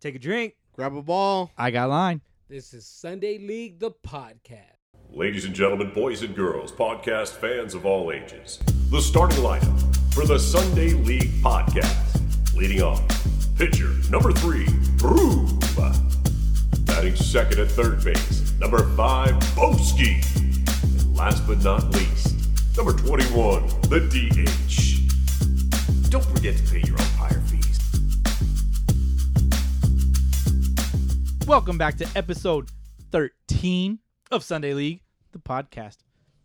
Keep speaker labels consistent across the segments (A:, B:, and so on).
A: Take a drink.
B: Grab a ball.
C: I got line.
D: This is Sunday League, the podcast.
E: Ladies and gentlemen, boys and girls, podcast fans of all ages, the starting lineup for the Sunday League podcast. Leading off, pitcher number three, Rube. Batting second at third base, number five, Boski. And last but not least, number 21, the DH. Don't forget to pay your umpire fees.
C: Welcome back to episode 13 of Sunday League, the podcast.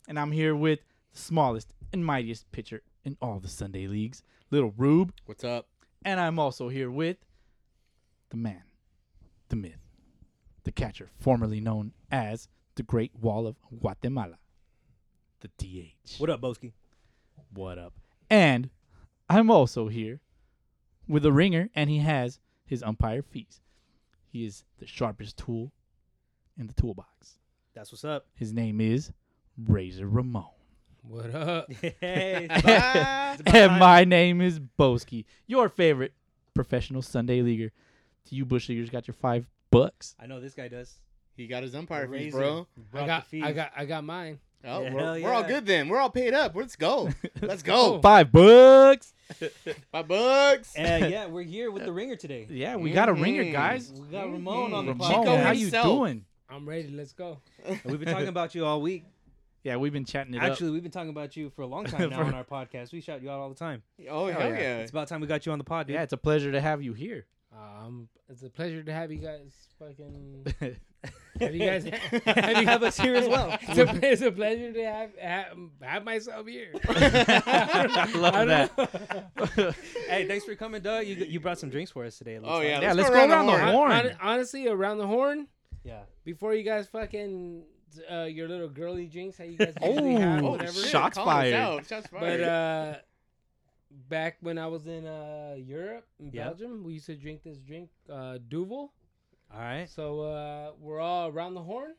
C: And I'm here with the smallest and mightiest pitcher in all the Sunday leagues, Little Rube.
B: What's up?
C: And I'm also here with the man, the myth, the catcher, formerly known as the Great Wall of Guatemala, the DH.
A: What up, Boski?
C: What up? And I'm also here with a ringer, and he has his umpire fees. He is the sharpest tool in the toolbox.
A: That's what's up.
C: His name is Razor Ramon.
D: What up?
A: Hey,
C: and my name is Boski, your favorite professional Sunday leaguer. To you, Bush Leaguers, got your five bucks.
A: I know this guy does.
B: He got his umpire fees,
A: Razor
B: bro.
A: brought
D: I
A: the
D: got,
A: fees.
D: I got, I got mine.
B: Oh,
A: Yeah,
B: we're,
A: hell
B: we're all
A: yeah.
B: good then. We're all paid up. Let's go. Let's go.
C: Five bucks.
B: My bucks.
A: Uh, yeah, we're here with the ringer today.
C: Yeah, we got a ringer,
B: Mhm.
C: guys.
A: We got Ramon on the
C: Mm-hmm.
A: podcast.
C: Ramon,
B: Chico
C: how you
B: himself.
C: doing?
D: I'm ready. Let's go.
A: We've been talking about you all week.
C: Yeah, we've been chatting it
A: Actually, we've been talking about you for a long time now
C: For-
A: on our podcast. We shout you out all the time.
B: Oh, hell
C: yeah.
B: yeah.
A: It's about time we got you on the pod,
C: up.
A: dude.
C: Yeah, it's a pleasure to have you here.
D: Um, it's a pleasure to have you guys. Fucking, have you guys? Have you
A: have us here as well.
D: It's a, it's a pleasure to have have, have myself here.
C: I love that.
A: hey, thanks for coming, Doug. You, you brought some drinks for us today. it looks
B: Oh,
A: like.
B: yeah.
C: Yeah,
B: Let's,
C: let's
B: go, around the horn.
C: Horn.
D: Hon- honestly, around the horn.
A: yeah.
D: Before you guys fucking uh, your little girly drinks, how you guys usually have
C: Oh,
D: whatever.
C: shit. Shots
B: Call us
C: fired.
B: out. Shots
D: But
B: fired.
D: uh, back when I was in uh, Europe, in
A: Yeah.
D: Belgium, we used to drink this drink, uh, Duvel.
A: All right.
D: So uh, we're all around the horn.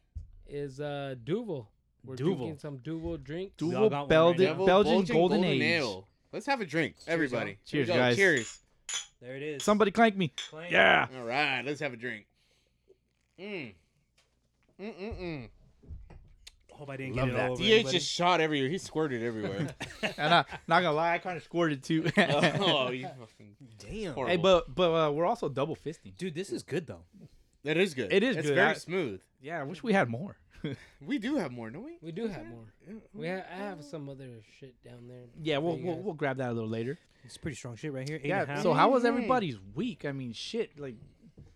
D: Is uh, Duvel? We're
A: Duvel.
D: drinking some Duvel drink.
A: all
C: Dual
A: got one
C: Belgian,
A: right now.
B: Devil
C: Belgian
B: Bulging
C: Golden, Age.
B: Ale. Let's have a drink, everybody.
C: Cheers,
B: Here we go.
C: guys.
B: Cheers.
A: There it is.
C: Somebody clank me.
A: Clank.
C: Yeah.
B: All right. Let's have a drink. Mm. Mm-mm-mm.
A: Hope I didn't
C: Love
A: get it
C: that.
A: all over
B: DH
A: anybody.
B: just shot everywhere. He squirted everywhere.
C: and I, not gonna lie, I kind of squirted too. hey,
B: oh, you fucking.
A: Damn.
B: Horrible.
C: but but uh, we're also double fisting.
A: Dude, this is good though.
B: That is good.
C: It is
B: It's
C: good.
B: very
C: I-
B: smooth.
C: Yeah, I wish we had more.
B: We do have more, don't we?
D: We do have more. We ha- I have some other shit down there.
C: Yeah, we'll,
D: you
C: we'll
D: guys.
C: we'll grab that a little later.
A: It's pretty strong shit right here. Eight and a
C: Yeah.
A: half.
C: So how was
B: Mhm.
C: everybody's week? I mean, shit, like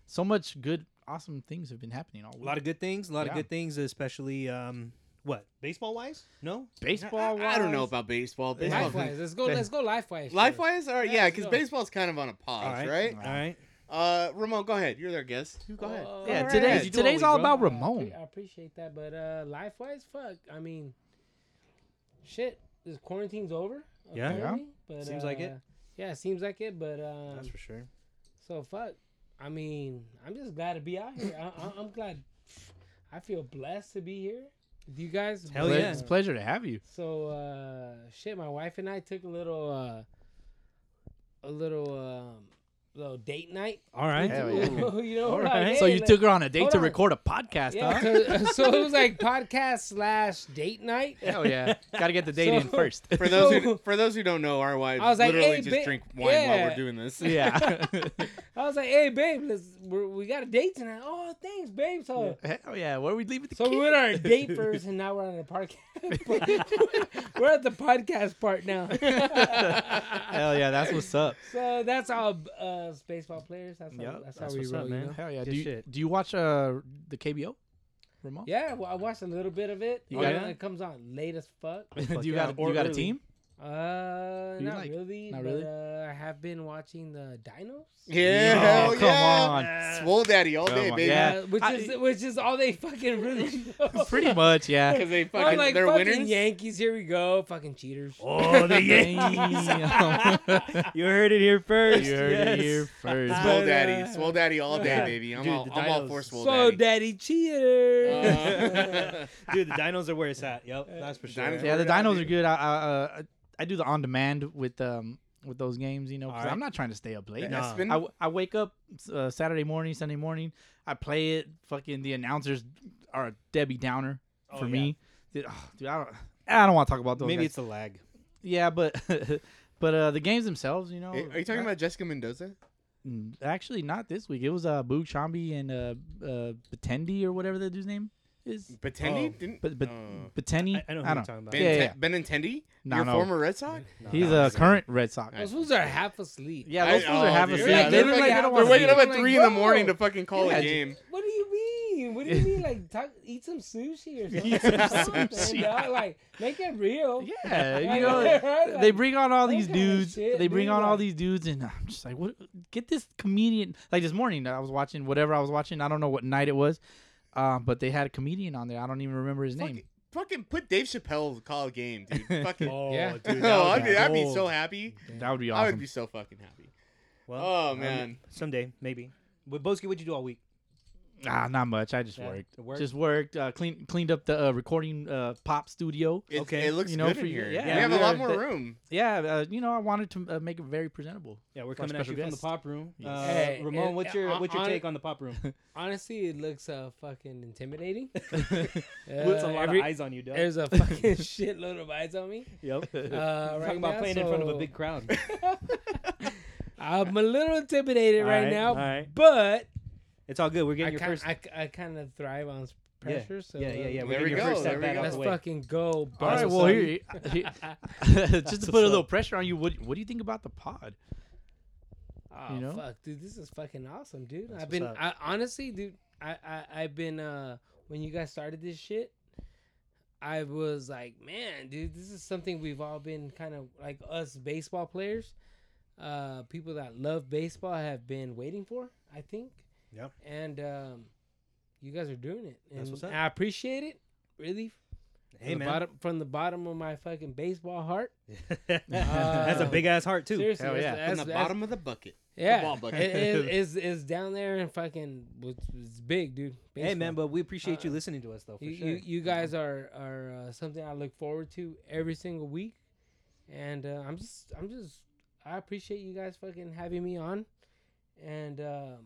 C: so much good, awesome things have been happening all week.
A: a lot of good things. A lot of
C: Yeah.
A: good things, especially um, what baseball wise. No,
C: baseball.
B: I, I don't know
C: wise.
B: about baseball.
D: Life
B: baseball
D: wise, let's go. Let's go life wise.
B: Life wise? All right, yeah,
D: Let's
B: because
D: go.
B: baseball's kind of on a pause, right?
A: All right.
B: Uh, Ramon, go ahead. You're their guest. You go
D: Uh,
B: ahead.
C: Yeah,
B: All
C: today-
B: right.
C: today- today's all about Ramon.
D: I, appreciate that, but uh, life wise, fuck. I mean, shit. This quarantine's over.
A: Yeah. Yeah.
D: apparently, But,
A: Seems like it.
D: uh, Yeah, seems like it. But um,
A: That's for sure.
D: so fuck. I mean, I'm just glad to be out here. I, I, I'm glad. I feel blessed to be here. Do you guys?
A: Hell
C: Ple-
A: yeah.
C: It's a pleasure to have you.
D: So uh shit, my wife and I took a little uh a little um little date night.
A: All right.
C: Hell
D: you
C: yeah.
D: know,
A: All
D: we're like,
A: right.
D: hey,
C: so you
D: let-
C: took her on a date
D: hold
C: to
D: on.
C: record a podcast,
D: yeah,
C: huh?
D: so, so it was like podcast slash date night.
C: Hell yeah. Got to get the date in
D: So-
C: first.
B: For those who for those who don't know, our wives
D: I was like,
B: literally
D: hey,
B: just
D: ba-
B: drink wine while we're
D: yeah.
B: doing this.
C: yeah.
D: I was like, "Hey babe, let's we're, we got a date tonight." Oh, thanks, babe. So
C: Hell yeah. Where we leave it?
D: so we went on a date first, and now we're on the podcast. we're at the podcast part now.
C: Hell yeah. That's what's up.
D: so that's all uh, baseball players. That's how,
A: Yep,
D: that's,
A: that's
D: how we
A: what's
D: roll,
A: up,
D: you
A: man.
D: know?
C: Hell yeah.
A: Good
C: Do you,
A: shit.
C: do you watch uh the KBO? Ramon?
D: Yeah, well, I watched a little bit of it.
C: You
D: You
C: got
D: know,
A: it?
D: It comes on late as fuck.
C: do you
A: yeah,
C: got
A: or
C: you got a
A: early.
C: team?
D: Uh,
C: You
D: not
C: like-
D: really.
C: not
D: but,
C: really?
D: Uh, I have been watching the Dinos. Uh,
B: Yeah,
C: Oh,
B: hell
C: come
B: yeah.
C: on.
B: Swole daddy all
C: Come
B: day,
C: on.
B: baby.
C: Yeah.
D: Uh, which
C: I-
D: is which is all they fucking really know.
C: Pretty much, yeah.
B: Because they fucking
D: I'm like
B: they're
D: fucking
B: winners.
D: Yankees. Here we go, fucking cheaters.
A: Oh, the
C: Yankees.
A: you heard it here first.
C: You heard
A: yes.
C: it here first.
B: Swole
A: But,
B: daddy,
A: uh,
B: swole daddy all day,
A: yeah.
B: baby. I'm
A: Dude,
B: all
A: the
B: I'm all
A: Dinos.
B: for swole
D: so
B: Oh, daddy.
D: daddy, cheaters.
B: Uh,
A: Dude, the dinos are where it's at. Yep, that's for sure.
B: Dinos-
C: Yeah, the
B: Word out,
C: dinos
B: dude.
C: are good. I, I uh, I do the on demand with um with those games, you know, 'cause
A: Alright.
C: I'm not trying to stay up late.
A: Nah.
B: Espen?
C: I, w- I wake up uh, Saturday morning, Sunday morning. I play it. Fucking the announcers are a Debbie Downer
A: Oh,
C: for
A: yeah.
C: me. Dude, oh, dude, I don't. I don't want to talk about those.
A: Maybe
C: guys.
A: it's the lag.
C: yeah, but but uh, the games themselves, you know.
B: Hey, Eh, Are you talking about Jessica Mendoza?
C: Mm, Actually, not this week. It was uh, Boo Chambi and uh, uh, Batendi or whatever that dude's name is.
B: Betendi?
A: Oh,
B: Didn't,
C: But but
B: uh,
C: Batendi.
A: I, I know who
C: I
A: you're
C: don't.
A: talking about.
B: ben,
C: yeah, yeah.
B: Benintendi?
C: No,
B: Your
C: no.
B: former Red Sox?
A: No,
C: He's
A: no,
C: a
A: it's-
C: current Red Sox.
D: Those fools are half asleep.
C: Yeah, those
B: I-
C: fools are
B: oh,
C: half
B: dude.
C: asleep. They
D: Yeah, they're
C: look
D: like-
C: like they
D: they're
C: don't
B: They're
C: want
B: waking up
D: sleep.
B: at
D: Like,
B: 3 in the morning
D: bro.
B: to fucking call
C: Yeah,
B: a
C: j-
B: game.
D: What do you mean? What do you mean? Like, talk, eat some sushi or something. Eat some
C: sushi.
D: Like, make it real.
C: Yeah, you
D: Like,
C: know,
D: right?
C: they
D: Like,
C: bring on all
D: that
C: these
D: kinda
C: dudes.
D: shit,
C: they bring
D: dude,
C: on all
D: like-
C: these dudes, and I'm just like, what? Get this comedian. Like this morning, I was watching whatever I was watching. I don't know what night it was, uh, but they had a comedian on there. I don't even remember his
B: Fuck
C: name.
B: it. Fucking put Dave Chappelle to call a game, dude. Fucking.
A: Oh,
C: Yeah.
A: dude, that
B: oh,
A: would
B: I'd, be, I'd be
A: gold.
B: so happy.
C: That would be
B: I would
C: awesome.
B: be so fucking happy.
A: Well,
B: Oh,
A: um,
B: man.
A: someday maybe. But Boski, what'd you do all week?
C: ah, not much. I just
A: Yeah,
C: worked.
A: it worked.
C: Just worked. Uh, clean, cleaned up the uh, recording uh, pop studio.
B: It,
A: Okay.
B: It looks
C: You know,
B: good
C: for
B: in
C: your-
B: here.
C: yeah,
B: we have a
C: we
B: lot
C: are-
B: more
C: that-
B: room.
C: Yeah, uh, you know, I wanted to uh, make it very presentable.
A: Yeah, we're
C: For our
A: coming at you
C: special
A: from the
C: guest.
A: pop room.
C: Yes.
A: Uh,
D: Hey,
A: Ramon,
D: it-
A: what's your
D: uh,
A: what's your
D: hon-
A: take on the pop room?
D: honestly, it looks uh, fucking intimidating.
A: Puts a
D: Uh,
A: lot
D: every-
A: of eyes on you, dog.
D: There's a fucking shitload of eyes on me.
A: Yep.
D: Uh, right
A: talking about
D: now,
A: playing in front of a
D: so
A: big crowd.
D: I'm a little intimidated
A: All
D: right,
A: right,
D: now,
A: all right.
D: but
A: It's all good. We're
D: I
A: getting your
D: kind,
A: first.
D: I, I kind of thrive on s-
A: yeah.
D: pressure. So
A: yeah, yeah, yeah.
D: uh,
A: We're
B: There
A: getting
B: we
A: your
B: go,
A: first
B: there we
A: at-bat
B: go.
A: out
D: Let's
A: the way.
D: fucking go, bro.
C: All right.
A: what's
C: Well,
A: up.
C: here, just to
A: what's
C: put a little
A: up.
C: pressure on you. What What do you think about the pod?
D: Oh
C: You know?
D: fuck, dude, this is fucking awesome, dude. I've
A: what's
D: been
A: up.
D: I, honestly, dude. I, I I've been uh when you guys started this shit, I was like, man, dude, this is something we've all been kind of like us baseball players, uh, people that love baseball have been waiting for. I think.
A: Yep.
D: And um, you guys are doing it, and
A: That's what's up.
D: I appreciate it. Really, from
A: Hey
D: the
A: man,
D: bottom, from the bottom of my fucking baseball heart.
A: that's a
D: Uh,
A: big ass heart too.
D: Seriously,
C: Hell
D: that's-
C: yeah.
D: that's-
B: in the
D: that's-
B: bottom of the bucket.
D: yeah,
B: ball
D: it,
B: bucket.
D: it, it's, it's down there and fucking it's, it's big, dude.
A: Hey man,
D: Baseball.
A: but we appreciate you
D: Uh,
A: listening to us though. For
D: you,
A: sure.
D: you, you guys are are uh, something I look forward to every single week, and uh, I'm just I'm just I appreciate you guys fucking having me on, and um,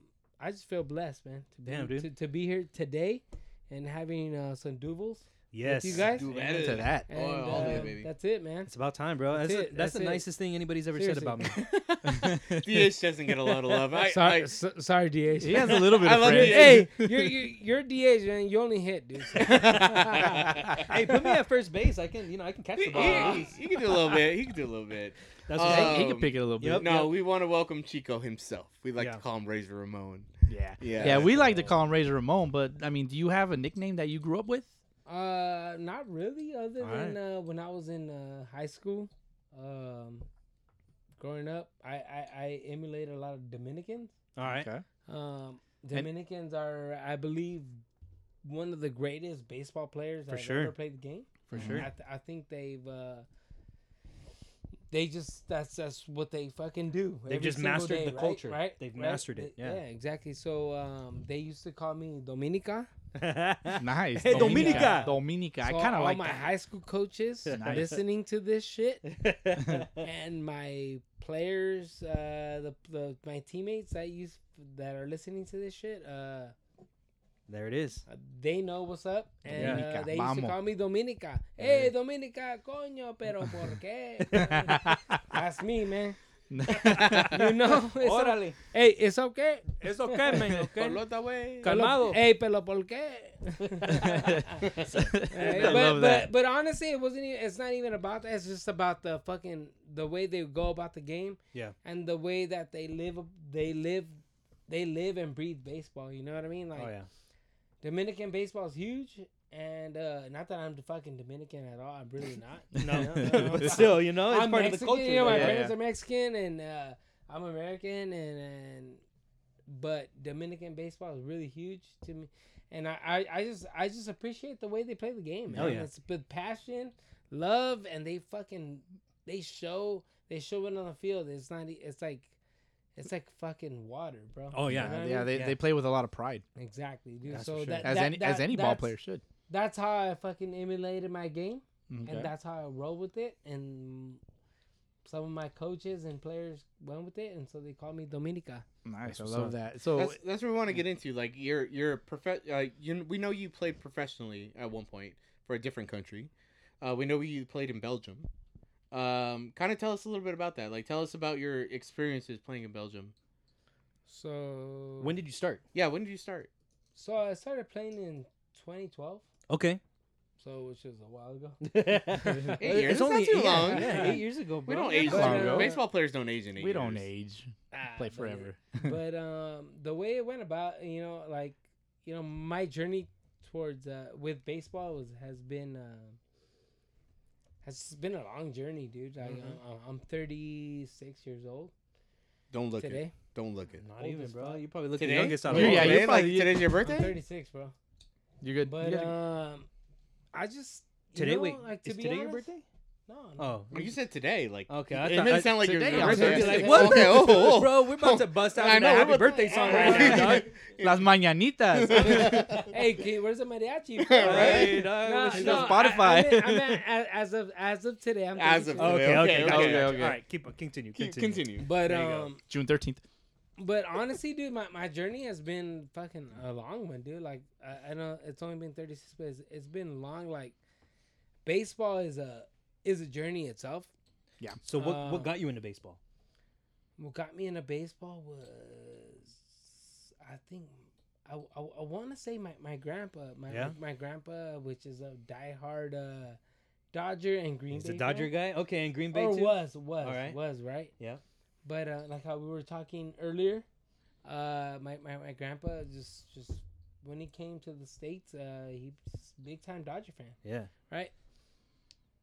D: I just feel blessed, man. To be,
A: Damn, dude.
D: To, to be here today. And having uh, some duvals.
A: yes,
D: you guys-
C: To that.
D: And,
B: Oh, all day,
D: uh,
B: baby.
D: That's it, man.
A: It's about time, bro. That's
D: That's
A: the-
D: it,
A: that's
D: that's
A: the
D: it.
A: nicest thing anybody's ever said
D: Seriously.
A: about me.
B: DH doesn't get a lot of love. I,
D: sorry,
B: I,
D: so, sorry, DH.
C: He has a little bit
B: I
C: of
B: love
C: friends.
B: you.
D: hey, you're, you're you're DH, man. You only hit, dude.
A: hey, put me at first base. I can, you know, I can catch
B: he,
A: the ball.
B: he- he can do a little bit. He can do a little bit.
A: That's
B: Uh,
A: what
C: Hey, he
B: Um,
C: can pick it a little bit.
A: yep.
B: No, we want to welcome Chico himself. We like
A: Yeah.
B: to call him Razor Ramon.
C: Yeah.
B: Yeah.
C: yeah. we like to call him Razor Ramon, but I mean, do you have a nickname that you grew up with?
D: Uh, not really. Other
C: All
D: than uh, when I was in uh, high school, um, growing up, I, I I emulate a lot of Dominicans.
A: All right.
C: Okay.
D: Um, Dominicans are, I believe, one of the greatest baseball players
A: For
D: that
A: sure.
D: ever played the game.
A: For
D: I-
A: sure.
D: I, th- I think they've. Uh, they just that's that's what they fucking do.
A: They've
D: every
A: just
D: single
A: mastered
D: day,
A: the
D: right?
A: culture.
D: Right?
A: They've
D: Right?
A: mastered it,
D: They-
A: yeah.
D: yeah, exactly. So um, they used to call me Dominica.
C: Nice.
A: Hey,
D: Dominica.
C: Dominica. I
D: So
C: kind of
D: all
C: like
D: my
C: that.
D: high school coaches
A: Nice.
D: listening to this shit,
A: Dominica.
D: and my players, uh, the, the my teammates that use that are listening to this shit, uh,
A: there it is.
D: they know what's up, and uh,
C: Dominica,
D: they used to
C: vamos. Eh.
D: call me Dominica. Hey, Dominica, coño, pero por qué? That's me, man. You know, it's o-
A: Órale.
D: hey, it's okay.
A: It's okay, man. Okay.
B: Pelota, wey.
D: Pelo-
A: Calmado.
D: Hey, pelo por qué? Right?
C: I
D: but,
C: love
D: Eh, but,
C: that.
D: But honestly, it wasn't. Even, it's not even about that. It's just about the fucking the way they go about the game.
A: Yeah.
D: And the way that they live, they live, they live and breathe baseball. You know what I mean? Like
A: Oh yeah.
D: Dominican baseball is huge, and uh not that I'm the fucking Dominican at all. I'm really not.
A: No.
D: you know?
A: but still, you know, it's
D: I'm
A: part
D: Mexican.
A: of the culture.
D: You know, my
A: Yeah,
D: parents
A: yeah.
D: are Mexican, and uh, I'm American, and, and but Dominican baseball is really huge to me, and I, I, I just I just appreciate the way they play the game. Man.
A: Oh, yeah.
D: it's with passion, love, and they fucking they show they show it on the field. It's not e, it's like it's like fucking water, bro.
A: Oh, yeah.
D: You know what I
C: yeah,
D: mean?
C: they,
A: Yeah.
C: they play with a lot of pride,
D: exactly, dude.
A: That's
D: so
A: for sure.
D: that,
C: as
D: that-
C: any as
D: that-
C: any ball
D: that's-
C: player should.
D: That's how I fucking emulated my game
C: Okay.
D: and that's how I roll with it. And some of my coaches and players went with it, and so they called me Dominica.
C: Nice. I
A: what's
C: love
A: up.
C: that. So
B: That's, that's what we want to get into. Like you're you're a prof- uh, you we know you played professionally at one point for a different country. Uh, we know you played in Belgium. Um, kind of tell us a little bit about that. Like tell us about your experiences playing in Belgium.
D: So
A: When did you start?
B: Yeah, when did you start?
D: so I started playing in 2012,
A: Okay.
D: so which was a while ago.
A: Eight
B: Eight years. It's not too
A: yeah,
B: long.
A: Yeah, eight years ago,
B: We
A: bro.
B: don't age
D: but,
B: long.
D: uh,
B: Baseball players don't age in eight
C: we don't
B: years.
C: age.
D: Ah,
C: Play
D: but-
C: forever.
D: but um, the way it went about, you know, like you know, my journey towards uh, with baseball was has been uh, has been a long journey, dude. Like,
B: Mhm.
D: I'm, I'm 36 years old
B: Don't look
D: today.
B: it. Don't look it.
A: Not
D: Old
A: even,
D: as
A: bro.
D: fuck.
A: You probably look
B: Today?
A: the youngest out of
C: You're-
A: all.
C: yeah,
A: of
C: you're
A: us.
B: man, like
C: probably-
B: today's your
D: I'm
B: birthday.
D: 36, bro.
C: You're good.
D: But
C: you guys are-
D: um, I just you
A: Today,
D: know,
A: wait,
D: like to
A: is
D: be
A: today your
D: honest-
A: birthday?
D: No, no.
A: Oh,
B: Well, you said today, like
A: okay.
B: it
A: I thought,
B: didn't
A: I-
B: sound like you're
C: today
B: your
C: I was
B: birthday.
C: gonna be
B: I
C: like,
B: said,
A: what?
B: Okay, oh, oh, oh.
A: bro, we're about to bust out in
B: I
A: a
B: know, we're
A: happy
B: about-
A: birthday song right
D: Yeah.
A: now, dog.
C: Las mañanitas.
D: hey, can, where's the mariachi?
B: Oh. Right.
A: Hey, dog,
D: No,
A: what you
C: It's on
D: no,
A: doing?
C: Spotify.
D: I, I meant, I meant as, as of as of today. I'm
B: As of
D: 36.
A: Okay,
B: today.
A: okay, gotcha,
B: okay,
A: gotcha.
C: okay.
A: All right, keep on, continue, continue.
B: Continue.
D: But
A: There you go.
D: um,
C: June thirteenth.
D: but honestly, dude, my, my journey has been fucking a long one, dude. Like I, I know it's only been thirty six, but it's, it's been long. Like baseball is a is a journey itself.
A: So, what,
D: Uh,
A: what got you into baseball?
D: What got me into baseball was I think I I, want to say my, my grandpa, my
A: Yeah?
D: my grandpa, which is a diehard uh, Dodger and Green
A: He's
D: Bay.
A: a Dodger
D: fan.
A: guy. Okay, and Green Bay
D: or
A: too.
D: was was
A: Alright.
D: was right.
A: Yeah.
D: But uh, like how we were talking earlier, uh, my, my my grandpa just just when he came to the states, uh, he's big time Dodger fan,
A: Yeah.
D: right?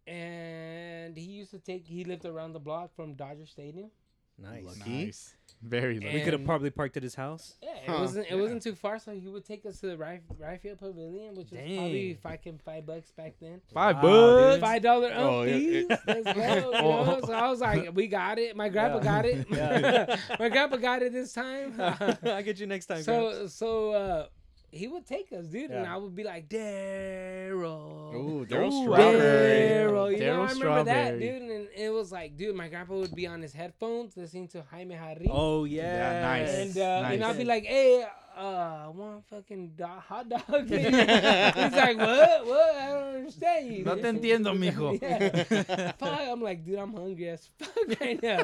D: And he used to take. He lived around the block from Dodger Stadium.
A: Nice.
C: Nice. Very
A: We
C: lucky.
A: could have
D: And-
A: probably parked at his house.
D: Yeah, it
B: Huh.
D: wasn't it wasn't too far, so he would take us to the Ry- Ryfield Pavilion, which was probably
A: Dang.
D: fucking five bucks back then.
C: Five
A: Wow,
C: bucks.
A: dude.
D: Five dollar
B: Oh, yeah,
D: umpties.
B: yeah.
D: Let's go. you
C: Oh.
D: know? So I was like, we got it. My grandpa
A: Yeah.
D: got it.
A: Yeah.
D: My grandpa got it this time.
A: I get you next time. Gramps.
D: so so uh, he would take us, dude, and
A: Yeah.
D: I would be like, Daryl.
B: Ooh, Daryl
C: Ooh,
B: Strawberry.
D: Daryl, you know, I
C: Daryl
D: remember that,
C: Strawberry.
D: dude, and it was like, dude, my grandpa would be on his headphones listening to Jaime Harry.
A: Oh yeah.
C: Yeah, nice.
D: And uh, and I'll
C: Nice.
D: be like, hey, uh, I want a fucking do- hot dog. please." He's like, what? What? I don't understand you.
C: No te entiendo, mijo.
D: Yeah. Fuck, I'm like, dude, I'm hungry as fuck right now.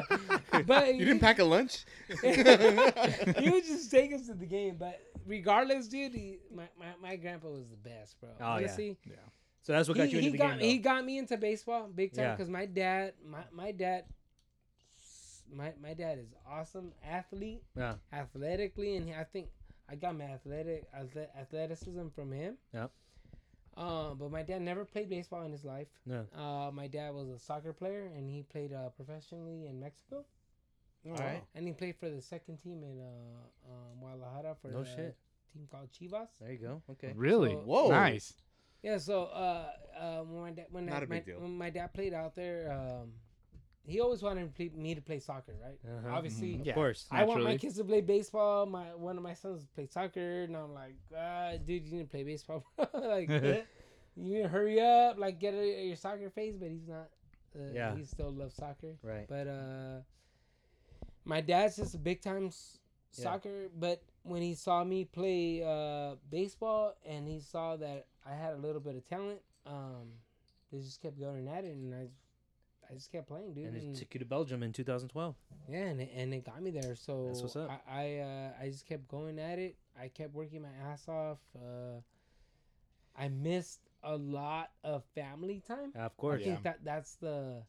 D: But
B: You didn't pack a lunch?
D: he would just take us to the game. But regardless, dude, he, my, my my grandpa was the best, bro.
A: Oh, yeah.
D: Honestly,
A: so that's what got
D: he,
A: you
D: he
A: into the
D: got
A: game.
D: me- he
A: though.
D: got me into baseball big time
A: Yeah.
D: because my dad, my my dad. My, my dad is awesome athlete
A: yeah.
D: athletically, and I think I got my athletic athle- athleticism from him.
A: Yep.
D: Uh, but my dad never played baseball in his life.
A: No.
D: Uh, my dad was a soccer player, and he played uh, professionally in Mexico.
B: All right.
D: And he played for the second team in uh, um, Guadalajara for
A: No
D: a
A: shit.
D: team called Chivas.
A: There you go. Okay.
C: Really?
D: So-
B: Whoa.
C: Nice.
D: Yeah, so uh, uh, when my dad when,
B: Not
D: I,
B: a
D: my,
B: big deal.
D: when my dad played out there, um, he always wanted to play, me to play soccer, right?
A: Uh-huh.
B: Mm-hmm.
D: Obviously,
A: Of course.
D: I want my
C: Naturally.
D: kids to play baseball. My one of my sons played soccer, and I'm like, ah, dude, you need to play baseball. like, eh? you need to hurry up, like get out of your soccer phase. But he's not. Uh,
A: Yeah.
D: he still loves soccer.
A: Right.
D: But uh, my dad's just a big time s-
A: Yeah.
D: soccer. But when he saw me play uh, baseball and he saw that I had a little bit of talent, um, they just kept going at it, and I, I just kept playing, dude.
A: And
D: and-
A: it took you to Belgium in 2012.
D: yeah, and it, and it got me there. So
A: That's what's up.
D: I I, uh, I just kept going at it. I kept working my ass off. Uh, I missed a lot of family time.
A: of
D: I
A: course.
D: think that that's the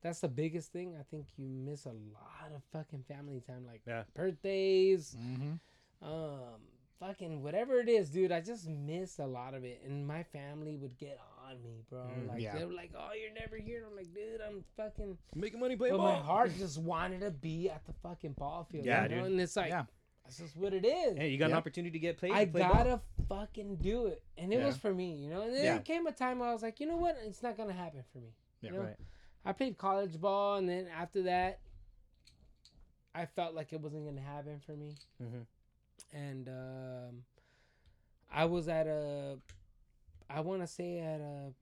D: that's the biggest thing. I think you miss a lot of fucking family time, like
A: Yeah.
D: birthdays,
C: Mm-hmm.
D: um, fucking whatever it is, dude. I just missed a lot of it, and my family would get on me, bro.
A: Mm.
D: like
C: Yeah.
D: they were like, "Oh, you're never here." I'm like, "Dude, I'm fucking."
A: Making money, play
D: but my heart just wanted to be at the fucking ball field.
A: Yeah,
D: you know?
A: dude.
D: And it's like,
C: Yeah.
D: that's just what it is.
A: Hey, you got
C: Yeah.
A: an opportunity to get paid.
D: I
A: to play ball.
D: gotta fucking do it. And it
C: Yeah.
D: was for me, you know? And then
C: Yeah.
D: it came a time where I was like, you know what? It's not gonna happen for me.
C: Yeah,
D: you know?
A: right.
D: I played college ball, and then after that, I felt like it wasn't gonna happen for me.
C: Mm-hmm.
A: Mhm.
D: And um, I was at a, I want to say at a,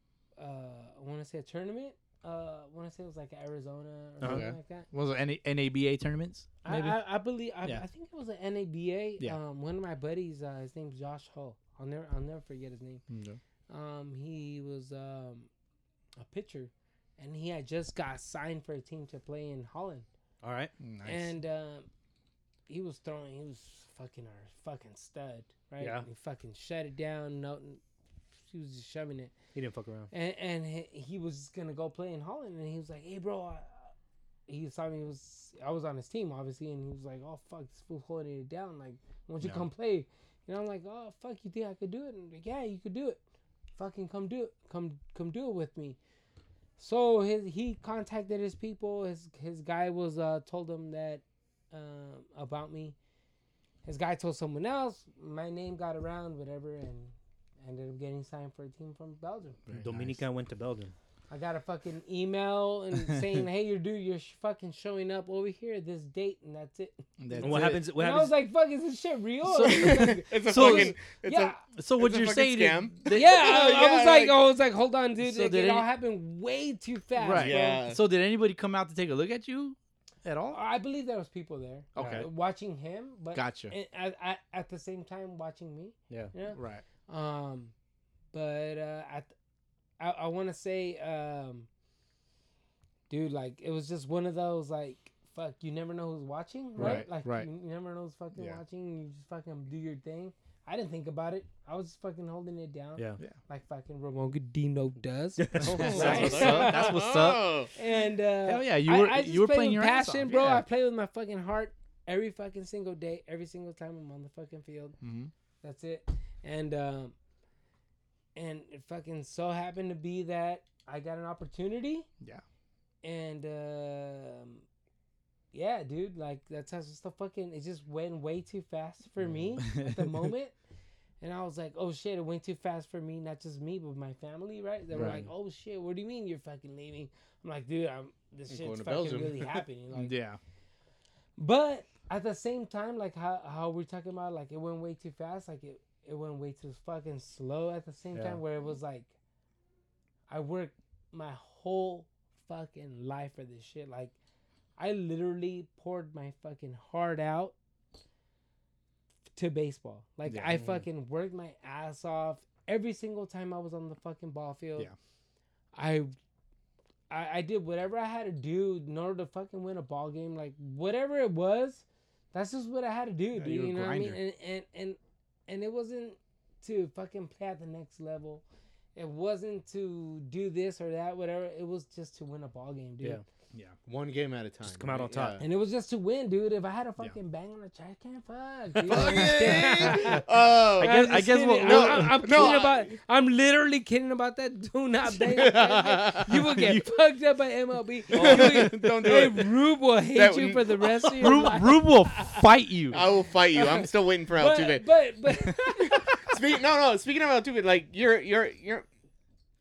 D: uh, I want to say a tournament. Uh, uh, when I say it was like Arizona or
C: Uh-huh.
D: something
B: Okay.
D: like that.
C: Was it N- NABA tournaments?
D: I,
C: Maybe.
D: I, I believe I,
C: Yeah.
D: I think it was an NABA.
C: Yeah.
D: Um, one of my buddies, uh, his name's Josh Hull. I'll never I'll never forget his name.
C: No.
D: Um, he was um, a pitcher, and he had just got signed for a team to play in Holland.
A: All right.
C: Nice.
D: And um, he was throwing. He was fucking our fucking stud, right?
A: Yeah.
D: He fucking shut it down. No, he was just shoving it,
A: He didn't fuck around.
D: and and he, he was gonna go play in Holland, and he was like, "Hey, bro." I, he saw me. He was I was on his team, obviously, and he was like, "Oh fuck, this fool's holding it down. Like, won't you
C: Yeah.
D: come play?" And I'm like, "Oh fuck, you think I could do it?" And like, "Yeah, you could do it. Fucking come do it. Come come do it with me." So his he contacted his people. His his guy was uh told him that um about me. His guy told someone else. My name got around, whatever, and ended up getting signed for a team from Belgium.
C: Very
A: Dominica went to Belgium.
D: I got a fucking email and saying, "Hey, your dude, you're sh- fucking showing up over here this date, and that's it."
C: nice. That's
A: And what
C: it.
A: happens? What
D: and I was
A: happens?
D: like, "Fuck, is this shit real?"
C: So-
B: it's a
C: So-
B: fucking. It's
D: yeah,
C: So what
B: It's a
C: you're
B: fucking
C: saying? is
B: scam.
C: that-
D: yeah. I, I
B: Yeah,
D: was like,
B: like-
D: I was like, "Hold on, dude,
C: So
D: it,
C: did
D: it all
C: any-
D: happened way too fast."
B: a,
C: Right.
D: bro.
B: yeah.
C: So did anybody come out to take a look at you at all?
D: I believe there was people there,
C: Okay.
D: uh, watching him, but
C: Gotcha.
D: and uh, at, at, at the same time watching me.
A: Yeah.
D: Yeah.
C: Right.
D: Um, but uh, I, th- I, I want to say, um, dude, like it was just one of those like, fuck, you never know who's watching, right?
C: Right,
D: like
C: right.
D: You, you never know who's fucking
C: Yeah.
D: watching. You just fucking do your thing. I didn't think about it. I was just fucking holding it down,
A: Yeah.
D: like fucking Ramon Dino does.
A: Oh,
C: That's what's up. That's what's up.
D: and uh,
C: Hell yeah, you
D: I-
C: were-
D: I, just
C: you were
D: play
C: playing
D: with
C: your ass
D: passion,
C: off,
D: bro.
C: yeah.
D: I play with my fucking heart every fucking single day, every single time I'm on the fucking field.
C: Mhm.
D: That's it. And um, and it fucking so happened to be that I got an opportunity.
C: Yeah.
D: And um, yeah, dude, like that's how just the fucking it just went way too fast for me at the moment. And I was like, oh shit, it went too fast for me, not just me, but my family, right? They were
C: Right.
D: like, oh shit, what do you mean you're fucking leaving? I'm like, dude, I'm this
B: I'm
D: shit's
B: going to
D: fucking
B: Belgium."
D: really happening. Like,
C: Yeah.
D: but at the same time, like how how we're talking about, like it went way too fast. Like it it went way too fucking slow. At the same
A: Yeah.
D: time, where it was like, I worked my whole fucking life for this shit. Like, I literally poured my fucking heart out to baseball. Like
C: Yeah. Mm-hmm.
D: I fucking worked my ass off every single time I was on the fucking ball field.
C: Yeah.
D: I I, I did whatever I had to do in order to fucking win a ball game. Like whatever it was, that's just what I had to do,
C: Yeah,
D: dude.
C: you're a
D: You know what I mean?
C: grinder.
D: And and and and it wasn't to fucking play at the next level. It wasn't to do this or that, whatever. It was just to win a ball game, dude.
A: Yeah.
B: One game at a time.
A: come out on top.
D: And it was just to win, dude. If I had a fucking bang on the trash can, fuck. Dude.
B: Yeah.
C: Fucking-
B: Oh.
C: I guess- I guess
D: what,
C: what-
D: I'm,
C: no,
D: I'm, I'm
B: no,
D: kidding
B: I-
D: about. I'm literally kidding about that. Do not bang. on trash can. you will get fucked up by MLB. You will-
B: Don't do
D: hey,
B: it.
D: Rube will hate
B: That-
D: you for the rest of your
C: Rube,
D: life.
C: Rube will fight you.
B: I will fight you. I'm still waiting for Altuve.
D: But, but but
B: Speak, no, no. Speaking of Altuve, like you're, you're, you're.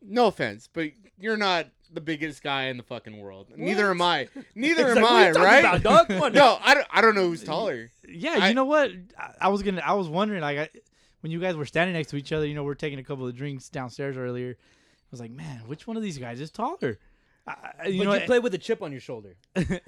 B: No offense, but you're not the biggest guy in the fucking world. Neither am I. Neither
A: It's
B: am
A: like, what are
B: I.
A: you talking
B: Right?
A: about, dog? Come on.
B: no, I don't. I don't know who's taller.
C: Yeah,
B: I-
C: you know what? I, I was gonna. I was wondering, like, I, when you guys were standing next to each other, you know, we're taking a couple of drinks downstairs earlier. I was like, man, which one of these guys is taller? I, I- you
A: You
C: know,
A: you play with a chip on your shoulder.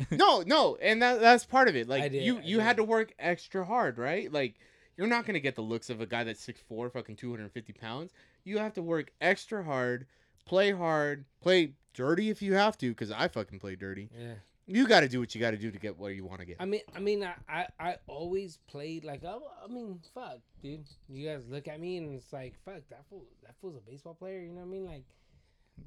B: No, no, and that that's part of it.
D: I
B: Like
D: did,
B: you,
D: I
B: you had
D: did.
B: to work extra hard, right? Like you're not gonna get the looks of a guy that's six four, fucking two hundred and fifty pounds. You have to work extra hard, play hard, play dirty if you have to, because I fucking play dirty.
D: yeah.
B: You got to do what you got to do to get what you want to get.
D: I mean, I mean, I, I, I always played like I, I mean, fuck, dude. You guys look at me and it's like, fuck, that fool, that fool's a baseball player. You know what I mean? Like,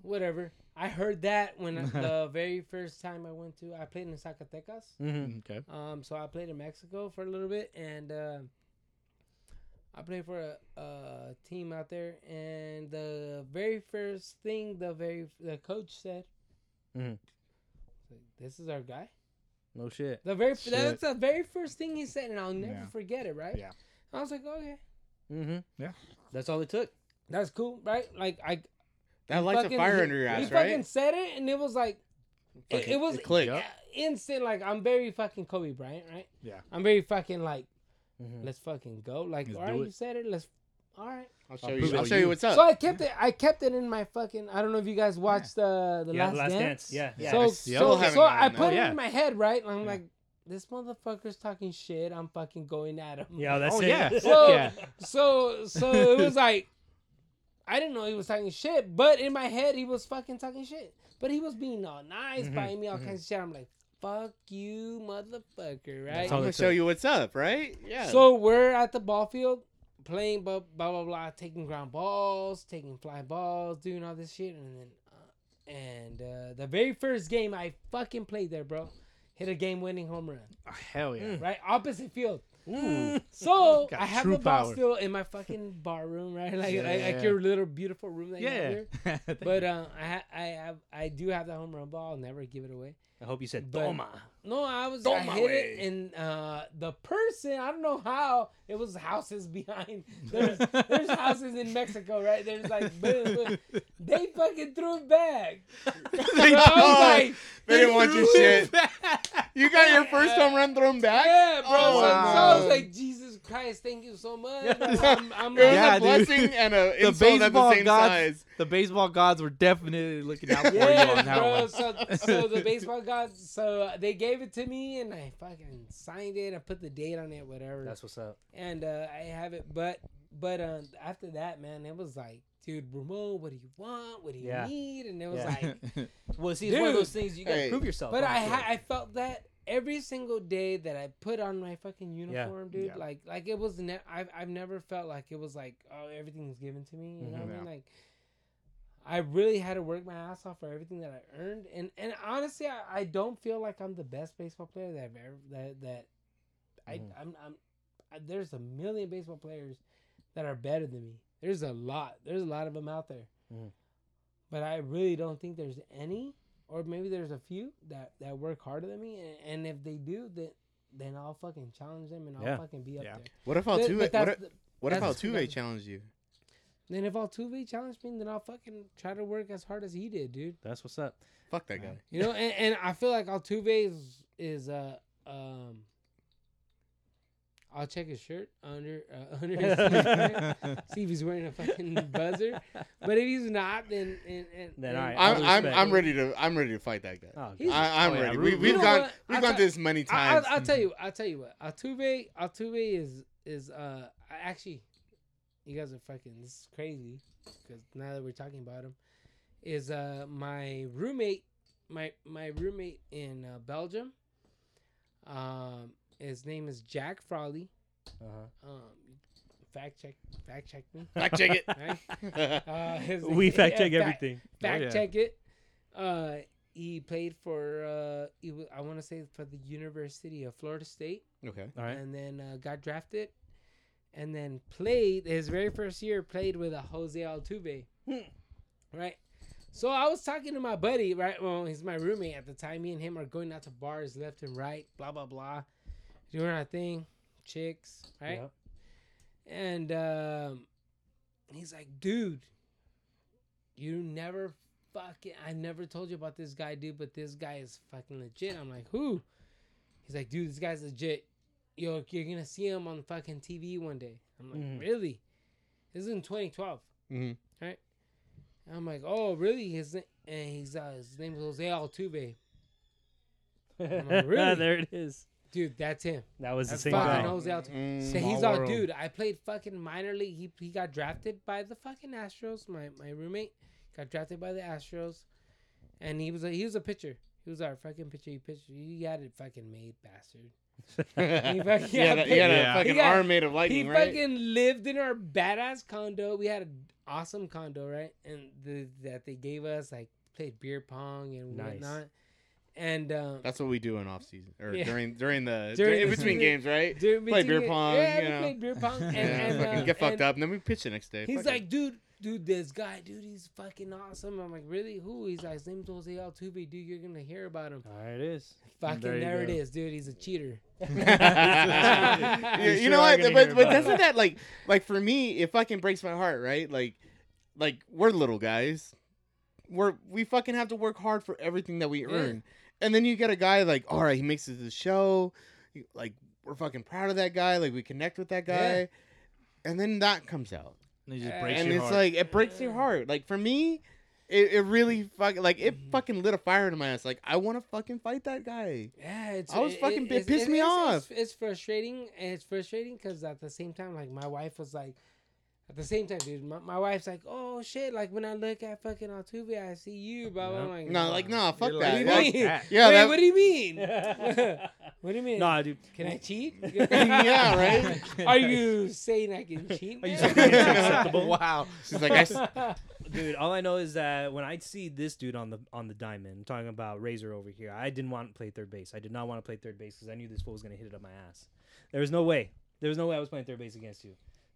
D: whatever. I heard that when I- the very first time I went to, I played in Zacatecas.
A: Mm-hmm.
C: okay.
D: Um, so I played in Mexico for a little bit, and uh, I played for a, a team out there. And the very first thing the very the coach said,
B: Mm-hmm.
A: Mhm.
D: "This is our guy."
A: No shit.
D: The very
C: Shit.
D: that's the very first thing he said, and I'll never
C: Yeah.
D: forget it. Right?
C: Yeah.
D: I was like, okay,
A: Mm-hmm.
C: Yeah.
A: That's all it took.
D: that's cool, right? Like I
B: that lights a
D: fucking-
B: fire under your
D: he
B: ass,
D: fucking
B: right?
D: said it, and it was like it,
B: Fucking-
D: it was
B: it clicked.
D: uh, instant. Like I'm very fucking Kobe Bryant, right?
C: Yeah.
D: I'm very fucking like
A: Mhm.
D: Mm. let's fucking go. Like
C: Let's
D: all right,
C: do
D: you
C: it.
D: said it. Let's All right.
B: I'll show
A: I'll
B: you.
A: prove it
B: I'll
A: to
B: show
A: you.
B: you what's up.
D: So I kept it. I kept it in my fucking. I don't know if you guys watched uh, the
A: Yeah,
D: last,
A: Last
D: dance.
A: Dance. Yeah, yeah.
D: So
A: I
B: still
D: so,
B: haven't
D: so I
B: gotten that.
D: put it
C: Yeah.
D: in my head right. And I'm
C: Yeah.
D: like, this motherfucker's talking shit. I'm fucking going at him.
A: Yeah, that's
C: Oh,
A: it.
C: yeah.
D: So
C: Yeah.
D: so so it was like, I didn't know he was talking shit, but in my head he was fucking talking shit. But he was being all nice,
A: Mhm,
D: buying me all
A: mhm.
D: kinds of shit. I'm like, fuck you, motherfucker, right?
A: all
B: I'm gonna
A: it's
B: show
A: a-
B: you what's up, right? Yeah.
D: So we're at the ball field playing, blah, blah, blah, blah, taking ground balls, taking fly balls, doing all this shit. And then, uh, and uh, the very first game I fucking played there, bro, hit a game winning home run,
C: Oh, hell yeah.
D: right? Opposite field.
A: Ooh.
D: So
C: Got
D: I have
C: true
D: the ball
C: power.
D: still in my fucking bar room, right? Like, like,
C: Yeah.
D: like your little beautiful room that you have
C: Yeah.
D: here. But uh, I, ha- I have, I do have the home run ball. I'll never give it away.
A: I hope you said
D: But-
A: Doma.
D: No, I was
A: Go
D: I
A: my
D: hit
A: way.
D: it, and uh, the person I don't know how it was houses behind. There's, there's houses in Mexico, right? There's like boom, boom. they fucking threw it back.
C: They
D: So I was like,
B: they didn't want your
C: threw it
B: shit. You got your first home run thrown back.
D: yeah, bro.
B: Oh,
D: so, so I
B: wow.
D: was like, Jesus Christ, thank you so much. I'm, I'm
B: It was
C: Yeah,
B: a
C: dude.
B: blessing and a
C: the
B: insult at
C: baseball
B: the same
C: gods,
B: size.
C: the baseball gods were definitely looking out for you
D: Yeah,
C: on that
D: bro.
C: one.
D: So, so the baseball gods, so they gave it to me, and I fucking signed it. I put the date on it, whatever.
A: That's what's up.
D: and uh, I have it. But but um, after that, man, it was like, dude, Ramon, what do you want? What do you
A: Yeah.
D: need? And it was
A: Yeah.
D: like,
A: Well, see, it's one of
D: Dude.
A: those things you gotta
B: Hey.
A: prove yourself.
D: but
A: on,
D: I
A: too.
D: ha- I felt that every single day that I put on my fucking uniform, dude.
C: Yeah.
D: Like like it was ne- I've I've never felt like it was like oh everything's given to me. You know
A: Mhm.
D: what I mean?
C: Mm-hmm. Yeah.
D: Like. I really had to work my ass off for everything that I earned, and and honestly, I, I don't feel like I'm the best baseball player that I've ever that that I
C: Mm-hmm.
A: Mhm.
D: I'm, I'm I, there's a million baseball players that are better than me. There's a lot. There's a lot of them out there,
A: Mhm.
D: but I really don't think there's any, or maybe there's a few that that work harder than me. And, and if they do, then then I'll fucking challenge them and I'll
A: Yeah.
D: fucking be up
C: Yeah.
D: there.
B: What if
D: Th-
B: Altuve?
D: but
B: What,
D: that's
B: if-
D: the-
B: what if
D: that's the-
B: Altuve challenged you?
D: then if Altuve challenged me, then I'll fucking try to work as hard as he did, dude.
A: That's what's up.
B: Fuck that guy.
D: You know, and, and I feel like Altuve is is uh um. I'll check his shirt under uh, under his sleeve, right? see if he's wearing a fucking
A: Oh,
D: buzzer. But if he's not, then and, and,
A: Then
D: and-
A: all right, I'll
B: I'm I'm,
A: respect
B: I'm ready to I'm ready to fight that guy.
A: Oh,
D: He's-
B: I, I'm
C: Oh, yeah,
B: ready.
C: Ru-
B: We,
C: you
B: we've
D: know
B: gone
D: what?
B: we've
D: I
B: gone
D: thought-
B: through this many
D: I,
B: times. Mm-hmm.
D: will I'll tell you. I'll tell you what. Altuve. Altuve is is uh I actually, you guys are fucking. This is crazy because now that we're talking about him, is uh my roommate, my my roommate in uh, Belgium. Um, his name is Jack Frawley.
A: Uh-huh.
D: Um, fact check, fact check me.
B: Fact check it.
D: Right? Uh, his-
A: We fact check
D: yeah,
A: everything.
D: fact
C: yeah.
D: check it. Uh, he played for uh, he wa- I want to say for the University of Florida State,
B: okay.
A: All right.
D: and then uh, got drafted, and then played his very first year played with a Jose Altuve, right. So I was talking to my buddy, right? Well, he's my roommate at the time. Me and him are going out to bars left and right, blah blah blah, doing our thing, chicks, right?
A: Yep.
D: And um, he's like, dude, you never fucking, I never told you about this guy, dude, but this guy is fucking legit. I'm like, who? He's like, dude, this guy's legit. Yo, you're gonna see him on fucking TV one day. I'm like,
A: Mhm.
D: really? This is in 2012.
B: Mhm.
A: Mm-hmm.
D: Right? And I'm like, oh, really? His na- and he's uh, his name is Jose Altuve. I'm like, really?
A: there it is.
D: Dude, that's him.
A: That was
D: That's
A: the same
D: fucking
A: guy.
D: Jose Altuve. So
B: Mm,
D: he's
C: Small
D: all,
C: world.
D: dude. I played fucking minor league. He, he got drafted by the fucking Astros. My my roommate got drafted by the Astros, and he was a he was a pitcher. He was our fucking pitcher. He pitched. He had it fucking made, bastard. He fucking,
B: you had a, you had a
C: Yeah.
B: fucking
D: He got-
B: arm made of lightning,
D: he
B: right?
D: fucking lived in our badass condo. We had an awesome condo, right? And the, that they gave us like played beer pong and
A: Nice.
D: whatnot. And um,
B: That's what we do in off season or
D: Yeah.
B: during during the
D: During
B: in
D: the
B: between
D: season.
B: games, right?
D: dude, we
B: play
D: did
B: beer
D: get-
B: pong,
D: Yeah,
B: you
D: we
B: know.
D: played beer pong and,
B: yeah,
D: and
B: fucking
D: uh,
B: get fucked
D: and-
B: up, and then we pitch the next day.
D: He's
B: Fuck
D: like,
B: it.
D: dude, dude, this guy, dude, he's fucking awesome. I'm like, really? Who? He's like, his name's Jose Altuve, dude. You're gonna hear about him.
A: There it is.
D: Fucking
C: There
D: there,
C: you
D: it
C: go.
D: is, dude. He's a cheater.
B: Yeah,
A: You
B: you
A: sure
B: know
A: are
B: what?
A: gonna hear
B: But, but
A: about
B: doesn't
A: it.
B: that like like for me, it fucking breaks my heart, right? Like like we're little guys. We're we fucking have to work hard for everything that we
D: Yeah.
B: earn. And then you get a guy like, all right, he makes it to the show. Like we're fucking proud of that guy. Like we connect with that guy. and then that comes out,
C: And it just
D: Uh,
C: breaks
B: and
C: your
B: it's
C: heart.
B: like it breaks your heart. Like for me, it, it really fucking like it fucking lit a fire in my ass. Like I want to fucking fight that guy.
D: Yeah, it's,
B: I was fucking- it pissed me
D: it's-
B: off.
D: It's, it's frustrating, and it's frustrating because at the same time, like my wife was like, at the same time, dude, my, my wife's like, oh shit, like when I look at fucking Altuve, I see you, bro.
A: Yep.
D: I'm like,
B: No, like nah, fuck
C: You're
B: that.
C: like,
D: What do
B: Like,
D: you mean?
C: that.
B: yeah,
D: Wait,
B: that,
D: what do you mean? what do you mean?
A: nah, dude.
D: Can I cheat?
B: yeah, right.
D: Are you saying I can cheat?
A: Are you
D: now?
A: saying it's acceptable?
B: Wow. She's like, I, s-
A: dude all i know is that when i see this dude on the on the diamond I'm talking about razor over here i didn't want to play third base i did not want to play third base because i knew this fool was going to hit it up my ass there was no way there was no way i was playing third base against you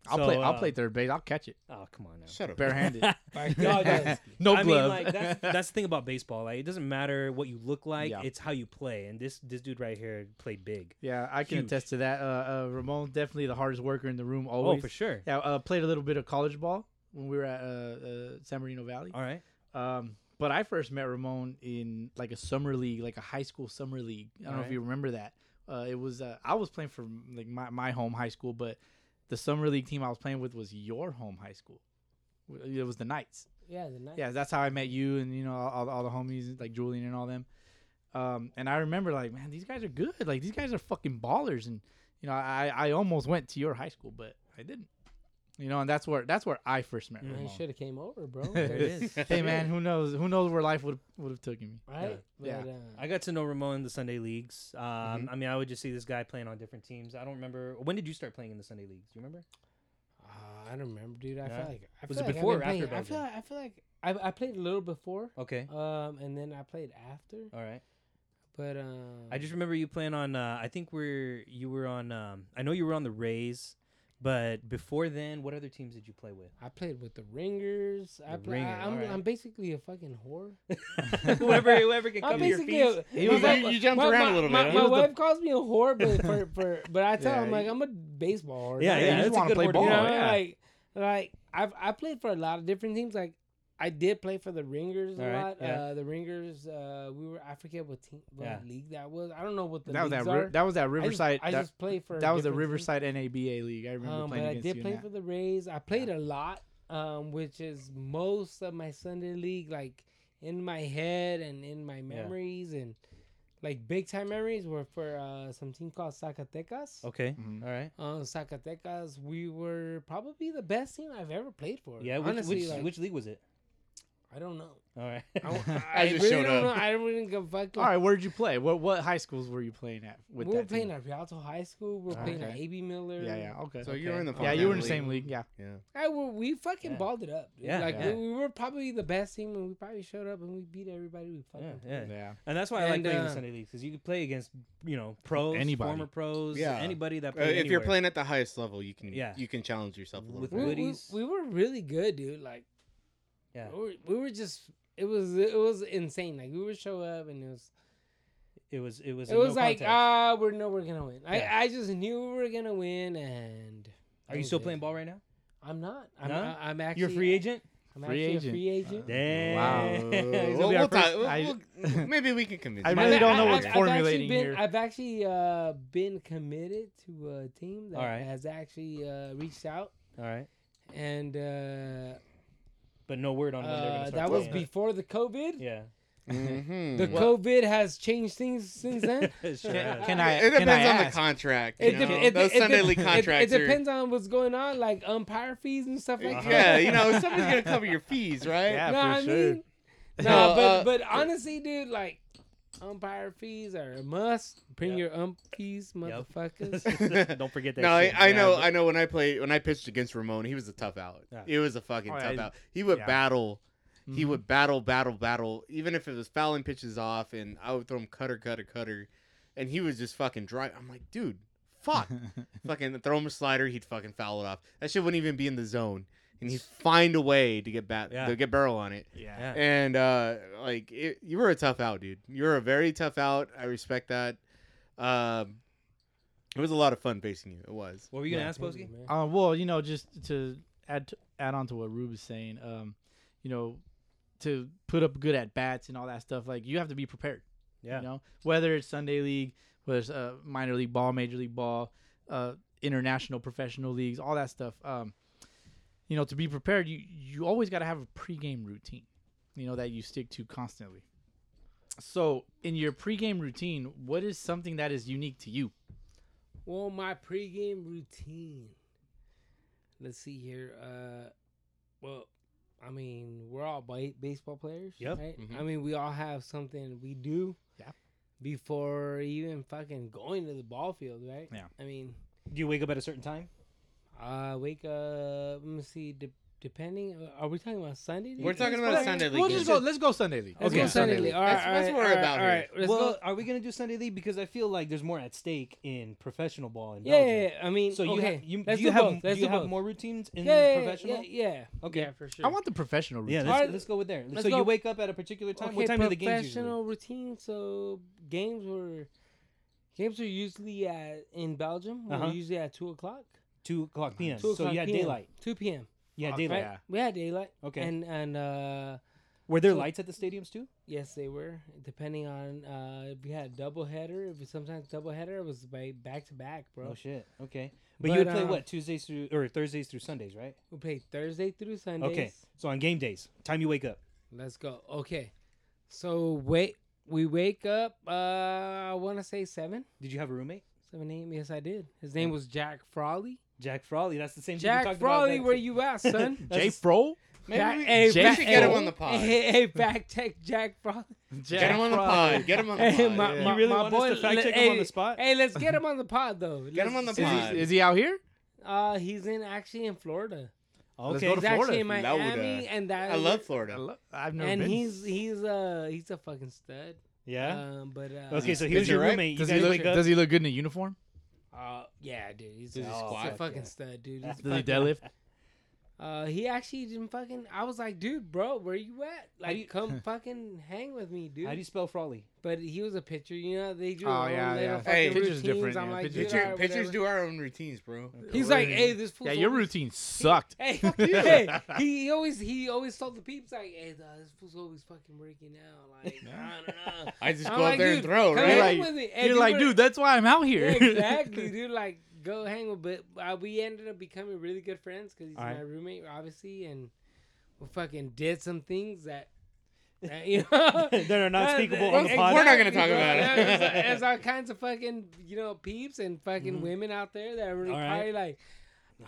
C: I'll
A: So,
C: play. I'll
A: uh,
C: play third base. I'll catch it
A: oh come on now
B: shut up.
C: barehanded.
D: By God, that's-
C: no
A: I
C: glove.
A: mean, like that's, that's the thing about baseball. Like, it doesn't matter what you look like;
C: Yeah.
A: it's how you play. And this this dude right here played big.
C: yeah, I can
A: huge.
C: attest to that. Uh, uh, Ramon definitely the hardest worker in the room. Always.
A: Oh, for sure.
C: Yeah, uh, played a little bit of college ball when we were at uh, uh, San Marino Valley.
A: All right.
C: Um, but I first met Ramon in like a summer league, like a high school summer league. I don't know if
A: Alright.
C: you remember that. Uh, it was uh, I was playing for like my, my home high school, but the summer league team I was playing with was your home high school. It was the Knights.
D: yeah, the night.
C: Yeah, that's how I met you and you know all, all the homies like Julian and all them. Um, and I remember like, man, these guys are good. Like these guys are fucking ballers. And you know, I I almost went to your high school, but I didn't. You know, and that's where that's where I first met.
D: Man,
C: Ramon
D: you should have came over, bro.
A: There it is.
C: hey man, who knows? Who knows where life would would have taken me?
D: right?
C: Yeah.
D: But, uh,
A: I got to know Ramon in the Sunday leagues. Um,
C: Mm-hmm.
A: I mean, I would just see this guy playing on different teams. I don't remember when did you start playing in the Sunday leagues. Do you remember?
D: Uh, I don't remember, dude. I
A: Yeah.
D: feel like I
A: Was
D: feel
A: it
D: like I've
A: before
D: been
A: or after
D: playing- I feel
A: Belgium?
D: like I feel like I, I played a little before,
A: Okay.
D: um, and then I played after.
A: All right.
D: But um,
A: I just remember you playing on. Uh, I think we're you were on. Um, I know you were on the Rays, but before then, what other teams did you play with?
D: I played with the Ringers. I
A: The
D: play,
A: Ringer,
D: I, I'm
A: alright.
D: I'm basically a fucking whore.
A: whoever, whoever can
D: I'm
A: come to your
D: basically
A: feet.
D: a,
C: He
D: my
C: was-
D: wife-
B: you- you jumped
D: my-
B: around a
D: my-
B: little
D: my,
B: bit,
D: My,
C: huh? He was the-
D: wife calls me a whore, but for, for but I tell
C: Yeah,
D: him like
C: you-
D: I'm a baseball whore.
A: Yeah,
D: Like,
A: yeah,
C: you
A: that's
C: just
A: a
C: wanna
A: good
C: play
A: word
C: ball,
A: for
D: you
A: it.
D: know,
C: yeah.
D: like like I've I played for a lot of different teams. Like I did play for the Ringers a
A: Alright,
D: lot.
A: yeah.
D: Uh, the Ringers, uh, we were I forget what team what
A: Yeah.
D: league that was. I don't know what the
C: that was that.
D: leagues
C: Ri-
D: are.
C: that was that
D: I just-
C: Riverside.
D: I just,
C: that,
D: played for
C: that was the
D: different teams.
C: Riverside NABA league. I remember
D: Um, but
C: playing
D: I
C: against
D: did
C: you.
D: play
C: in
D: for
C: that.
D: the Rays. I played a lot, um, which is most of my Sunday league, like in my head and in my memories and like big time memories were for uh, some team called Zacatecas.
A: Okay.
B: Mm-hmm.
C: Mhm.
A: All right.
D: Um, Zacatecas, we were probably the best team I've ever played for.
A: Yeah. Which
D: honestly,
A: which,
D: like,
A: which league was it?
D: I don't know.
A: All right.
D: I, I,
B: I just
D: really
B: showed
D: don't
B: up.
D: know. I really didn't give a fuck.
C: All right, where'd you play? What what high schools were you playing at? With
D: we were
C: that
D: playing
C: team?
D: at Rialto High School. We are playing at
C: Okay.
D: A.B. Miller.
C: Yeah, yeah, okay.
B: So you were in the
C: yeah,
B: fucking
C: you were in the
B: league.
C: same league. Yeah,
B: Yeah.
D: I, we, we fucking
A: Yeah.
D: balled it up. dude.
A: Yeah,
D: like
C: yeah.
D: We, we were probably the best team, and we probably showed up and we beat everybody. We fucking
A: Yeah,
D: played.
A: yeah.
C: yeah.
A: And that's why I like
D: And,
A: playing in the
D: uh,
A: Sunday leagues because you could play against you know pros,
C: Anybody.
A: former pros,
B: Yeah.
A: anybody that
B: Uh,
A: played
B: if you're
A: anywhere.
B: playing at the highest level, you can
A: Yeah.
B: you can challenge yourself a little
A: With-
B: bit.
D: We, we,
A: Hoodies.
D: we were really good, dude. Like
A: Yeah.
D: we, were, we were just it was it was insane. Like we would show up and it was
A: it was it was
D: it
A: a
D: was
A: no
D: like
A: contest.
D: ah we're no we're gonna win.
A: Yeah.
D: I I just knew we were gonna win and.
A: Are you still playing ball right now?
D: I'm not. I'm,
A: No?
D: I- I'm uh, actually.
A: You're a free agent.
D: I'm
C: Free
D: actually
C: agent.
D: a free agent.
A: Damn.
C: Wow.
A: He's gonna
B: We'll-
A: be
C: our
B: we'll
C: first-
B: talk- we'll-
C: I-
B: we'll- maybe we can convince.
C: I
B: you.
C: really
D: But
C: don't know
D: I-
C: what's
D: I've- I've
C: formulating
D: actually been-
C: here.
D: I've actually uh, been committed to a team that
A: All right.
D: has actually uh, reached out
A: All right.
D: and uh,
A: But no word on when they're
D: Uh,
A: gonna start.
D: that was
A: playing.
D: before the COVID.
A: Yeah.
B: Mhm.
D: The COVID has changed things since then.
A: Sure
C: Can,
A: has.
C: can I?
B: It
C: can I
B: depends on the
C: ask?
B: contract.
D: It
B: you
D: dep-
B: know?
D: it-
B: Those
D: it
B: Sunday
D: dep-
B: league
D: it-
B: contracts
D: It,
B: are-
D: depends on what's going on, like umpire fees and stuff like that.
B: Yeah, you know, somebody's gonna cover your fees, right?
C: Yeah,
D: Know what
C: for
D: I
C: sure.
D: mean?
B: No,
D: Nah, but
B: uh,
D: but honestly, dude, like umpire fees are a must. Bring
A: Yep.
D: your ump fees, motherfuckers.
A: Don't forget that.
B: No, I,
A: shit.
B: I
A: Yeah,
B: know,
A: but-
B: I know. When I played, when I pitched against Ramon, he was a tough out.
A: Yeah. Mm-hmm.
B: It was a fucking
C: Oh, yeah,
B: tough
C: he-
B: out. He would
C: yeah.
B: battle. He
C: Mhm.
B: would battle, battle, battle. Even if it was fouling pitches off, and I would throw him cutter, cutter, cutter, and he was just fucking dry. I'm like, dude, fuck, fucking throw him a slider. He'd fucking foul it off. That shit wouldn't even be in the zone, and he'd find a way to get bat,
A: Yeah.
B: to get barrel on it.
C: yeah.
A: Yeah.
B: And uh, like, it, you were a tough out, dude. You were a very tough out. I respect that. Um, it was a lot of fun facing you. It was.
A: What were you gonna
C: Yeah.
A: ask, Boski?
D: Man.
C: Uh, well, you know, just to add to, add on to what Rube is saying, um, you know, to put up good at bats and all that stuff, like you have to be prepared.
A: Yeah.
C: You know, whether it's Sunday league, whether it's uh, minor league ball, major league ball, uh, international professional leagues, all that stuff. Um, you know, to be prepared, you you always got to have a pregame routine. You know that you stick to constantly. So, in your pregame routine, what is something that is unique to you?
D: Well, my pregame routine. Let's see here. Uh, well, I mean, we're all ba- baseball players,
A: Yep.
D: right?
B: Mhm.
D: I mean, we all have something we do.
C: Yeah.
D: Before even fucking going to the ball field, right?
C: Yeah.
D: I mean,
A: Do you wake up at a certain time?
D: I wake up. Let me see. De- depending, uh, are we talking about Sunday?
B: We're
D: league?
B: talking
C: Well,
B: about Sunday League.
C: We'll just go. Let's go Sunday league.
D: Let's
C: Let's go
D: go Sunday league. All right,
B: That's- that's
D: all
B: what
D: right,
B: we're about
D: all
B: here.
D: right. Let's
A: well,
D: go.
A: are we gonna do Sunday league? Because I feel like there's more at stake in professional ball in
D: Yeah,
A: Belgium.
D: yeah, yeah. I mean,
A: So you
D: okay.
A: have you,
D: Let's
A: do you
D: do
A: have
D: both. Let's
A: do you
D: do
A: have
D: both.
A: more routines in
D: yeah, yeah,
A: professional?
D: Yeah, yeah.
A: Okay.
D: Yeah, for sure.
C: I want the professional routine.
A: Yeah,
D: All
A: let's,
D: right.
A: let's go with there.
D: Let's
A: so
D: go.
A: you wake up at a particular time. what time do the games usually?
D: professional routine. So games were games are usually at in Belgium.
A: Uh-huh.
D: Were usually at two o'clock.
A: Two o'clock p.m.
D: Two
A: so
D: o'clock
A: you had
D: PM,
A: daylight.
D: Two p.m.
A: You had
C: Okay.
A: daylight.
C: Yeah.
D: We had daylight.
A: Okay.
D: And and uh,
A: Were there
D: So-
A: lights at the stadiums too?
D: yes, they were depending on uh, if we had double header. If we sometimes double header it was by back to back, bro.
A: Oh shit. Okay. But, you
D: But,
A: would play
D: uh,
A: what Tuesdays through or Thursdays through Sundays, right?
D: we played Thursday through Sunday.
A: Okay. So on game days, time you wake up.
D: Let's go. Okay. So wait, we wake up. Uh, I want to say seven,
A: Did you have a roommate?
D: seven, eight. Yes, I did. His name was Jack Frawley.
A: Jack Frawley. That's the same. dude we
D: Jack
A: talked
D: Frawley,
A: about
D: where you at, son?
A: That's
C: Jay
A: just-
C: Fro.
B: Maybe
D: Back-
B: we,
D: hey,
B: we should
D: back-
B: get him
D: hey,
B: on the pod.
D: Hey, hey, back tech Jack Frawley.
B: Get him on the pod. Get him on the
D: Hey,
B: pod.
D: my,
C: yeah.
D: my,
C: You
A: really
D: my
A: want us
D: boy,
A: to fact
D: le-
A: check him
D: hey,
A: on the spot?
D: Hey, let's get him on the pod though.
B: Get him
D: Let's-
B: on the
C: Is
B: pod.
C: he, is he out here?
D: Uh, he's in actually in Florida.
C: Let's
A: Okay.
C: go
D: He's
C: to Florida.
D: actually in
B: Florida.
D: Miami, and that
B: I love
C: I
B: Florida.
C: lo- I've never
D: and
C: been.
D: he's he's uh he's a fucking stud.
A: yeah.
D: Um, but uh,
A: okay. So
B: is
A: he was
B: he
A: your
B: right?
A: roommate. You
C: does
A: guys
C: he look?
A: wake up.
C: Does he look good in a uniform?
D: uh, yeah, dude, he's,
B: Does he
D: he's
B: squat?
D: a
B: Fuck
D: fucking
A: yeah.
D: stud, dude.
A: Does
D: He's
C: Does he
D: fucking-
C: deadlift?
D: Uh, he actually didn't fucking. I was like, dude, bro, where you at? Like,
A: do you-
D: come fucking hang with me, dude.
A: How do you spell Frawley?
D: But he was a pitcher, you know. They drew
C: Oh,
D: oh,
C: yeah,
D: yeah,
C: yeah.
D: little fucking
B: Hey,
D: routines.
C: pitcher's different,
D: I'm
C: yeah,
D: like,
C: pitcher-
D: dude,
C: Pitcher-
D: all
B: Pitcher,
D: right,
B: pitchers
D: whatever.
B: do our own routines, bro.
D: He's like, hey, this fool.
C: Yeah, your
D: always-
C: routine sucked.
D: Hey, fuck you. hey, he, he always he always told the peeps like, hey, dawg, this fool's always fucking breaking out. Like, I don't know.
B: I just
D: I'm
B: go
D: like,
B: out there and
D: dude,
B: throw, right?
D: come here.
C: You're
D: with
C: like,
D: me. Hey,
C: you're
D: you
C: like,
D: were-
C: dude, that's why I'm out here.
D: Yeah, exactly, dude. Like, go hang with. But uh, we ended up becoming really good friends because he's
A: All right.
D: my roommate, obviously, and we fucking did some things that. that, you know,
A: That are not speakable
D: that-
A: on the pod.
B: We're not gonna talk
D: exactly, bro.
B: about it.
D: There's, there's all kinds of fucking you know peeps and fucking
A: Mm-hmm.
D: women out there that are really
A: All right.
D: probably like,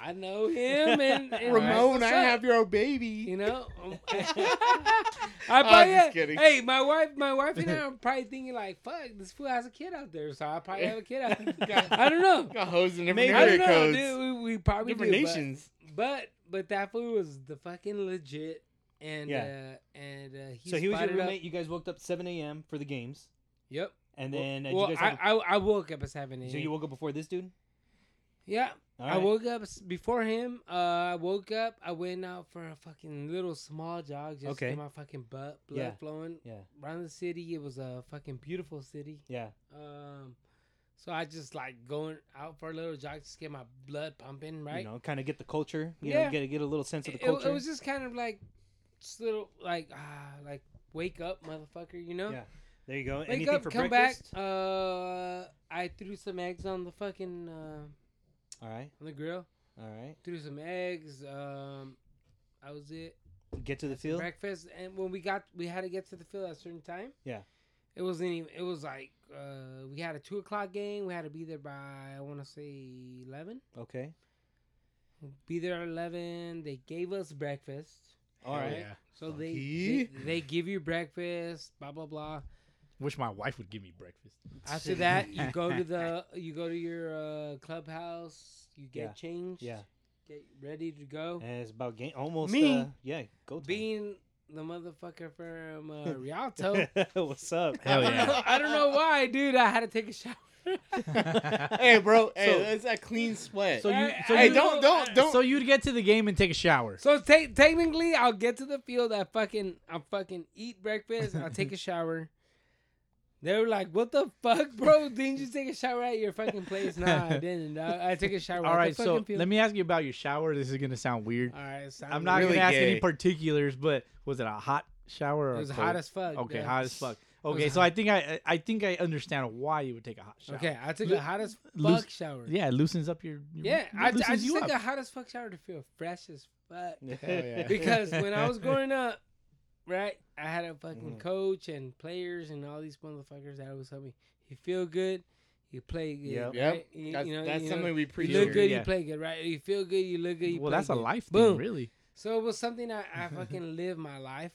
D: I know him and, and
B: Ramon,
D: what's
B: I
D: up?"
B: have your baby.
D: You know, Um, I probably
B: just kidding.
D: hey, my wife, my wife and I are probably thinking like, "Fuck, this fool has a kid out there," so I probably have a kid out there. I don't know.
B: Got hoes in different
A: Maybe-
D: I
B: area
D: don't know,
B: codes,
D: dude. We, we probably
B: different
D: do, but-
B: nations.
D: But, but that fool was the fucking legit, and
A: Yeah.
D: uh, and uh, he
A: So he was your
D: spotted up-
A: roommate. You guys woke up 7 a.m. for the games,
D: Yep.
A: and
D: Well-
A: then uh, did
D: well,
A: you guys
D: I,
A: have
D: I I woke up at seven
A: a,
D: a.m.
A: so you woke up before this dude.
D: yeah,
A: All
D: I
A: right.
D: woke up s- before him. Uh, I woke up. I went out for a fucking little small jog just to
A: Okay.
D: get my fucking butt blood
A: Yeah.
D: flowing
A: Yeah.
D: around the city. It was a fucking beautiful city.
A: Yeah.
D: Um, so I just like going out for a little jog just get my blood pumping, right?
A: You know, kind of get the culture. You
D: Yeah.
A: know, get a, get a little sense of the
D: It- it,
A: culture.
D: was just kind of like, just little like ah, like wake up, motherfucker, you know?
A: Yeah. There you go.
D: Wake
A: Anything
D: up,
A: for
D: come
A: breakfast?
D: back. Uh, I threw some eggs on the fucking uh,
A: All right.
D: on the grill.
A: All right.
D: Threw some eggs. Um, that was it.
A: Get to the field.
D: breakfast and when we got we had to get to the field at a certain time
A: Yeah.
D: it wasn't even it was like uh we had a two o'clock game we had to be there by i want to say 11
A: Okay.
D: be there at 11 they gave us breakfast
A: All right.
D: yeah. so they,
B: Lucky.
D: they they give you breakfast blah blah blah
C: Wish my wife would give me breakfast.
D: after that you go to the you go to your uh clubhouse you get
A: Yeah.
D: changed
A: Yeah.
D: get ready to go
A: And it's about game almost.
D: Me
A: Uh, yeah. Go. Time.
D: being the motherfucker from uh, rialto
A: What's up?
C: Hell
D: I don't know- I don't know why, dude. I had to take a shower.
B: Hey, bro. Hey,
C: So-
B: that's a clean sweat.
C: So you, so
B: hey,
C: you,
B: don't, don't, don't.
C: so you'd get to the game and take a shower.
D: So te- technically, I'll get to the field. I fucking, I fucking eat breakfast. I'll take a shower. They were like, "What the fuck, bro? Didn't you take a shower at your fucking place?" Nah, I didn't. I, I took a shower.
C: All right, so
D: field.
C: let me ask you about your shower. This is gonna sound weird.
D: All right, so
C: I'm not
B: Really
C: gonna ask
B: gay.
C: any particulars, but was it a hot shower or
D: It was
C: cold?
D: hot as fuck.
C: Okay,
D: yeah.
C: hot as fuck. Okay, so I think I I think I understand why you would take a hot shower.
D: Okay, I took
C: Lu-
D: a hot as fuck
C: loose-
D: shower.
C: Yeah, it loosens up your. your
D: Yeah,
C: it
D: I, I
C: loosens
D: just
C: you
D: took
C: up.
D: a hot as fuck shower to feel fresh as fuck.
A: yeah.
D: because when I was growing up, right, I had a fucking
C: Mm-hmm.
A: Mhm.
D: coach and players and all these motherfuckers that was helping. You feel good, you play good.
A: Yep.
B: Yep.
D: right? You,
B: that's
D: you know,
B: that's
D: you know,
B: something we
D: You
B: preach.
D: look
B: here.
D: good,
C: Yeah.
D: you play good, right? You feel good, you look good. You
C: well,
D: play
C: that's a
D: good.
C: life
D: Boom.
C: thing, really.
D: So it was something I, I fucking live my life.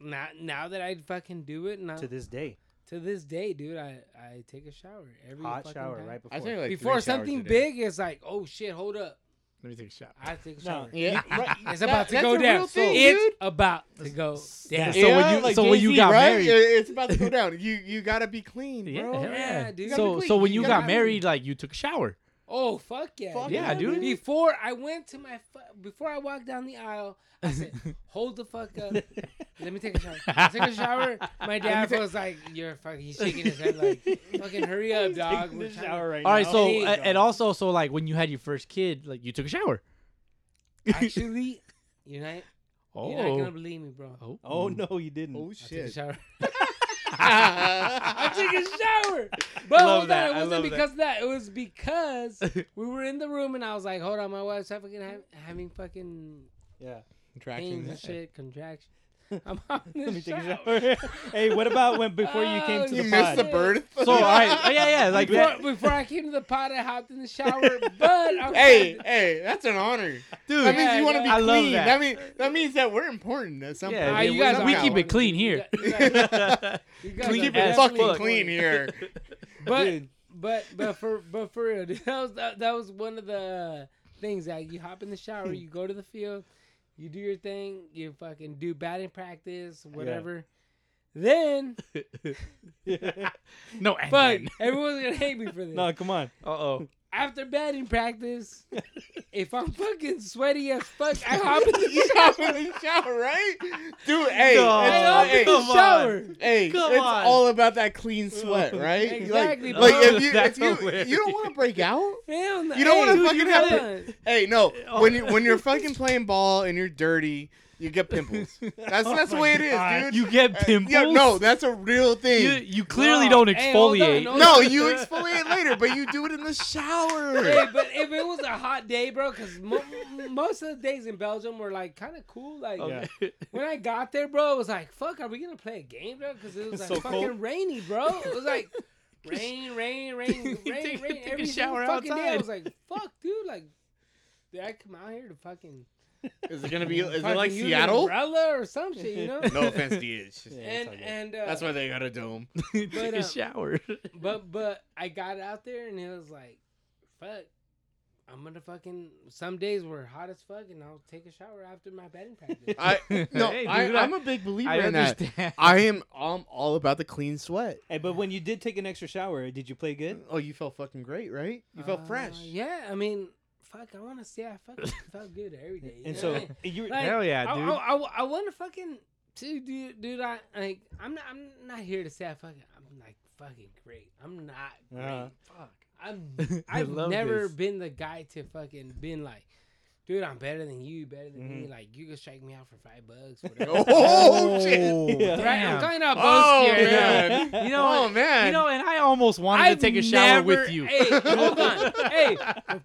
D: Not now that I fucking do it, now
A: To this day,
D: to this day, dude, I, I take a shower every
A: hot
D: fucking
A: shower
D: time.
A: right
B: I
A: before.
B: think like
D: before
B: three showers
D: something
B: a day.
D: big is like, oh shit, hold up,
C: Let me take a shot.
D: I take a
A: No,
D: shower.
B: Yeah, right.
D: It's about to
B: That-
D: go
B: that's a real
D: down.
B: thing, dude.
D: it's about to go
C: Yeah,
D: down.
C: so when you
B: like
C: so when you
B: Jay-Z,
C: got
B: right?
C: married,
B: It- it's about to go down. You you gotta be clean,
C: yeah,
B: bro.
C: hell yeah.
D: Yeah, dude. You
C: So
B: gotta be
C: so
B: clean.
C: when
B: You
C: you
B: gotta
C: got
B: be-
C: married, like you took a shower.
D: Oh fuck yeah!
B: Fuck
C: Yeah, dude.
D: Before I went to my fu- before I walked down the aisle, I said, "Hold the fuck up, let me take a shower." I took a shower. My dad was like, "You're fucking." He's shaking his head like, "Fucking hurry up, dog." We're trying to-
A: right
C: All right, so
D: There you
C: uh, and
D: go.
C: also so like when you had your first kid, like you took a shower.
D: Actually, you're not, you're not gonna believe me, bro.
C: oh,
A: oh no, you didn't.
B: Oh
D: I took a
B: shit.
D: shower. I
B: I
D: took a shower. But
C: Love
D: hold
C: that.
D: on,
C: I
D: it
C: love
D: wasn't because of that. It was because we were in the room and I was like, "Hold on, my wife's fucking ha- having fucking
A: yeah.
D: pains
B: Contractions.
D: and shit, contractions." I'm out in the
A: Let me take
D: shower.
A: a shower. hey, what about when before you came
D: Oh,
A: to
B: You
A: the
D: you
B: missed
A: pod?
B: the birth.
C: So all right, oh, yeah, yeah, like
D: before,
C: that,
D: before I came to the pot, I hopped in the shower. But I'm
B: Hey,
D: glad-
B: hey, that's an honor.
C: dude.
B: That means you want to be
C: I
B: clean.
C: love
B: that.
C: that.
B: mean, that means that we're important at some
C: Yeah,
D: Ah,
B: point.
C: dude,
D: you guys
C: we-
D: are
C: we
D: out.
C: keep it clean
D: You
C: here.
D: gu- you guys- you guys
C: Clean
B: Keep
D: are
B: it
C: as
D: definitely
B: fucking clean
D: important.
B: here.
D: But but but for but for real, dude, that was that, that was one of the things that you hop in the shower, you go to the field, you do your thing, you fucking do batting practice, whatever. Then
C: no, and
D: fuck, everyone's gonna hate me for this.
A: no, come on.
C: Uh oh.
D: After batting practice, if I'm fucking sweaty as fuck, I hop in the
B: you hop in the shower, right? Dude, hey,
C: No,
B: it's,
D: I
B: all,
D: hop in
B: hey,
C: no.
D: the
C: come on.
D: shower.
B: hey,
C: Come
B: it's
C: on.
B: all about that clean sweat, right? Like-
D: Exactly,
B: Like,
D: bro.
B: if you,
C: That's
B: if
C: hilarious.
B: you, you don't want to break out.
D: Hell no.
B: You don't wanna
D: dude,
B: fucking
D: you
B: have
D: got
B: to-
D: it.
B: Hey, no, when you when you're fucking playing ball and you're dirty, you get pimples. That's
A: Oh
B: that's the
A: my
B: way it is,
A: God.
B: dude.
C: You get
B: Uh,
C: pimples.
B: Yeah, no, that's a real
C: you,
B: thing.
C: you clearly
D: No.
C: don't
D: Hey, hold on,
C: exfoliate.
D: hold
B: No, you exfoliate later, but you do it in the shower.
D: Hey, but if it was a hot day, bro, because mo- most of the days in Belgium were like kind of cool. Like
B: Oh,
A: Yeah.
D: when I got there, bro, it was like, "Fuck, are we gonna play a game, bro?" Because it was like
A: So
D: fucking
A: cold.
D: rainy, bro. It was like rain, rain, rain,
C: Take-
D: rain, rain.
C: take a
D: Every single
C: shower
D: fucking day, I
C: outside.
D: was like, "Fuck, dude, like." Did I come out here to fucking,
B: Is it gonna be? Is it
D: fucking
B: like
D: use an
B: Seattle?
D: umbrella or some shit, you know?
B: No offense to you. it's just-
A: Yeah, it's
D: and
A: all good.
D: and uh,
B: That's why they got a dome.
C: Take
D: But,
C: a
D: uh,
C: shower.
D: but but I got out there and it was like, fuck, I'm gonna fucking. Some days were hot as fuck, and I'll take a shower after my batting practice.
B: I no,
C: Hey,
B: I,
C: dude, I-
B: I'm a big believer
C: I
B: in that.
C: understand.
B: I am. I'm all about the clean sweat.
A: Hey, but when you did take an extra shower, did you play good?
B: Oh, you felt fucking great, right? You felt
D: Uh,
B: fresh.
D: Yeah, I mean, fuck, I want to say I fucking felt good every day. you
A: And
D: know
A: so
D: what I mean?
A: you
D: Like,
C: Hell yeah,
D: I-
C: dude.
D: I, want to fucking dude, dude, dude. I like. I'm not. I'm not here to say I fucking. I'm like fucking great. I'm not great.
A: Uh-huh.
D: Fuck. I'm.
C: I
D: I've
C: love
D: never
C: this.
D: been the guy to fucking been like, dude. I'm better than you. Better than me. Like you can strike me out for five bucks. Whatever.
B: Oh shit!
A: Yeah.
D: Right, I'm talking about bucks
B: Oh
D: here.
A: man.
D: Yeah.
B: man!
C: You know,
B: oh man!
C: you know, and I almost wanted
D: I've
C: to take a shower with
D: never-
C: you.
D: Hey, hold on. Hey,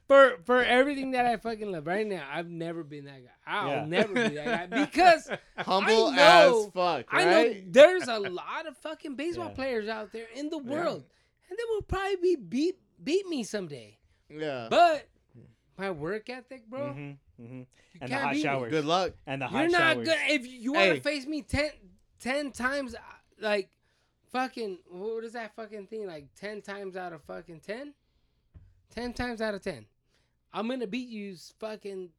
D: for for everything that I fucking love right now, I've never been that guy. I'll
A: Yeah.
D: never be that guy because
B: humble
D: I
B: as
D: know-
B: fuck,
D: I know
B: right?
D: there's a lot of fucking baseball
A: Yeah.
D: players out there in the world, and they will probably be beat beat me someday.
B: Yeah.
D: But my work ethic, bro,
A: hmm hmm
D: you
A: And the
D: can't
A: hot
D: beat me.
A: showers.
B: Good luck.
A: And the hot
D: You're not
A: showers.
D: good if you want to
B: Hey.
D: face me 10, 10 times. uh, Like fucking what is that fucking thing? Like ten times out of fucking ten. Ten times out of ten, I'm gonna beat you s- fucking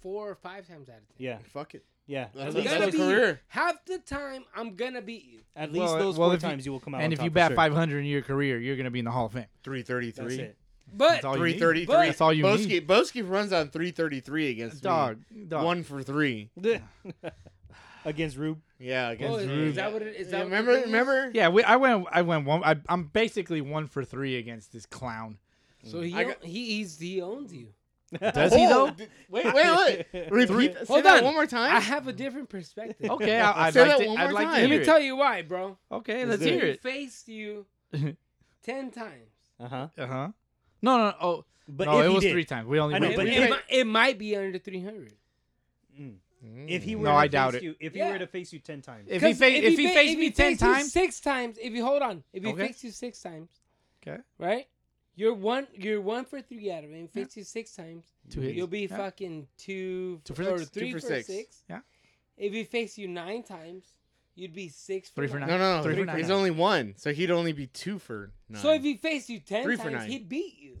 D: four or five times out of ten.
A: Yeah,
B: Fuck it.
A: yeah.
B: That's
A: At
B: what-
A: least,
B: that's
D: gotta
B: a
A: those,
D: be-
B: career.
D: Half the time, I'm gonna beat you.
A: at least
C: Well,
A: those
C: well,
A: four
C: if you-
A: times you will come out.
C: and
A: on
C: if
A: top
C: you
A: for
C: bat
A: sure.
C: 500 in your career, you're gonna be in the Hall of Fame.
B: Three
A: that's
B: thirty-three.
A: it.
D: But
C: all you
B: Three
C: need.
B: thirty-three.
D: But-
C: That's all you
B: Boski,
C: need.
B: Boski runs on three thirty-three against
C: Dog,
B: me.
C: dog.
B: One for three.
A: Against Rube.
B: Yeah,
D: Oh,
B: against
D: is,
B: me.
D: is that what it is? That
B: Yeah,
D: what
B: remember?
D: it is?
B: Remember?
C: Yeah, we, I went. I went one. I, I'm basically one for three against this clown.
D: So he,
B: I
D: own-
B: got-
D: he he's he owns you.
C: Does he
B: Oh,
C: though?
B: d- wait, wait, wait. Repeat. Say
D: Hold
B: that
D: on.
B: one more time.
D: I have a different perspective.
C: Okay, I, I'd
B: Say
C: like
B: that
C: to.
B: one
C: I'd
B: more
C: like to
B: time.
D: Let
C: hear
D: me
C: it.
D: tell you why, bro.
C: Okay,
A: Is
C: let's
A: there-
C: hear it.
D: Faced you ten times.
A: Uh huh.
C: Uh huh. No, no, no. Oh,
A: But if
C: no, it
A: he
C: was
A: did,
C: three times. We only.
A: I know,
C: went
D: it,
A: but
C: with-
D: it
A: if-
D: mi- it might be under three hundred.
A: if he were
C: No,
A: to
C: I
A: face
C: doubt it.
A: you, if he
D: Yeah.
A: were to face you ten times,
C: if he fa- if he faced me ten times,
D: six times. If you hold on, if he
C: Okay.
D: faced you six times,
C: okay,
D: right? You're one. You're one for three out of him. Faced you six times.
C: two hits.
D: You'll be
C: Yeah.
D: fucking two,
C: Two for
D: or
C: six.
D: three
B: Two for
D: for
B: six.
D: six.
C: Yeah.
D: If he faced you nine times, you'd be six for
C: Three for
D: nine.
B: no, no,
C: Three for
B: no.
C: nine.
B: He's only one, so he'd only be two for nine.
D: So if he faced you ten
B: Three for
D: times,
B: nine.
D: he'd beat you.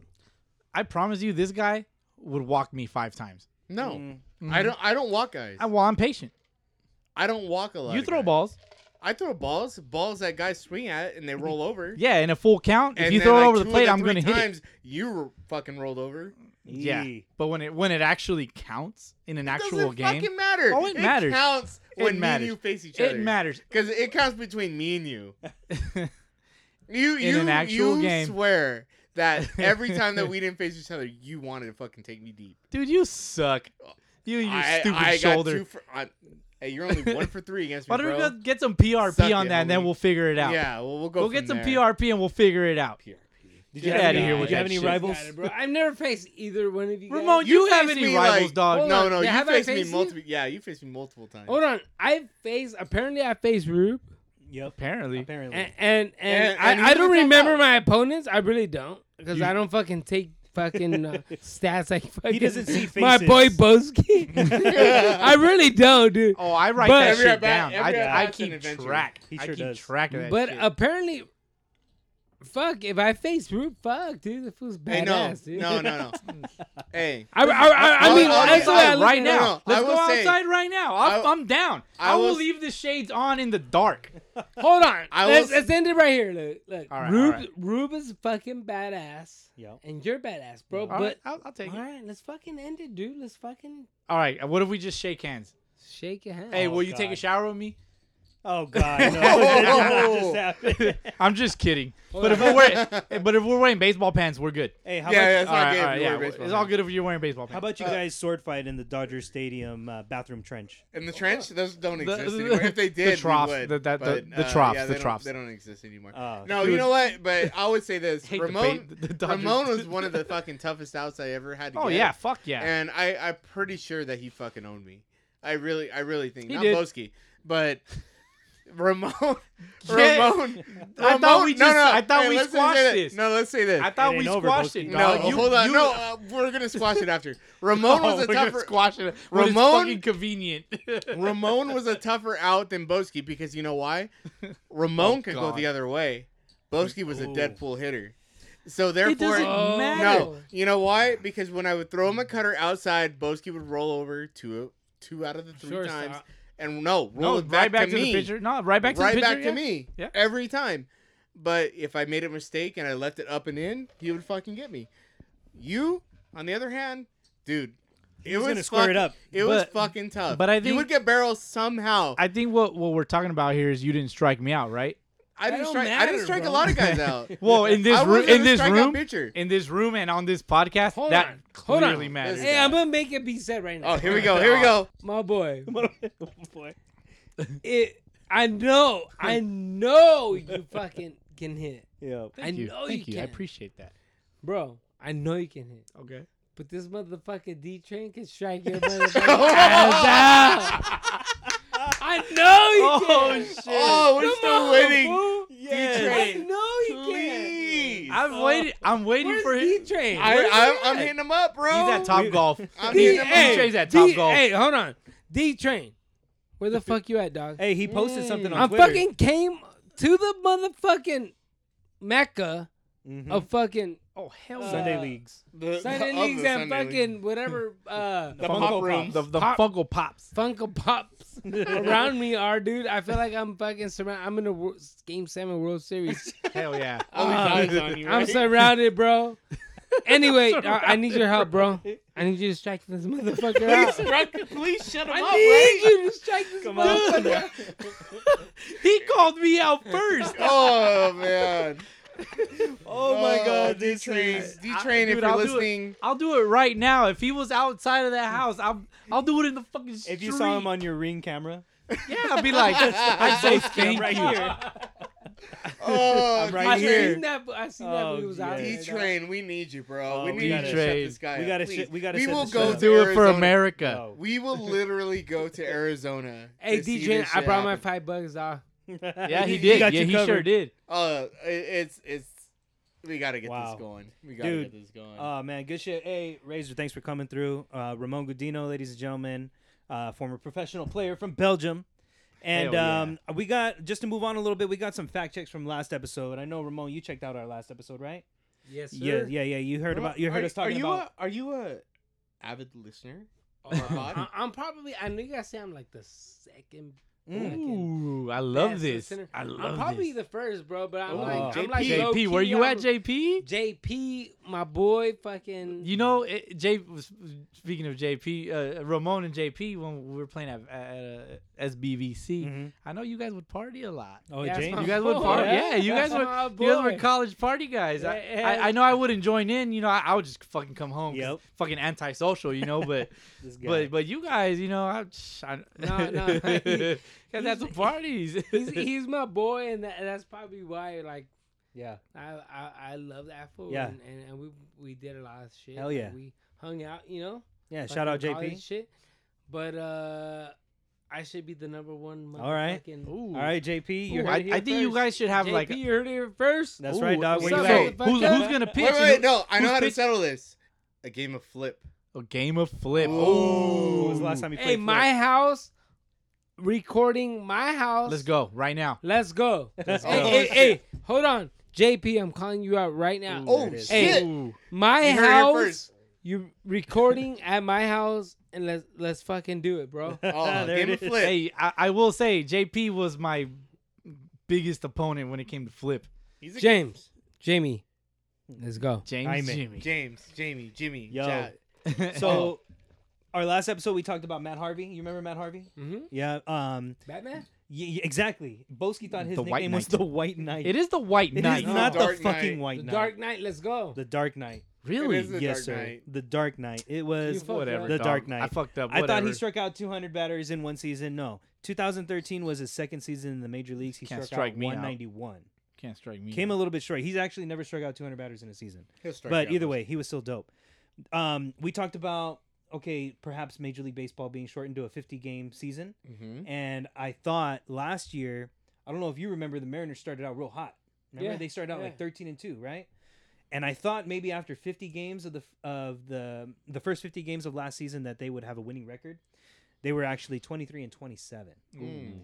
C: I promise you, this guy would walk me five times.
B: no,
A: Mm.
B: I don't. I don't walk guys.
C: I, well, I'm patient.
B: I don't walk a lot.
C: You
B: of
C: throw
B: guys.
C: balls.
B: I throw balls, balls that guys swing at and they roll over.
C: Yeah, in a full count.
B: And
C: if you
B: then,
C: throw
B: like,
C: it over the
B: two of
C: plate, I'm gonna
B: three
C: hit it.
B: times, You were fucking rolled over.
C: Yeah,
A: Yee.
C: but when it when it actually counts in an actual
B: Doesn't
C: game,
B: fucking matter.
C: Oh, it matters.
B: counts
C: It
B: when
C: matters.
B: me and you face each other.
C: it matters.
B: because it counts between me and you. You
C: In
B: you
C: an actual
B: you
C: game.
B: swear that every time that we didn't face each other, you wanted to fucking take me deep.
C: Dude, you suck. You and your
B: I,
C: stupid
B: I
C: shoulder.
B: Got two for, I, hey, you're only one for three against me,
C: Why don't we
B: bro.
C: go get some PRP
B: Suck
C: on
B: it,
C: that, and
B: homie.
C: then we'll figure it out.
B: Yeah, well, we'll go.
C: We'll
B: from
C: get some
B: there.
C: PRP and we'll figure it out.
A: Did
C: Get
A: have
C: outta
A: any-
C: here
A: did
C: with
A: you
C: that
A: have any
C: shit.
A: rivals?
D: Got it, bro. I've never faced either one of you. guys.
C: Ramon, you, have
B: faced
C: any
B: me,
C: rivals,
B: like-
C: dog?
D: Hold
B: No,
D: on,
B: no,
D: have
B: you
D: I
B: faced me
D: faced you?
B: multiple. Yeah, you faced me multiple times.
D: Hold on, I faced. Apparently, I faced Rube,
A: Yep.
C: Apparently.
A: Apparently. Eh.
D: and and,
B: And-
D: and,
B: and
D: I,
B: who
D: I don't
B: did that
D: remember
B: out?
D: my opponents. I really don't because
C: You-
D: I don't fucking take fucking uh, stats. I fucking,
A: doesn't see
D: My boy
A: faces.
D: Boski. I really don't, dude.
C: Oh, I write
D: But-
C: that
D: Every
C: shit
B: at bat-
C: down.
B: every at
C: I, I
B: bat's an
C: keep
B: adventure.
C: track.
A: He
C: I
A: sure
C: keep
A: does.
C: track of that
D: But
C: shit.
D: apparently, fuck. If I face Rube, fuck, dude, the fool's
B: Hey, no,
D: badass, dude.
B: no, no, no. hey,
D: I, I, I, I
B: I'll-
D: mean,
B: I'll
D: that's the way I
B: decide
D: look
C: right
D: at it.
C: now.
B: No, no, I
C: Let's go
B: will say-
C: outside right now. I'll,
B: I-
C: I, am down.
B: I
C: I will,
B: will-
C: leave the shades on in the dark.
D: Hold on.
B: I
D: let's,
B: will-
D: let's end it right here. Look, look.
C: All right,
D: Rube,
C: all right.
D: Rube is fucking badass,
A: Yep.
D: and you're badass, bro.
C: All right,
D: but
C: I'll, I'll take
D: all
C: it.
D: right, let's fucking end it, dude. Let's fucking
C: All right, what if we just shake hands?
D: shake your hand.
C: Hey,
A: Oh,
C: will you take a
A: God.
C: shower with me?
A: Oh God. No, that
B: Oh.
A: just happened.
C: I'm just kidding. But if we're wearing, but if we're wearing baseball pants, we're good.
A: hey, how
B: Yeah,
A: about
B: yeah,
A: you-
B: It's all good if you wear
C: yeah,
B: baseball
C: It's all
B: pants.
C: good
A: How about
C: if you're wearing baseball pants.
A: you guys sword fight in the Dodger Stadium uh, bathroom trench?
B: in the trench, those don't
C: The-
B: exist
C: the-
B: anymore. If they
C: the
B: did, we
C: troughs,
B: would,
C: the- that- the-
B: but,
C: the
B: uh,
C: troughs,
B: yeah,
C: the
B: they don't-
C: troughs.
B: They don't exist anymore.
A: Oh.
B: No, you
C: Dude.
B: know what? But I would say this:
C: Hate the
B: Ramon,
C: bait- the Dodgers.
B: Ramon was one of the fucking toughest outs I ever had. To
C: Oh
B: get.
C: yeah, fuck yeah.
B: and I, I'm pretty sure that he fucking owned me. I really, I really think
C: He
B: not
C: did.
B: Boski, but Ramon,
C: Yeah.
B: Ramon.
C: I
B: Ramon-
C: thought we
B: no,
C: just-
B: no,
C: I thought we
B: let's just
C: squashed
B: say that.
C: this.
B: No, let's say this.
C: I thought
A: It
C: we
A: ain't over,
C: squashed
A: Boski.
C: it.
B: no,
C: dog. You-
B: hold on.
C: you-
B: no, uh, we're gonna squash it after. Ramon
C: Oh,
B: was a
C: we're gonna
B: tougher.
C: squash it. when it's
B: Ramon-
C: fucking convenient.
B: Ramon was a tougher out than Boski because you know why? Ramon
C: Oh,
B: could go
C: God. Oh.
B: the other way. Boski was a
A: Ooh.
B: Deadpool hitter, so therefore
C: doesn't
D: Oh.
C: matter.
B: No, you know why? Because when I would throw him a cutter outside, Boski would roll over two, two out of the three
D: Sure,
B: times,
D: stop.
B: and no, roll
C: No,
B: it back,
C: right back to,
B: me,
C: the pitcher. No, right back to
B: right
C: the pitcher.
B: back to
C: yeah.
B: me,
C: Yeah.
B: every time. But if I made a mistake and I left it up and in, he would fucking get me. You, on the other hand, dude, it
A: was
B: was
A: gonna square it
B: fucking-
A: up.
B: It was
C: But-
B: fucking tough.
C: but I
B: you
C: think-
B: would get barrels somehow. I,
C: I think what what we're talking about here is you didn't strike me out, right?
B: didn't
D: don't
B: strike. I
D: matter,
B: didn't strike
D: bro.
B: a lot of guys out.
C: Well, in this
B: I
C: room,
B: wasn't
C: in
B: a
C: this
B: strikeout
C: room,
B: pitcher.
C: in this room, and on this podcast,
D: Hold
C: that
D: on, hold on.
C: clearly matters.
D: Hey, I'm gonna make it be said right now.
B: Oh, here we go. Here we go.
D: my boy.
A: Oh, Boy.
D: It. I know. I know you fucking can hit,
A: Yep.
C: Thank
D: I
C: you.
D: know
C: Thank
D: you
C: I
D: can.
C: appreciate that.
D: bro. I know you can hit.
C: Okay.
D: But this motherfucker D train can strike your motherfucking ass out. I know you
C: Oh
D: can.
C: shit!
B: Oh, we're
D: Come
B: still
D: on,
B: winning.
D: fool. I
B: D-Train.
D: know you can.
B: Please.
C: I'm waiting. I'm waiting for
D: Where's D
C: him.
D: train?
B: I, I'm, I'm hitting him up, bro.
C: He's at Top Golf.
B: I'm
C: He's-
B: hitting him up.
C: he trains at Top Golf.
D: Hey, hold on. D train, where the fuck you at, dog?
A: Hey, he posted something on
D: I
A: Twitter.
D: fucking came to the motherfucking mecca
A: Mhm.
D: of fucking
C: Oh hell!
D: Uh,
A: Sunday leagues.
B: The-
D: Sunday
B: Hmm. of
D: leagues
B: the
D: and
B: Sunday
D: fucking
B: league.
D: whatever uh,
B: the
A: Funko
B: pop
A: Pops.
B: rooms.
C: the the
D: Pop-
C: Funko Pops.
D: Funko Pops around me are, dude. I feel like I'm fucking surrounded. I'm in the Wor- Game Seven World Series.
C: Hell yeah!
B: Only
D: Um,
B: guys on you,
D: I'm
B: right?
D: surrounded, bro. Anyway, dog, I need your help, bro. I need you to strike this motherfucker out.
B: Please shut him
D: I
B: up.
D: need you to strike this
A: Come on.
D: motherfucker.
C: he called me out first.
B: Oh man.
A: Oh my God,
B: D
A: D-Train.
B: train, D
C: I-
B: train, if
C: dude,
B: you're
C: I'll do it.
B: listening,
C: I'll do it right now. If he was outside of that house, I'll I'll do it in the fucking street.
A: If you saw him on your ring camera,
C: yeah, I'd be like, I'd say thank
A: I'm right
C: you.
A: here.
B: oh,
A: I'm right
D: I
B: D
A: here.
D: seen that. I seen that.
A: Oh,
D: when it was out
A: yeah.
B: D
D: there. dog.
B: train, we need you, bro.
A: Oh,
B: we
A: we
B: need you to shut
C: gotta-
B: this guy
A: we
B: up,
A: gotta
B: please.
A: shut- we gotta shut
B: will
A: this
B: go
A: guy up.
C: Do it for
B: Arizona.
C: America.
A: No.
B: We will literally go to Arizona.
D: Hey
B: to see
D: DJ,
B: this
D: I
B: shit
D: brought my
B: happen.
D: five bucks off.
C: Yeah, he
A: You
C: did.
A: got
C: yeah,
A: you
C: he sure
A: covered.
C: did.
B: Uh, it- it's it's we gotta get
A: Wow.
B: this going. We gotta
A: Dude,
B: get this going.
A: Oh man, good shit. Hey, Razor, thanks for coming through. Uh, Ramon Gudino, ladies and gentlemen, uh, former professional player from Belgium. And
C: Hell yeah.
A: um, we got just to move on a little bit. We got some fact checks from last episode. I know Ramon, you checked out our last episode, right?
D: Yes, sir.
A: Yeah, yeah, yeah. You heard about you heard
B: are,
A: us talking
B: are you
A: about.
B: A, are you a avid listener?
D: Oh,
B: Or pod?
D: I, am probably. I know you guys say I'm like the second.
A: Mm.
D: fucking
C: Ooh, I love
D: best
C: this.
D: listener.
C: I
D: I'm
C: love
D: probably
C: this.
D: the first, bro. But I'm
A: Ooh.
D: like, I'm like
B: JP.
C: JP,
D: low-key,
C: were you
D: I'm-
C: at JP?
D: JP, my boy, fucking.
C: You know, it, J. Speaking of JP, uh, Ramon and JP, when we were playing at, at uh, SBVC,
D: Mm-hmm.
A: Mhm.
C: I know you guys would party a lot.
A: Oh,
D: That's
A: James.
D: my
C: You guys would
D: boy.
C: party. Yeah, you guys
D: That's
C: were
D: my
C: you guys were
D: Oh, boy.
C: college party guys. I,
D: Yeah.
C: I, I know I wouldn't join in. You know, I, I would just fucking come home. 'cause
A: Yep.
C: Fucking antisocial, you know. But
A: This guy.
C: but but you guys, you know, I, sh- I
D: No, no, he-
C: guys had
D: he's-
C: some parties.
D: he's, he's my boy, and that, that's probably why. Like,
A: yeah,
D: I I, I love that fool.
A: Yeah.
D: and, and, and we we did a lot of shit.
A: Hell
D: like,
A: yeah.
D: we hung out. You know,
A: yeah. Shout out
D: fucking
A: JP.
D: college Shit, but uh, I should be the number one.
A: All right.
D: motherfucking-
C: Ooh.
A: All right, JP. You
C: Ooh,
A: heard
C: I,
A: it here
C: I think you
A: first.
C: guys should have
D: JP,
C: like.
D: you heard it here first.
A: That's right, dog. Where
D: what's
A: you
D: up,
A: at?
D: motherfucker?
C: who's, who's gonna pitch?
B: wait,
C: and
B: wait,
C: who-
B: no, I know
C: who's
B: how to
C: pitch-
B: settle this. A game of flip.
C: A game of flip.
B: Ooh.
C: Oh,
A: When was the last time you played?
D: Hey, my house, recording my house.
C: Oh, Let's go right now.
D: Let's go. Oh,
A: Let's
D: hey,
A: go.
D: hey, hey, hold on, JP. I'm calling you out right now.
A: Ooh.
B: Oh
A: There it is.
B: shit!
C: Ooh.
D: My
B: You heard it
D: house.
B: here first.
D: You recording at my house, and let's let's fucking do it, bro.
B: Oh,
A: There
B: game
A: it
B: of
A: is.
B: flip.
C: Hey, I, I will say JP was my biggest opponent when it came to flip.
B: He's a
D: James, Jamie, let's go.
C: James
A: Jaime.
C: Jimmy.
B: James, Jamie, Jimmy,
A: Yo.
B: Ja-
A: So, our last episode we talked about Matt Harvey. You remember Matt Harvey?
D: Mm-hmm.
A: Yeah. Um.
D: Batman.
A: y- y- exactly. Boski thought his
C: The White
A: nickname was
C: Knight.
A: the White Knight.
C: it is the White
A: It is
C: Knight.
A: not
B: Dark
A: the
B: Knight.
A: fucking
D: The
A: White Knight.
D: Dark Knight. Let's go.
A: The Dark Knight.
B: It is
C: really?
B: the
A: yes,
B: Dark
A: sir.
B: Knight.
A: The Dark Knight. It
D: You
A: was.
D: fucked
C: Oh, Whatever.
A: The
C: dog.
A: Dark Knight.
C: I fucked up.
A: I
C: Whatever.
A: thought he struck out 200 batters in one season. No, 2013 was his second season in the major leagues. He
C: Can't
A: struck
C: strike
A: out
C: me out.
A: 191.
C: Can't strike me.
A: Came a little bit short. He's actually never struck out 200 batters in a season.
B: He'll strike
A: But
B: you out.
A: either way, he was still dope. Um, we talked about okay, perhaps Major League Baseball being shortened to a 50 game season,
B: Mhm.
A: and I thought last year, I don't know if you remember, the Mariners started out real hot. Remember
D: Yeah,
A: they started out
D: yeah.
A: like 13 and two, right? And I thought maybe after 50 games of the of the the first 50 games of last season that they would have a winning record. They were actually 23 and 27.
B: Mm.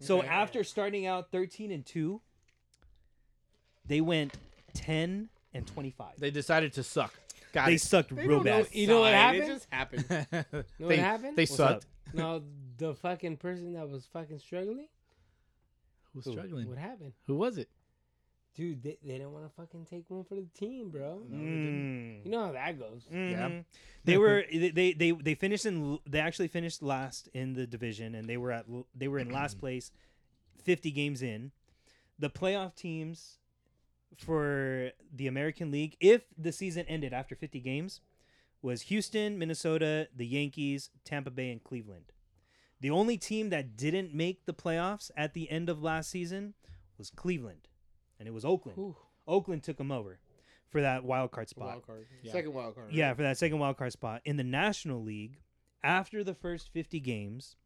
A: So
B: Okay.
A: after starting out 13 and 2, they went 10 and 25. They,
C: They decided to suck. Got it.
A: sucked
B: They
A: real
B: don't know
A: bad.
D: You know what
B: side. It
D: happened?
B: just happened.
D: know
C: they,
D: what happened?
C: They
D: What's
C: sucked.
D: No, the fucking person that was fucking struggling.
C: Who was
A: Who?
C: struggling?
D: What happened,
C: Who was it?
D: dude? They, they didn't want to fucking take one for the team, bro.
A: Mm.
D: You know how that goes.
A: Mhm. They were they- they they they finished in they actually finished last in the division and they were at they were in last place 50 games in. The playoff teams for the American League if the season ended after 50 games was Houston, Minnesota, the Yankees, Tampa Bay and Cleveland. The only team that didn't make the playoffs at the end of last season was Cleveland and it was Oakland.
D: Whew.
A: Oakland took them over for that wild card spot.
B: Wild card. Second wild card.
A: Yeah, for that second wild card spot in the National League, after the first 50 games,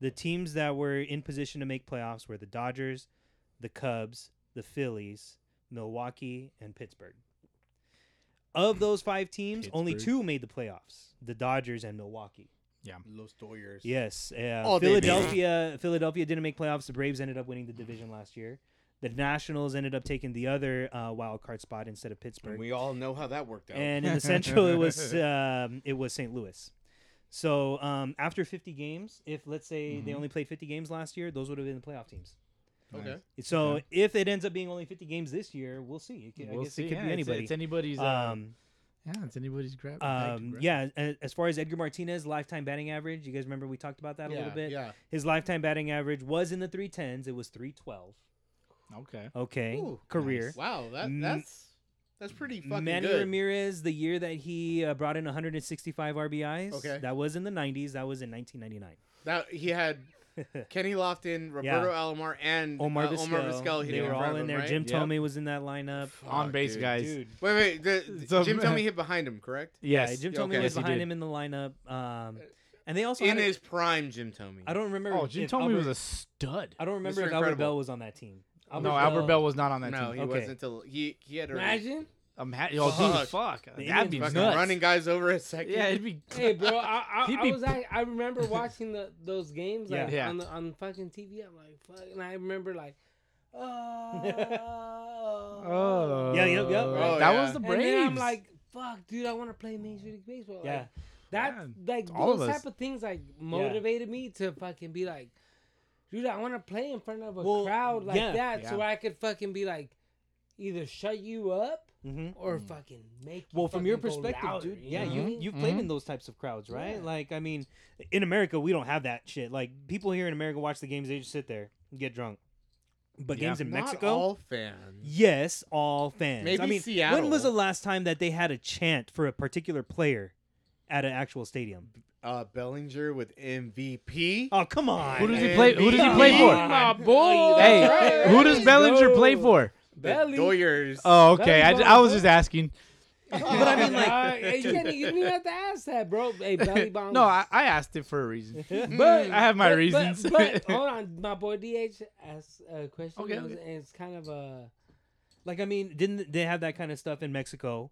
A: the teams that were in position to make playoffs were the Dodgers, the Cubs, the Phillies, Milwaukee, and Pittsburgh. Of those five teams, only
C: Pittsburgh.
A: two made the playoffs: the Dodgers and Milwaukee.
B: Los Doyers.
A: Yes, uh,
B: Oh, they made it.
A: Philadelphia. Philadelphia didn't make playoffs. The Braves ended up winning the division last year. The Nationals ended up taking the other uh, wild card spot instead of Pittsburgh.
B: And we all know how that worked out.
A: and in the Central it was um, it was St. Louis. So um, after 50 games, if let's say they only played 50 games last year, those would have been the playoff teams.
B: okay.
A: So if it ends up being only 50 games this year, we'll see. It could,
C: We'll
A: I guess
C: see.
A: it could
C: Yeah,
A: be
C: it's-
A: anybody.
C: It's, anybody's. Um,
A: um,
C: yeah, it's anybody's grab. bag to
A: um,
C: grab.
A: yeah. a- As far as Edgar Martinez lifetime batting average, you guys remember we talked about that a
B: yeah,
A: little bit.
B: Yeah.
A: His lifetime batting average was in the 310s. It was 312.
C: Okay.
A: Okay,
B: Ooh,
A: career.
B: Wow, that
A: Mm.
B: that's that's pretty fucking
A: Manny
B: good.
A: Ramirez, the year that he uh, brought in 165 RBIs,
B: Okay.
A: that was in the 90s. That was in 1999.
B: That he had Kenny Lofton, Roberto Alomar, and
A: Omar
B: uh,
A: Vizquel,
B: Omar Vizquel
A: they
B: hitting
A: were
B: in front
A: all
B: of
A: in
B: him,
A: there.
B: right?
A: Jim
C: Yep.
A: Tomey was in that lineup.
C: On
B: Fuck,
C: base
B: dude.
C: guys.
A: Dude,
B: Wait, wait. The,
C: So-
B: Jim Tomey hit behind him, correct?
C: Yes.
A: yeah, Jim
B: Yeah,
A: Tomey
B: okay.
A: was
C: Yes, he
A: behind
C: did.
A: him in the lineup, um, and they also
B: Uh, In
A: had a-
B: his prime, Jim Tomey.
A: I don't remember.
C: oh, Jim
A: if
C: Tomey was
A: Albert-
C: a stud.
A: I don't remember
B: Mr.
A: if Albert
B: Incredible.
A: Bell was on that team.
C: no,
D: Albert
C: Albert
D: Bell-
C: Bell was not on that
B: no,
C: team.
B: he
A: Okay.
B: wasn't till he he had a
D: Imagine.
C: I'm ha- oh, dude, fuck.
A: The Indians
C: That'd be nuts.
B: fucking running guys over at second.
C: Yeah, it'd be.
D: Hey, bro, I, I,
C: He'd
D: I
C: be-
D: was act- I remember watching the those games like,
C: Yeah.
D: on the on fucking TV. I'm like, fuck, and I remember like, oh,
C: Oh.
A: Yeah, yep, yep.
B: Oh,
C: that
B: yeah.
C: was the
D: and
C: Braves.
D: then I'm like, fuck, dude, I want to play Major League Baseball. Like,
A: Yeah,
D: that like
C: all of
D: those
C: us.
D: type of things like motivated me to fucking be like, dude, I want to play in front of a
A: Well,
D: crowd like
A: yeah.
D: that, so
C: Yeah.
D: I could fucking be like, either shut you up
A: hmm
D: or fucking make. You
A: Well, from your
D: fucking go
A: perspective,
D: louder,
A: dude,
D: you
A: yeah,
D: know?
A: you
B: Mhm.
A: you've played
C: Mhm.
A: in those types of crowds, right?
D: Yeah.
A: Like, I mean, in America, we don't have that shit. Like, people here in America watch the games; they just sit there and get drunk. But
C: Yeah.
A: games in
B: Not
A: Mexico,
B: all fans.
A: yes, all fans. I
B: Maybe
A: mean, when
B: Seattle.
A: was the last time that they had a chant for a particular player at an actual stadium?
B: Uh, Bellinger with MVP.
A: Oh, come on!
C: Who does he
B: And
C: play? Who does he
A: Come
C: play for?
A: on.
D: My boy.
C: Hey, who does
D: Let's
C: Bellinger play
D: go.
C: for?
B: The
D: Belly.
B: Doyers.
C: Oh, okay. I,
D: Bellinger.
C: I was just asking.
A: But I mean, like-
D: Dog, hey, you, can't, you didn't have to ask that, bro. Hey, belly bomb.
C: No, I, I asked it for a reason.
D: but
C: I have my
D: but-
C: reasons.
D: But, but oh, hold on, my boy DH asked a question.
C: Okay,
D: it was-
C: okay.
D: uh, and it's kind of a
A: Like, I mean, didn't they have that kind of stuff in Mexico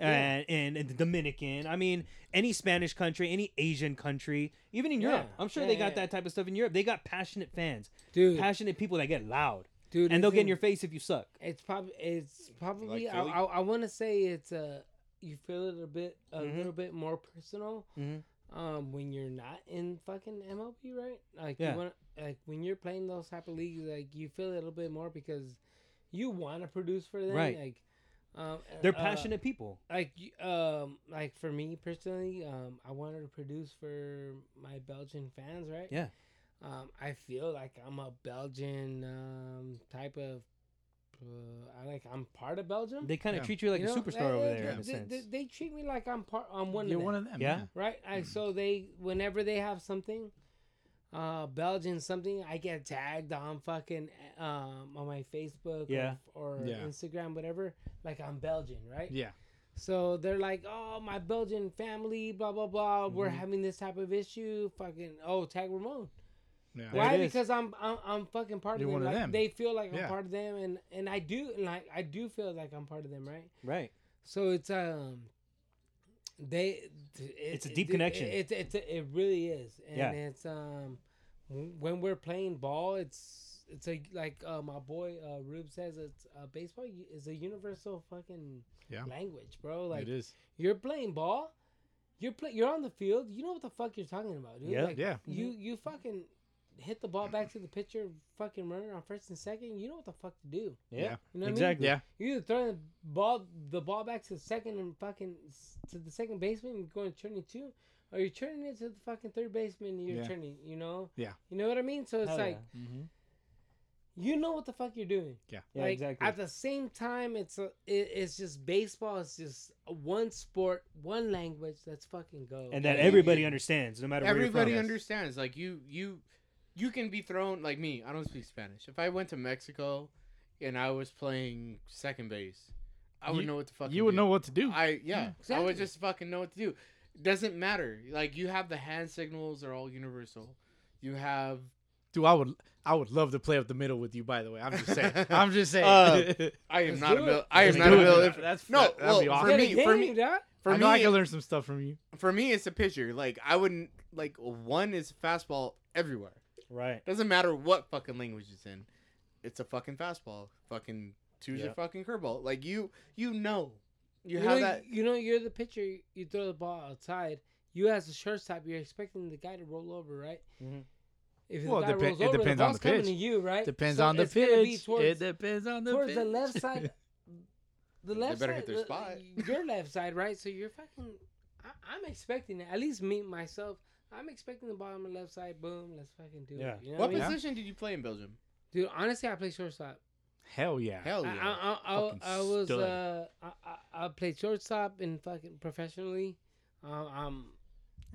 A: and, and, and the Dominican? I mean, any Spanish country, any Asian country, even in Europe.
D: Yeah.
A: I'm sure
D: Yeah,
A: they
D: yeah,
A: got
D: yeah.
A: that type of stuff in Europe. They got passionate fans,
D: dude,
A: passionate people that get loud,
D: dude,
A: and they'll
D: it's
A: get in your face if you suck.
D: It's probably it's probably I,
B: Philly?
D: I, I want to say it's a you feel it a bit a
A: Mhm.
D: little bit more personal
A: Mhm.
D: um when you're not in fucking MLB right like
A: Yeah.
D: you want like when you're playing those type of leagues like you feel it a little bit more because you want to produce for them
A: Right.
D: like um
A: They're
D: uh,
A: passionate people.
D: like y- um like for me personally um I wanted to produce for my Belgian fans right
A: Yeah.
D: um, I feel like I'm a Belgian um, type of. Uh, I like I'm part of Belgium.
A: They kind of
C: Yeah.
A: treat you like
D: You
A: a
D: know,
A: superstar
D: they-
A: over
D: they-
A: there in a
D: they,
A: sense.
D: They, they treat me like I'm part. I'm one.
C: You're
D: of, them,
C: one of them.
A: Yeah.
C: Yeah.
D: right? I, so
A: Mm-hmm.
D: they whenever they have something, uh, Belgian something, I get tagged on fucking um on my Facebook
A: Yeah.
D: or, or
C: Yeah.
D: Instagram, whatever. Like I'm Belgian, right?
C: Yeah.
D: So they're like, oh, my Belgian family, blah blah blah. We're
A: Mhm.
D: having this type of issue. Fucking oh, tag Ramon.
C: Yeah.
A: There
D: Why?
A: it is.
D: Because I'm, I'm I'm fucking part
C: You're
D: of
C: one
D: them.
C: of
D: like,
C: them.
D: They feel like I'm
C: Yeah.
D: part of them, and and I do and like I do feel like I'm part of them, right?
A: right.
D: So it's um, they. it-
A: It's a
D: it-
A: deep
D: it-
A: connection.
D: It's it's it really is, and
A: Yeah.
D: it's um, w- when we're playing ball, it's it's a like uh, my boy uh, Rube says, it's uh, baseball u- is a universal fucking
C: Yeah.
D: language, bro. Like
C: it is.
D: you're playing ball, you're play, you're on the field, you know what the fuck you're talking about, dude.
A: Yeah. Mm-hmm.
D: Like,
C: Yeah.
D: you you fucking hit the ball back to the pitcher, fucking runner on first and second. You know what the fuck to do.
C: Yeah.
D: You know what
A: Exactly.
C: Yeah.
D: I mean? You either throwing the ball the ball back to the second and fucking s- to the second baseman and going turning two, or you're turning it to the fucking third baseman and you're
C: Yeah.
D: turning. You know.
C: Yeah.
D: You know what I mean? So it's
A: Hell
D: like
A: yeah.
B: Mm-hmm.
D: you know what the fuck you're doing.
A: Yeah,
D: like,
A: exactly.
D: At the same time, it's a, it, it's just baseball. It's just one sport, one language. Let's fucking go.
A: and that
B: Yeah, you-
A: everybody
B: you-
A: understands, no matter where
B: Everybody
A: you're from.
B: understands. Like you, you, you can be thrown. Like me, I don't speak Spanish. If I went to Mexico and I was playing second base, I would
C: You-
B: know what the fuck.
C: You would know what to do.
B: I yeah. I
D: exactly.
B: would just fucking know what to do. Doesn't matter. Like you have the hand signals are all universal. You have
C: Dude, I would I would love to play up the middle with you. By the way, I'm just saying. I'm just saying.
B: Uh, I am
D: Let's
B: not a
D: do it.
B: bill. I am
C: Let's
B: not
C: do
B: a
C: it.
B: bill. If,
C: That's-
B: no.
C: that'd be
B: well,
C: awesome.
B: for
D: Get a
B: me, for
D: game,
B: me,
D: dog.
B: for
C: I
B: me,
C: know I can learn some stuff from you.
B: for me, it's a pitcher. Like I wouldn't like one is fastball everywhere.
A: Right.
B: Doesn't matter what fucking language it's in. It's a fucking fastball. Fucking two's a
A: Yep.
B: fucking curveball. Like you, you know, you,
D: know,
B: have that.
D: You know, you're the pitcher. You throw the ball outside. You as a shortstop, you're expecting the guy to roll over, right?
A: Mhm.
D: If the
C: Well, it
D: guy
C: depen-
D: rolls
C: it
D: over,
C: depends
D: the
C: on
D: ball's
C: the
D: coming
C: pitch.
D: to you, right?
C: Depends
D: So
C: on the
D: it's gonna be
C: pitch.
D: towards-
C: it depends on the
D: towards
C: pitch.
D: the left side. The left
B: better
D: side,
B: hit their
D: the-
B: spot.
D: Your left side, right? So you're fucking. I, I'm expecting it. At least me myself, I'm expecting the ball on the left side. Boom, let's fucking do
A: Yeah.
D: it. You know
B: What
D: I mean?
B: position did you play in Belgium?
D: Dude, honestly, I play shortstop.
C: Hell yeah.
B: Hell yeah.
D: I, I, I,
C: Fucking
D: I was
C: stud.
D: uh, I, I, I played shortstop and fucking professionally. Um, um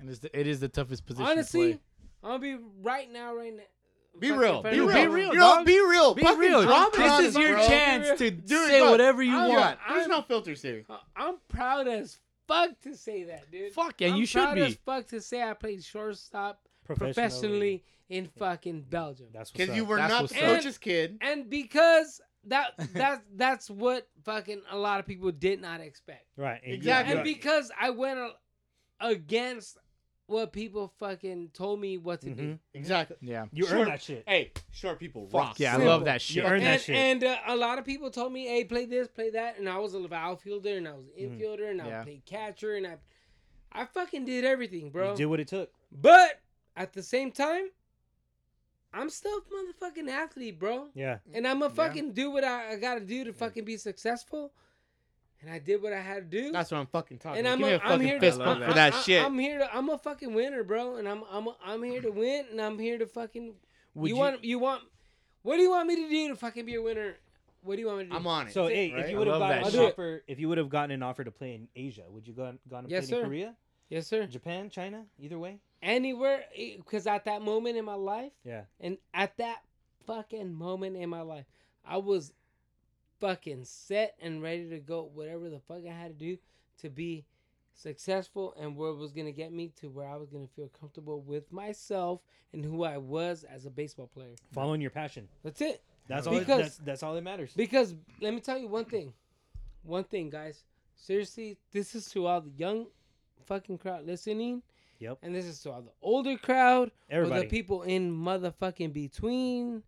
C: And it's the, it is the toughest position. to
D: honestly,
C: play.
D: I'm gonna be right now, right now.
B: be
D: fucking
B: real. Be
D: federal-
B: real.
C: Be real,
B: You know,
C: dog.
B: be real.
C: be
B: Fucking
C: real.
B: drop it on
C: This is
B: us,
C: your
B: bro.
C: chance to
B: Dude,
C: say
B: look,
C: whatever you
D: I'm
B: Yeah,
C: want.
B: There's
D: I'm-
B: no filters here.
D: I- Uh, I'm proud as fuck to say that, dude.
C: Fuck yeah,
D: I'm
C: you should
D: proud
C: be.
D: as fuck to say I played shortstop
A: Professionally.
D: professionally, in fucking Belgium.
A: That's what's
B: Because
A: up.
B: you were
C: That's
B: not
C: what's
B: the
C: up.
B: coach's kid.
D: and because that that's that's what fucking a lot of people did not expect.
A: right. and you-
B: Exactly.
D: And because I went a- against what people fucking told me what to do.
A: Mhm.
B: Exactly.
C: Yeah.
A: You
B: Sure.
A: earn that shit.
B: Hey, short people rock.
C: Fuck yeah, I
D: Simple.
C: love that shit.
A: You earn that
D: And,
A: shit.
D: and uh, a lot of people told me, "Hey, play this, play that," and I was an outfielder, and I was an
A: Mhm.
D: infielder, and
C: Yeah.
D: I played catcher, and I, I fucking did everything, bro.
A: you did what it took.
D: But at the same time, I'm still a motherfucking athlete, bro.
A: Yeah.
D: And I'm gonna
C: Yeah.
D: fucking do what I, I gotta do to fucking be successful. And I did what I had to do.
B: That's what I'm fucking talking.
D: and I'm,
B: Give
D: a,
B: me a
D: I'm
B: fucking
D: here
B: fist
D: to,
B: bump
D: I-
B: for
D: I-
B: that
D: I-
B: shit.
D: I'm here to, I'm a fucking winner, bro. And I'm I'm I'm here to win and I'm here to fucking
A: Would
D: you, want you want what do you want me to do to fucking be a winner? What do you want me to do?
B: I'm on it.
A: So hey,
B: right?
A: if
B: I
A: you would have
C: love
A: gotten an
D: that shit.
A: offer, if you would have gotten an offer to play in Asia, would you gone gone and
D: Yes,
A: played
D: sir.
A: in Korea,
D: Yes, sir.
A: Japan, China, either way?
D: Anywhere because at that moment in my life,
A: Yeah.
D: And at that fucking moment in my life, I was fucking set and ready to go, whatever the fuck I had to do to be successful and where it was going to get me to where I was going to feel comfortable with myself and who I was as a baseball player.
A: Following your passion.
D: That's it.
A: That's all. It,
D: Because-
A: that's, that's all that matters.
D: Because let me tell you one thing. One thing, guys. Seriously, this is to all the young fucking crowd listening.
A: Yep.
D: And this is to all the older crowd or
A: Everybody.
D: the people in motherfucking between.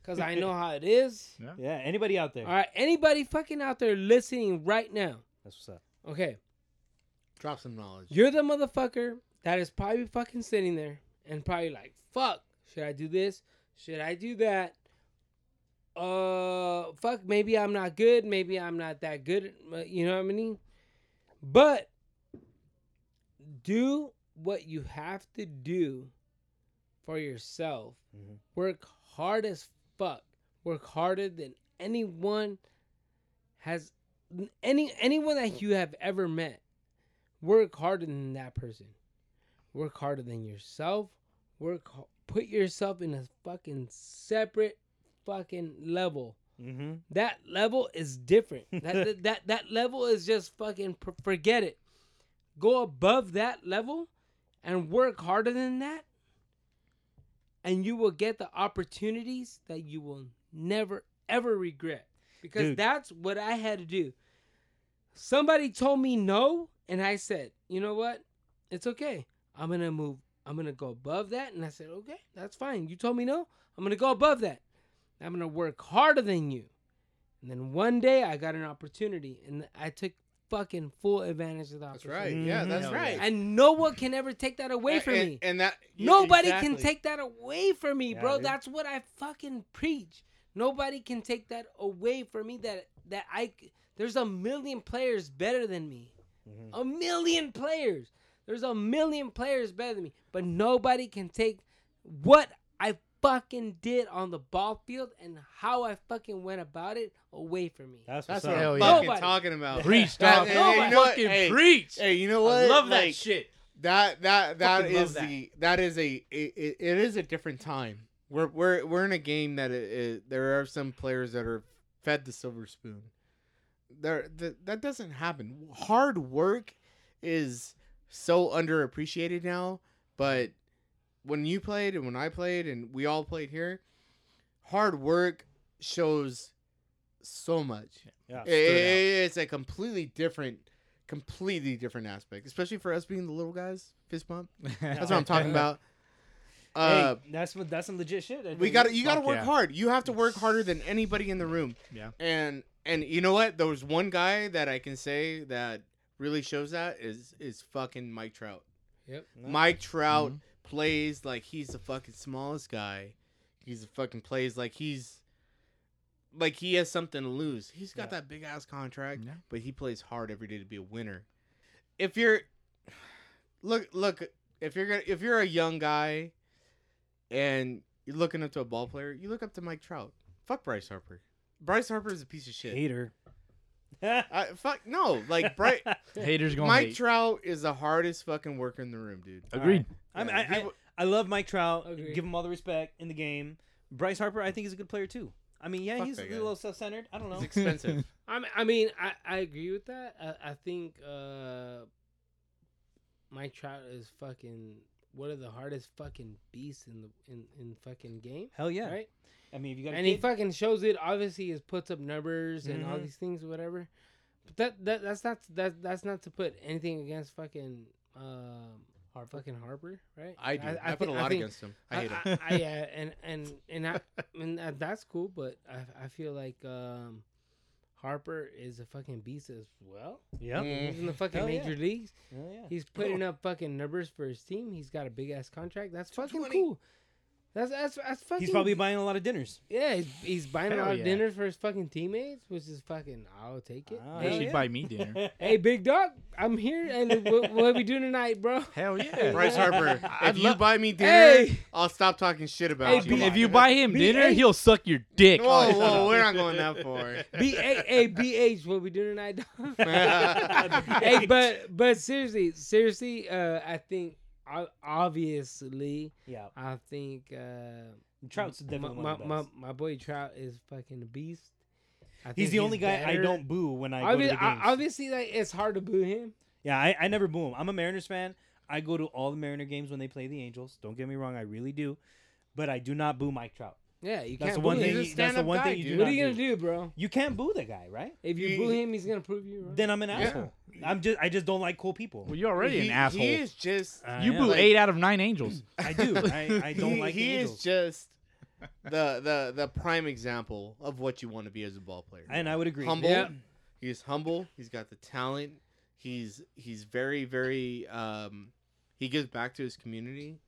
D: Because I know how it is.
A: Yeah. Anybody out there?
D: All right, anybody fucking out there listening right now?
A: That's what's up.
D: Okay,
B: drop some knowledge.
D: you're the motherfucker that is probably fucking sitting there and probably like, fuck, should I do this? Should I do that? Uh, fuck, maybe I'm not good. Maybe I'm not that good. uh, You know what I mean? But do what you have to do for yourself.
A: Mhm.
D: Work hard as fuck. Work harder than anyone has any anyone that you have ever met. Work harder than that person. Work harder than yourself. Work h- put yourself in a fucking separate fucking level.
A: Mm-hmm.
D: That level is different. That that that, that level is just fucking pr- forget it. Go above that level and work harder than that and you will get the opportunities that you will never ever regret because
A: Dude.
D: that's what I had to do. Somebody told me no and I said, "You know what? It's okay. I'm going to move. I'm going to go above that." And I said, "Okay, that's fine. You told me no. I'm going to go above that. I'm going to work harder than you." And then one day I got an opportunity and I took fucking full advantage of the
B: That's
D: opportunity.
B: right. Yeah,
A: Mhm.
B: that's
C: Hell
B: right.
C: yeah.
D: And no one can ever take that away
B: And-
D: from
B: and,
D: me.
B: And that
D: Nobody can
B: exactly.
D: take that away from me,
A: Yeah,
D: bro.
A: dude.
D: That's what I fucking preach. Nobody can take that away from me. That that I c- there's a million players better than me.
A: Mhm.
D: A million players. There's a million players better than me, but nobody can take what I fucking did on the ball field and how I fucking went about it away from me.
A: That's what's
B: That's what
A: up.
C: Hell
B: I'm
C: yeah.
B: fucking
D: Nobody.
B: talking about.
C: Preach,
B: That- and-
C: dog.
B: and you know what?
C: fucking
B: Hey,
C: preach.
B: Hey, you know what?
C: I love that
B: Like,
C: shit.
B: That that that
C: Fucking love
B: is
C: that.
B: the that is a it, it, it is a different time. We're we're we're in a game that it, it, there are some players that are fed the silver spoon. There that that doesn't happen. Hard work is so underappreciated now, but when you played and when I played and we all played here, hard work shows so much.
A: Yeah.
B: It- it- it's a completely different, completely different aspect, especially for us being the little guys. Fist bump. That's what I'm talking about. Uh,
A: hey, that's what. That's some legit shit. I
B: we
A: think.
B: got to you got to
C: fuck
B: work
C: yeah.
B: hard. You have to work harder than anybody in the room.
C: Yeah.
B: And and you know what? There was one guy that I can say that really shows that is is fucking Mike Trout.
D: Yep.
B: Mike Trout plays like he's the fucking smallest guy. He's the fucking plays like he's like he has something to lose. He's got
A: Yeah.
B: that big ass contract,
C: Yeah.
B: but he plays hard every day to be a winner. If you're look look if you're gonna if you're a young guy and you're looking up to a ball player, you look up to Mike Trout. Fuck Bryce Harper. Bryce Harper is a piece of shit.
A: Hater.
B: I, fuck no, like Bryce.
C: Haters gonna
B: Mike
C: hate.
B: Trout is the hardest fucking worker in the room, dude.
C: Agreed.
A: I'm,
B: Yeah,
A: I,
B: he
A: I,
B: w-
A: I love Mike Trout.
D: Agreed.
A: Give him all the respect in the game. Bryce Harper, I think, is a good player too. I mean, yeah,
B: Fuck
A: he's a
B: that guy.
A: little self-centered. I don't know.
B: It's expensive.
D: I mean, I mean, I, I agree with that. I, I think uh, Mike Trout is fucking one of the hardest fucking beasts in the in, in fucking game,
A: Hell yeah.
D: right?
A: I mean, if you got a
D: And he
A: kid-
D: fucking shows it. Obviously, is puts up numbers and all
B: Mm-hmm.
A: Mhm.
D: these things, whatever. But that, that that's not that that's not to put anything against fucking um fucking Harper, right?
B: I do. I, put
D: thi-
B: a lot
D: think-
B: against him. I hate him.
C: him.
D: I, yeah, and and and I, I mean uh, that's cool, but I I feel like um, Harper is a fucking beast as well.
A: yeah,
B: Mm. Mm-hmm.
D: He's in the fucking
A: Hell yeah.
D: major leagues.
A: Hell yeah.
D: He's putting up fucking numbers for his team. He's got a big ass contract. That's fucking cool. That's that's that's fucking.
A: He's probably buying a lot of dinners.
D: yeah. He's, he's buying a
C: Hell
D: lot of
C: yeah.
D: dinners for his fucking teammates, which is fucking. I'll take it.
A: Ah,
C: They
A: hell
C: should
A: yeah.
C: buy me dinner.
D: Hey, big dog, I'm here. And what, what we doing tonight, bro?
C: Hell yeah.
B: Bryce Harper, if you
C: lo-
B: buy me dinner,
D: Hey!
B: I'll stop talking shit about
D: Hey,
B: you.
D: B-
C: if you buy him dinner, he'll suck your dick. Oh,
B: whoa, whoa, we're not going that far.
D: B A A B H. What we doing tonight? dog? hey, but but seriously, seriously, uh, I think o- obviously,
A: yeah.
D: I think uh,
A: Trout's
D: my,
A: definitely one
D: my,
A: of the
D: my
A: best.
D: my boy Trout is fucking a beast. I
A: He's
D: think
A: the only guy I
D: better.
A: don't boo when I go to
D: Obvi-
A: the games.
D: I- obviously, like it's hard to boo him.
A: yeah, I, I never boo him. I'm a Mariners fan. I go to all the Mariner games when they play the Angels. Don't get me wrong, I really do. But I do not boo Mike Trout.
D: Yeah, you
A: That's
D: can't.
A: the one
D: boo
A: thing.
D: him.
B: a
A: You, that's the
B: stand-up
A: one
B: guy,
A: thing you do
B: dude.
D: What
A: not
D: are you gonna
A: do.
D: do, bro?
A: You can't boo the guy, right?
D: If you
B: You-
D: boo him, he's gonna prove you wrong.
A: Then I'm an
B: Yeah.
A: asshole. I'm just I just don't like cool people.
C: Well, you're already
B: he,
C: an asshole.
B: He is just.
A: I
C: you
A: am.
C: blew
B: Like-
C: eight out of nine angels.
A: I do. I, I don't
B: he,
A: like the
B: He is
A: Angels.
B: just the the the prime example of what you want to be as a ball player.
A: and I would agree.
B: humble.
D: Yeah.
B: He's humble. He's got the talent. He's he's very very um he gives back to his community.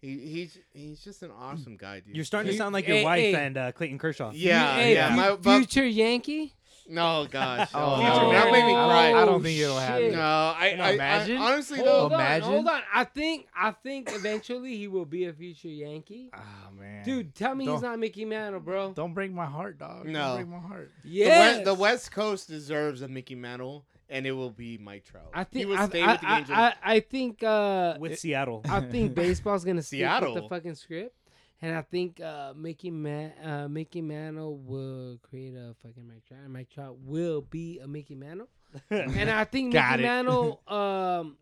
B: He he's he's just an awesome guy, dude.
A: You're starting to
D: He-
A: sound like your
D: hey,
A: wife
D: hey.
A: and uh, Clayton Kershaw.
B: yeah,
D: Hey,
B: yeah.
D: fu-
B: My, my,
D: future Yankee.
B: no, gosh. Oh,
C: Oh, no.
B: That made me cry.
C: I don't think it'll happen.
D: shit.
B: No, I,
C: No,
B: I,
C: imagine.
B: I honestly
D: Hold
B: though.
D: on,
C: Imagine.
D: hold on. I think I think eventually he will be a future Yankee.
C: Oh man,
D: Dude, tell me he's
C: Don't-
D: not Mickey Mantle, bro.
C: don't break my heart, dog.
B: No.
C: don't break my heart.
D: Yeah,
B: The, West, the West Coast deserves a Mickey Mantle, and it will be Mike Trout.
D: I
B: he
D: think
B: will
D: I,
B: stay
D: I,
B: with the
D: I,
B: Angels.
D: I, I think uh,
A: With Seattle.
D: I think baseball's gonna stick with
B: Seattle.
D: the fucking script, and I think uh, Mickey Man uh, Mickey Mantle will create a fucking Mike Trout. and Mike Trout will be a Mickey Mantle, and I think
C: Got
D: Mickey
C: it.
D: Mantle, um,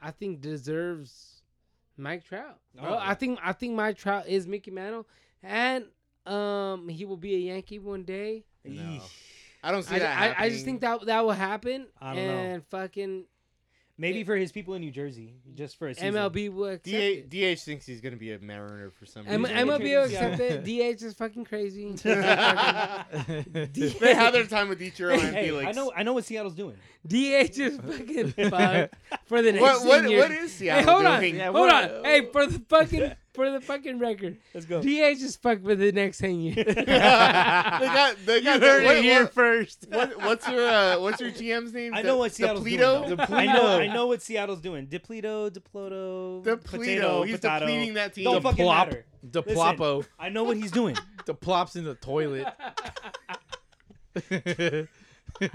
D: I think deserves Mike Trout. Bro.
A: Oh, yeah.
D: I think I think Mike Trout is Mickey Mantle, and um, he will be a Yankee one day.
B: No.
A: Eesh.
B: I don't see
D: I,
B: that.
D: I, I just
B: happening.
D: think that that will happen.
A: I don't know.
D: and fucking
A: Maybe for his people in New Jersey, just for a season.
D: MLB will accept
B: DH,
D: it.
B: DH thinks he's gonna be a Mariner for some
D: M-
B: reason.
D: MLB will accept
C: Yeah.
D: it. DH is fucking crazy.
B: they had their time with Ichiro and
A: Hey,
B: Felix.
A: I know I know what Seattle's doing.
D: DH is fucking fucked for the next
B: What what,
D: 10 years.
B: what is
D: Hey,
B: Seattle
D: hold on,
B: doing?
D: hold
C: what-
D: on. Hey, for the fucking for the fucking record,
A: Let's go.
D: DH is fucked for the next ten years.
B: they got they got what- what-
C: first.
B: what- what's your uh, what's your GM's name?
A: I know what Seattle's
B: Depleto?
A: doing. though. I know I know what Seattle's doing. Depleto, Deploto, potato,
B: Depleto. He's
A: potato.
B: depleting that team.
A: Don't fucking
C: Deplop.
A: matter.
C: The
A: Listen.
C: plopo,
A: I know what he's doing.
C: the plops in the toilet.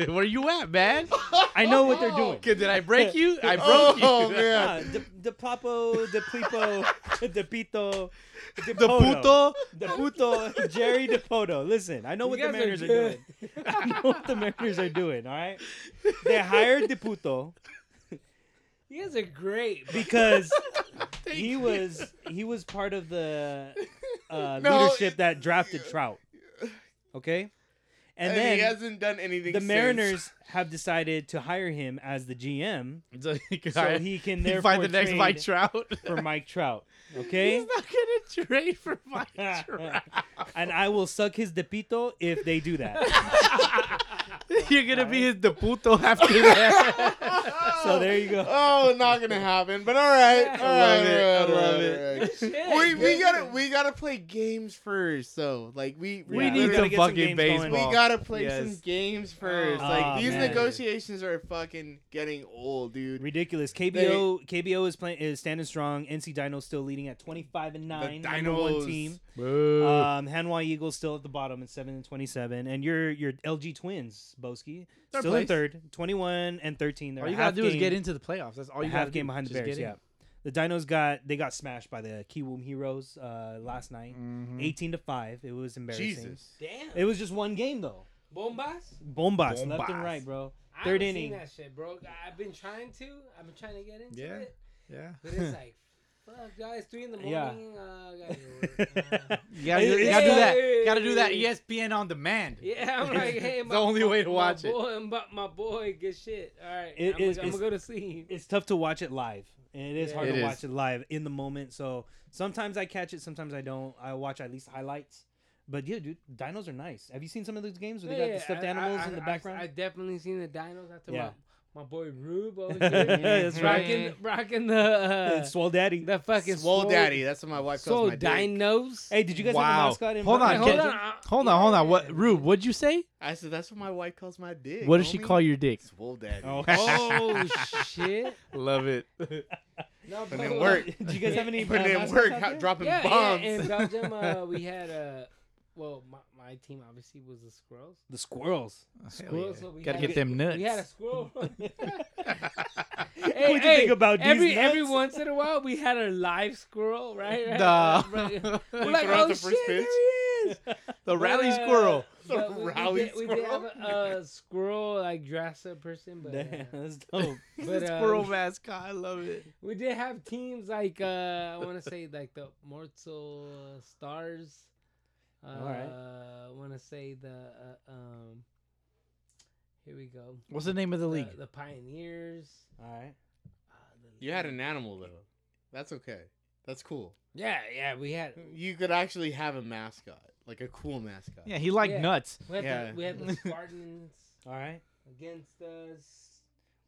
C: Where you at, man?
A: I know what they're doing.
C: Kid, did I break you? I broke
B: oh
C: you.
A: Ah,
B: man.
A: de, de Papo, de Plipo, de Pito, de,
C: The puto.
A: de Puto, Jerry de Poto. Listen, I know what the
D: guys are
A: Mariners are,
D: good.
A: doing. I know what the Mariners are doing, all right? They hired de Puto
D: you guys are great. bro.
A: because he was he was part of the uh,
B: No,
A: leadership
B: it-
A: that drafted Trout. Okay? And,
B: And
A: then
B: he hasn't done anything.
A: the
B: since.
A: Mariners have decided to hire him as the GM
C: So he can,
A: so he can therefore
C: find the next
A: trade
C: Mike Trout.
A: for Mike Trout. Okay?
C: He's not gonna trade for Mike Trout.
A: and I will suck his depito if they do that.
C: You're gonna be his de puto after that.
A: So there you go.
B: Oh, not gonna happen. But all right, all right,
C: love it,
B: all
C: I
B: right,
C: love
B: all
C: it.
B: right. We we gotta we gotta play games first. So like we
C: we
A: Yeah,
C: need
A: we
C: some
A: gotta get some
C: fucking
A: games going.
C: baseball.
A: some
B: we gotta play some
C: Yes.
B: games first.
A: Oh,
B: like these
A: man.
B: negotiations are fucking getting old, dude.
A: Ridiculous. KBO KBO is playing is standing strong. NC Dino's still leading at 25 and 9. number one
B: Dinos.
A: team.
C: Boo.
A: Um, Hanwha Eagles still at the bottom at 7 and 27 and your your LG Twins, Boski,
C: Third
A: still in
C: place.
A: 3rd, 21 and 13. They're
C: all you
A: a
C: gotta
A: half
C: do
A: game,
C: is get into the playoffs. That's all
A: a
C: you
A: half
C: gotta
A: game
C: do.
A: behind the
C: Just
A: Bears,
C: get in.
A: yeah. The Dinos got they got smashed by the Kiwoom Heroes uh, last night,
C: Mhm.
A: 18 to 5. It was embarrassing.
B: Jesus.
D: Damn.
A: It was just one game though.
D: Bombas?
A: Bombas, left and
C: Bombas.
A: right, bro.
D: I
A: Third
D: haven't seen
A: inning.
D: that shit, bro. I've been trying to. I've been trying to get into
C: Yeah.
D: it.
C: Yeah.
D: But it's like, fuck, guys, three in the morning.
A: Yeah.
D: Uh, gotta go to work. Uh,
C: You gotta, do- you
A: It's-
C: gotta do
D: Hey.
C: that. Gotta do that. E ESPN on demand.
D: yeah, I'm like, hey,
C: It's
D: my,
C: the only way to
D: my
C: watch it.
D: boy, My, my boy, good shit. All right,
A: It
D: I'm,
A: is-
D: gonna, I'm
A: it's-
D: gonna go to sleep.
A: it's tough to watch it live and it is
D: Yeah.
A: hard
B: It
A: to
B: is.
A: watch it live in the moment so sometimes i catch it sometimes i don't i watch at least highlights but yeah dude dinos are nice have you seen some of those games where they got the stuffed
D: I- I-
A: animals
D: I-
A: in the
D: I've-
A: background
D: I've definitely seen the dinos after
A: Yeah.
D: my, my boy Rube over here.
A: that's right
D: rocking, rocking the uh,
A: It's swole daddy
D: the fucking
B: Swole
D: swole-
B: daddy. That's what my wife
D: Swole
B: calls my dick.
D: dinos.
A: hey did you guys have a
C: Wow.
A: mascot in
C: Hold on,
D: Hey,
A: Brooklyn?
D: hold
C: Ken-
D: on, uh,
C: Hold on, hold on. What,
D: yeah.
C: Rube? What'd you say?
B: I said that's what my wife calls my dick.
C: What does she
B: homie."
C: call your dick?
B: Swole daddy.
A: Oh.
D: Oh shit!
C: Love it.
D: No,
B: Putting
D: but-
B: in work.
A: do you guys have any
B: Putting
A: uh,
B: in
A: mascots
B: work,
A: out
B: ha-
A: there?
B: dropping
D: Yeah,
B: bombs.
D: yeah. In Belgium, uh, we had uh, well, my, my team obviously was the squirrels.
A: the squirrels
D: Squirrels, so we
C: Gotta
D: had
C: get
D: a-
C: them nuts.
D: We had a squirrel. hey,
A: you think about these
D: every
A: nuts?
D: every once in a while we had a live squirrel, right? right
C: Duh.
D: Right. We're
B: We
D: like,
B: throw out
D: oh
B: the
D: shit,
B: first
D: there
B: pitch."
D: he is.
C: the
D: But,
C: rally
D: uh,
C: squirrel.
D: but
B: The
D: we- we
B: rally
D: did- We did have
B: squirrel?
D: a, a squirrel like dress up person, but. uh,
A: Damn, that's
C: Oh,
A: dope
D: But, uh,
C: squirrel mascot. I love it.
D: we did have teams like uh I want to say like the Mortal Stars. Uh,
A: Alright.
D: I want to say the uh, um. Here we go.
C: What's the name of the
D: The,
C: league?
D: the Pioneers.
A: all right
D: Uh, the,
B: You had an animal though. That's okay. That's cool.
D: Yeah, yeah, we had.
B: You could actually have a mascot, like a cool mascot.
C: Yeah, he liked
D: Yeah.
C: nuts.
D: We had,
B: Yeah.
D: the, we had the Spartans
A: all right
D: against us.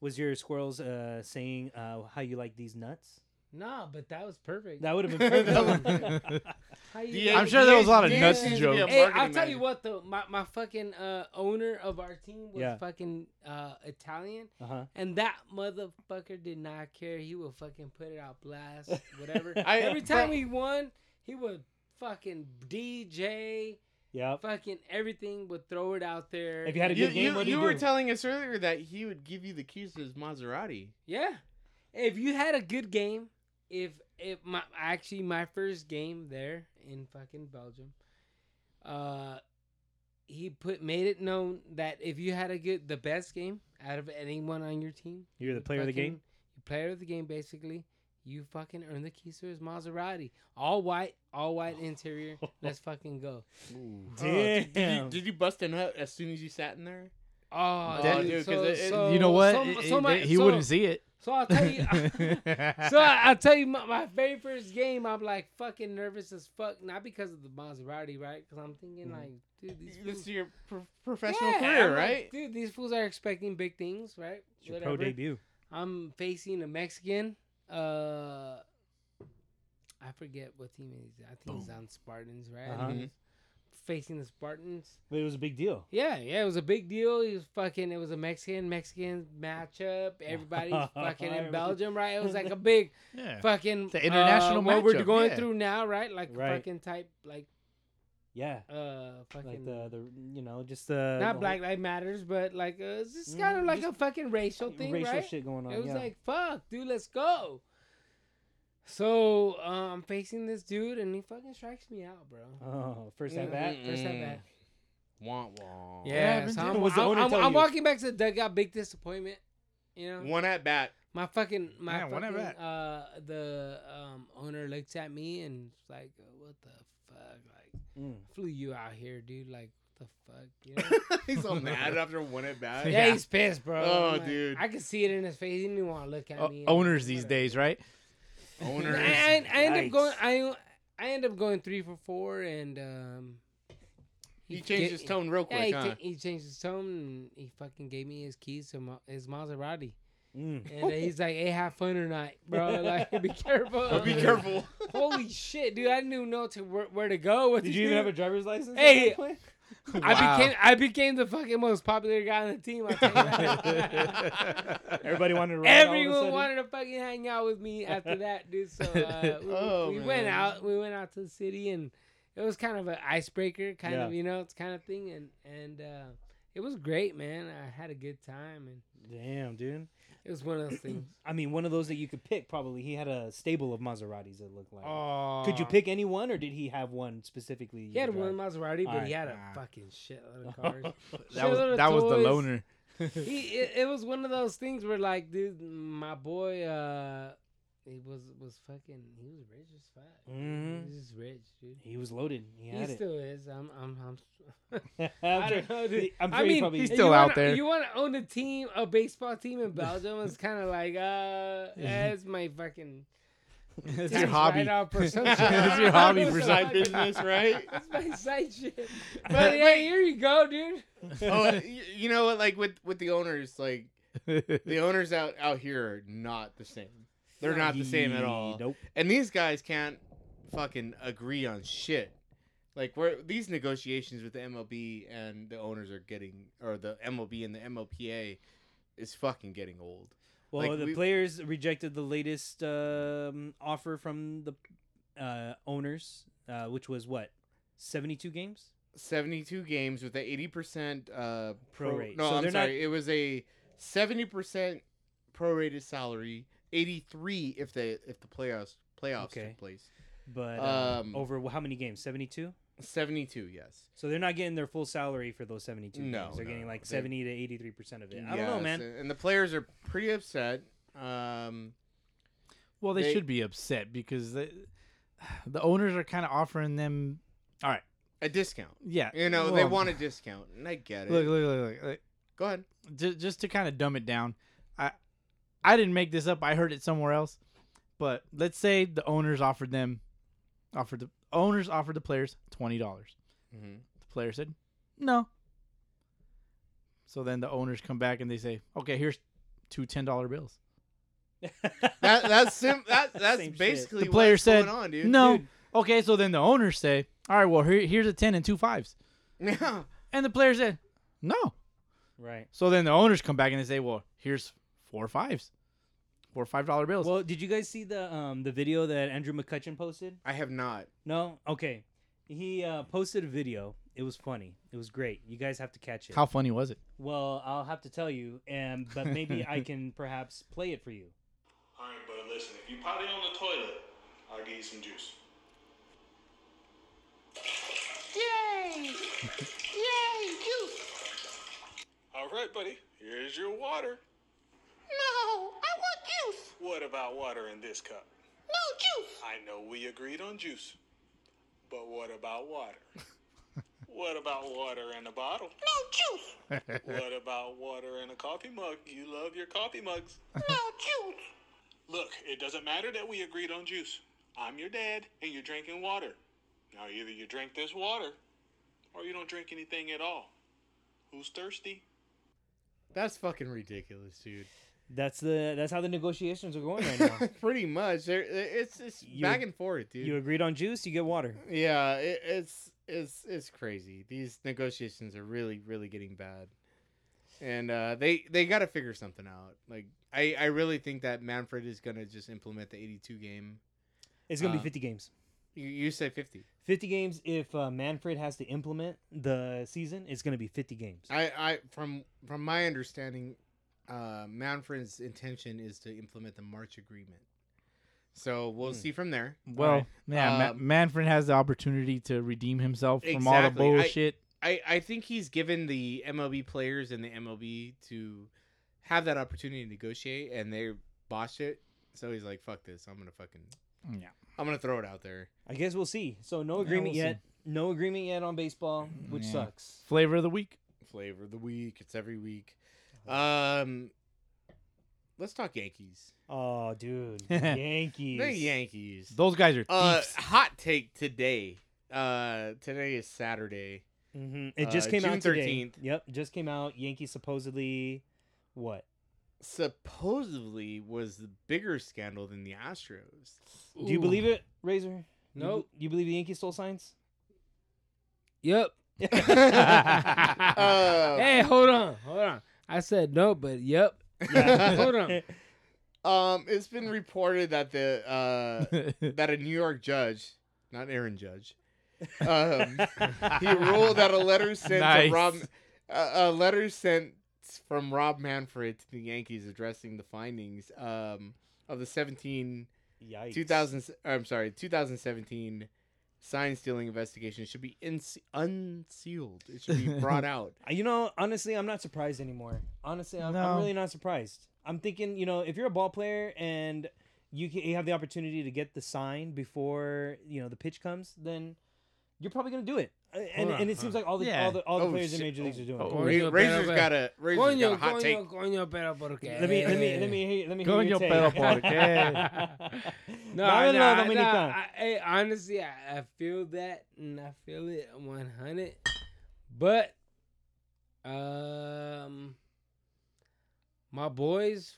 A: was your squirrels uh, saying uh, how you like these nuts
D: Nah, but that was perfect.
A: that would have been perfect
D: How you
B: DH
D: like
C: I'm sure there was a lot of
B: DH
D: nuts
B: needs to be a
C: jokes.
D: Hey, I'll
B: marketing
D: tell you
B: manager.
D: what though, my, my fucking uh, owner of our team was
A: Yeah.
D: fucking uh, Italian,
A: uh-huh
D: and that motherfucker did not care. He would fucking put it out blast, whatever.
B: I-
D: Every time
B: bro.
D: he won, he would fucking DJ,
A: yep
D: fucking everything would throw it out there.
A: If you had a
B: You,
A: good game,
B: you,
A: what do
B: you
A: you
B: were
A: do?
B: telling us earlier that he would give you the keys to his Maserati.
D: yeah, if you had a good game, if if my actually my first game there in fucking Belgium, uh, he put made it known that if you had a good the best game out of anyone on your team,
A: you're the player of the
D: fucking-
A: game
D: You player of the game, basically. You fucking earn the keys to his Maserati. All white, all white interior. Let's fucking go.
B: Oh, did, you,
A: Damn.
B: did you bust a nut as soon as you sat in there?
D: Oh,
B: That-
D: dude,
B: dude, 'cause
D: so,
B: it- it-
D: so-
C: Uh, you know what?
D: So,
C: It-
D: so
C: it-
D: my,
C: he
D: so-
C: wouldn't see it.
D: So I'll tell you. so I, I'll tell you my, my very first game. I'm like fucking nervous as fuck, not because of the Maserati, right? Because I'm thinking
A: Mm-hmm.
D: like, dude, these
B: This is
D: fools,
B: your pro- professional
D: Yeah, I'm
B: career,
D: like,
B: right?
D: dude, these fools are expecting big things, right?
A: It's your pro debut.
D: I'm facing a Mexican. Uh, I forget what team it is. I think it's on Spartans, right?
A: Uh-huh.
D: He was Facing the Spartans.
A: But it was a big deal.
D: Yeah, yeah, it was a big deal. He was fucking. It was a Mexican Mexican matchup. Everybody's fucking in Belgium, right? It was like a big
C: Yeah.
D: fucking
C: The international
D: uh, what we're
C: matchup,
D: going
C: yeah.
D: through now, right? Like
A: Right.
D: fucking type, like
A: Yeah,
D: uh, fucking.
A: like the the you know just the
D: not
A: the
D: Black Lives Matters, but like uh, it's just
A: Mm,
D: kind of like
A: just
D: a fucking racial
A: whole
D: thing,
A: racial
D: right?
A: shit going on.
D: It was
A: yeah.
D: like, fuck, dude, let's go. So uh, I'm facing this dude, and he fucking strikes me out, bro.
A: oh, first
D: Yeah.
A: at bat.
D: First at bat.
B: Womp womp.
D: Yeah,
C: happened
D: so
C: to you?
D: I'm,
A: Was the
D: I'm,
A: owner
D: I'm,
A: telling
D: I'm
A: you?
D: walking back to the dugout, big disappointment. You know,
B: One at bat.
D: my fucking my
C: Yeah, one at
D: fucking
C: bat.
D: uh the um owner looks at me and was like, "Oh, what the fuck? Like,
A: Mm.
D: flew you out here, dude. Like, what the fuck? You know?
B: He's so mad after one at bat.
D: yeah,
C: Yeah.
D: he's pissed, bro.
B: Oh,
D: I'm like-
B: dude.
D: I could see it in his face. He didn't even want to look at
C: O-
D: me.
C: owners these
D: Whatever.
C: days, right?
B: Owners.
D: I, I, I end
A: Yikes.
D: up going. I I end up going three for four, and um,
B: He changed
D: ga-
B: his tone real
D: Yeah, he,
B: quick, huh?
D: cha- he changed his tone. And he fucking gave me his keys to ma- his Maserati,
A: Mm.
D: and uh, he's like, "Hey, have fun tonight, bro. Like, be careful.
B: Oh, Be careful.
D: Holy shit, dude! I didn't even know to where, where to go. What
A: Did
D: to
A: you even
D: do.
A: have a driver's license? at
D: Hey,
A: that point?
C: Wow.
D: I became I became the fucking most popular guy on the team. I tell you that.
A: everybody wanted to. Ride all of
D: Everyone
A: a sudden?
D: wanted to fucking hang out with me after that, dude. So uh, we,
B: Oh,
D: we went
B: man.
D: out. We went out to the city, and it was kind of an icebreaker, kind of
A: Yeah.
D: you know, it's kind of thing, and and uh, it was great, man. I had a good time, and
A: Damn, dude.
D: it was one of those things.
A: I mean, one of those that you could pick. Probably he had a stable of Maseratis. It looked like.
C: Oh.
A: Could you pick any one, or did he have one specifically? you
D: He had
A: could
D: one
A: drive?
D: Maserati, but he
A: Alright.
D: had a
C: Ah.
D: fucking shitload of cars.
C: That was
D: Shitload of
C: that was the
D: toys.
C: loner.
D: he it, it was one of those things where like dude my boy uh he was was fucking he was rich as fuck
A: Mhm.
D: he was just rich dude
A: He was loaded. He
D: he
A: had it.
D: still is i'm i'm, I'm
A: I'm
D: I
A: sure-
D: don't know, dude.
A: I'm
D: I
A: sure he
D: mean,
A: probably-
C: he's
D: you
C: still out
D: wanna-
C: there.
D: you want to own a team a baseball team in belgium it's kind of like uh that's my fucking
C: That's
D: tax
C: your hobby.
D: write-off or some shit.
C: That's your hobby
D: It's
C: for
D: like-
B: Side business, right?
D: that's my side shit but yeah here you go dude
B: Oh, y- you know what? Like with with the owners, like the owners out out here are not the same. They're not the same at all.
A: Nope.
B: And these guys can't fucking agree on shit. Like where these negotiations with the MLB and the owners are getting, or the MLB and the MLPA is fucking getting old.
A: Well,
B: Like,
A: the
B: we-
A: players rejected the latest um, offer from the uh, owners, uh, which was what, seventy-two games?
B: Seventy-two games with the eighty percent uh, pro.
A: Prorate.
B: No,
A: So
B: I'm
A: they're not-
B: sorry. It was a seventy percent prorated salary, eighty-three if the if the playoffs playoffs
A: Okay.
B: took place.
A: But uh,
B: Um,
A: over how many games? Seventy-two.
B: Seventy-two, yes.
A: So they're not getting their full salary for those seventy-two
B: No,
A: games. They're
B: no,
A: getting like
B: they-
A: seventy to eighty-three percent of it. I don't know,
B: Yes,
A: man.
B: And and the players are pretty upset. Um,
C: Well, they,
B: They-
C: should be upset because the the owners are kind of offering them. All right,
B: a discount.
C: yeah.
B: You know, they
C: well,
B: want a discount, and I get it.
C: Look, look, look, look. look.
B: Go ahead.
C: Just, just to kind of dumb it down, I I didn't make this up. I heard it somewhere else. But let's say the owners offered them offered the owners offered the players twenty dollars.
A: Mm-hmm.
B: hmm
C: The player said no. So then the owners come back and they say, "Okay, here's two ten dollar bills."
B: That that's sim- that, that's
A: Same shit.
B: basically
C: The player
B: what's
C: said,
B: going on, dude.
C: No. Okay, so then the owners say, "All right, well here, here's a ten and two fives.
B: Yeah.
C: And the player said, "No."
A: right.
C: So then the owners come back and they say, "Well, here's four fives, four five dollar bills."
A: Well, did you guys see the um, the video that Andrew McCutcheon posted?
B: I have not.
A: No. Okay. He uh, posted a video. It was funny. It was great. You guys have to catch it.
C: How funny was it?
A: Well, I'll have to tell you, and but maybe I can perhaps play it for you.
F: All right, bud, listen. If you potty on the toilet, I'll give you some juice.
G: Yay! Yay, juice!
F: All right, buddy. Here's your water.
G: No, I want juice!
F: What about water in this cup?
G: No juice!
F: I know we agreed on juice, but what about water? what about water in a bottle?
G: No juice!
F: What about water in a coffee mug? You love your coffee mugs.
G: No juice!
F: Look, it doesn't matter that we agreed on juice. I'm your dad, and you're drinking water. Now, either you drink this water, or you don't drink anything at all. Who's thirsty?
B: That's fucking ridiculous, dude.
A: That's the that's how the negotiations are going right now.
B: Pretty much, They're, it's it's
A: You-
B: back and forth, dude.
A: you agreed on juice, you get water.
B: yeah, it, it's it's it's crazy. These negotiations are really really getting bad, and uh, they they got to figure something out. Like I I really think that Manfred is gonna just implement the eighty two game.
A: It's gonna
B: Uh,
A: be fifty games.
B: You, you said fifty.
A: Fifty games if uh, Manfred has to implement the season. It's gonna be fifty games.
B: I I from from my understanding, uh, Manfred's intention is to implement the March agreement. So we'll
A: Hmm.
B: see from there.
C: Well, yeah, Ma-
B: Um,
C: Manfred has the opportunity to redeem himself from all the
B: Exactly. I-
C: bullshit.
B: I, I think he's given the MLB players and the MLB to have that opportunity to negotiate, and they botched it. So he's like, "Fuck this! I'm gonna fucking,
C: yeah,
B: I'm gonna throw it out there."
A: I guess we'll see. So no agreement
C: we'll see.
A: yet. No agreement yet on baseball, which
C: Yeah.
A: sucks.
C: flavor of the week.
B: Flavor of the week. It's every week. Um, let's talk Yankees.
A: Oh, dude, Yankees.
B: The Yankees.
C: Those guys are
B: Uh,
C: thieves.
B: hot take today. Uh, today is Saturday.
A: hmm It just
B: Uh,
A: came
B: June
A: out today.
B: 13th.
A: Yep, just came out. Yankees supposedly what?
B: supposedly was the bigger scandal than the Astros.
A: Do you believe it, Razor? You
D: Nope.
A: bel- You believe the Yankees stole signs?
D: Yep.
B: Um, Uh,
A: Oh.
D: hey, hold on, hold on. I said no, but yep. hold on.
B: Um, it's been reported that the uh, that a New York judge, not Aaron Judge, um, he ruled that a letter sent
C: Nice.
B: to Rob, uh, a letter sent from Rob Manfred to the Yankees addressing the findings um, of the 17
A: Yikes.
B: 2000 I'm sorry 2017 sign stealing investigation should be inse unsealed. It should be brought out.
A: Uh, You know, honestly, I'm not surprised anymore. Honestly, I'm, I'm
C: No.
A: really not surprised. I'm thinking, you know, if you're a ball player and you, can, you have the opportunity to get the sign before you know the pitch comes, then you're probably gonna do it. Uh, And,
D: on,
A: and it seems like all the
C: Yeah.
A: all the, all the
B: Oh,
A: players in
B: shit.
A: major leagues are doing.
C: Oh,
A: it.
C: oh.
B: Ra-
D: Coño,
B: Razor's
D: pero-
B: got a Razor's got a
D: Coño,
B: hot take.
D: coño, coño, pero por qué?
A: Let me let me let me hear let me hear
C: Coño,
A: your take.
C: pero ¿por qué?
D: No,
A: Dámelo,
D: no, no,
A: Dominicano.
D: I, hey, honestly, I, I feel that and I feel it 100. But um, my boys,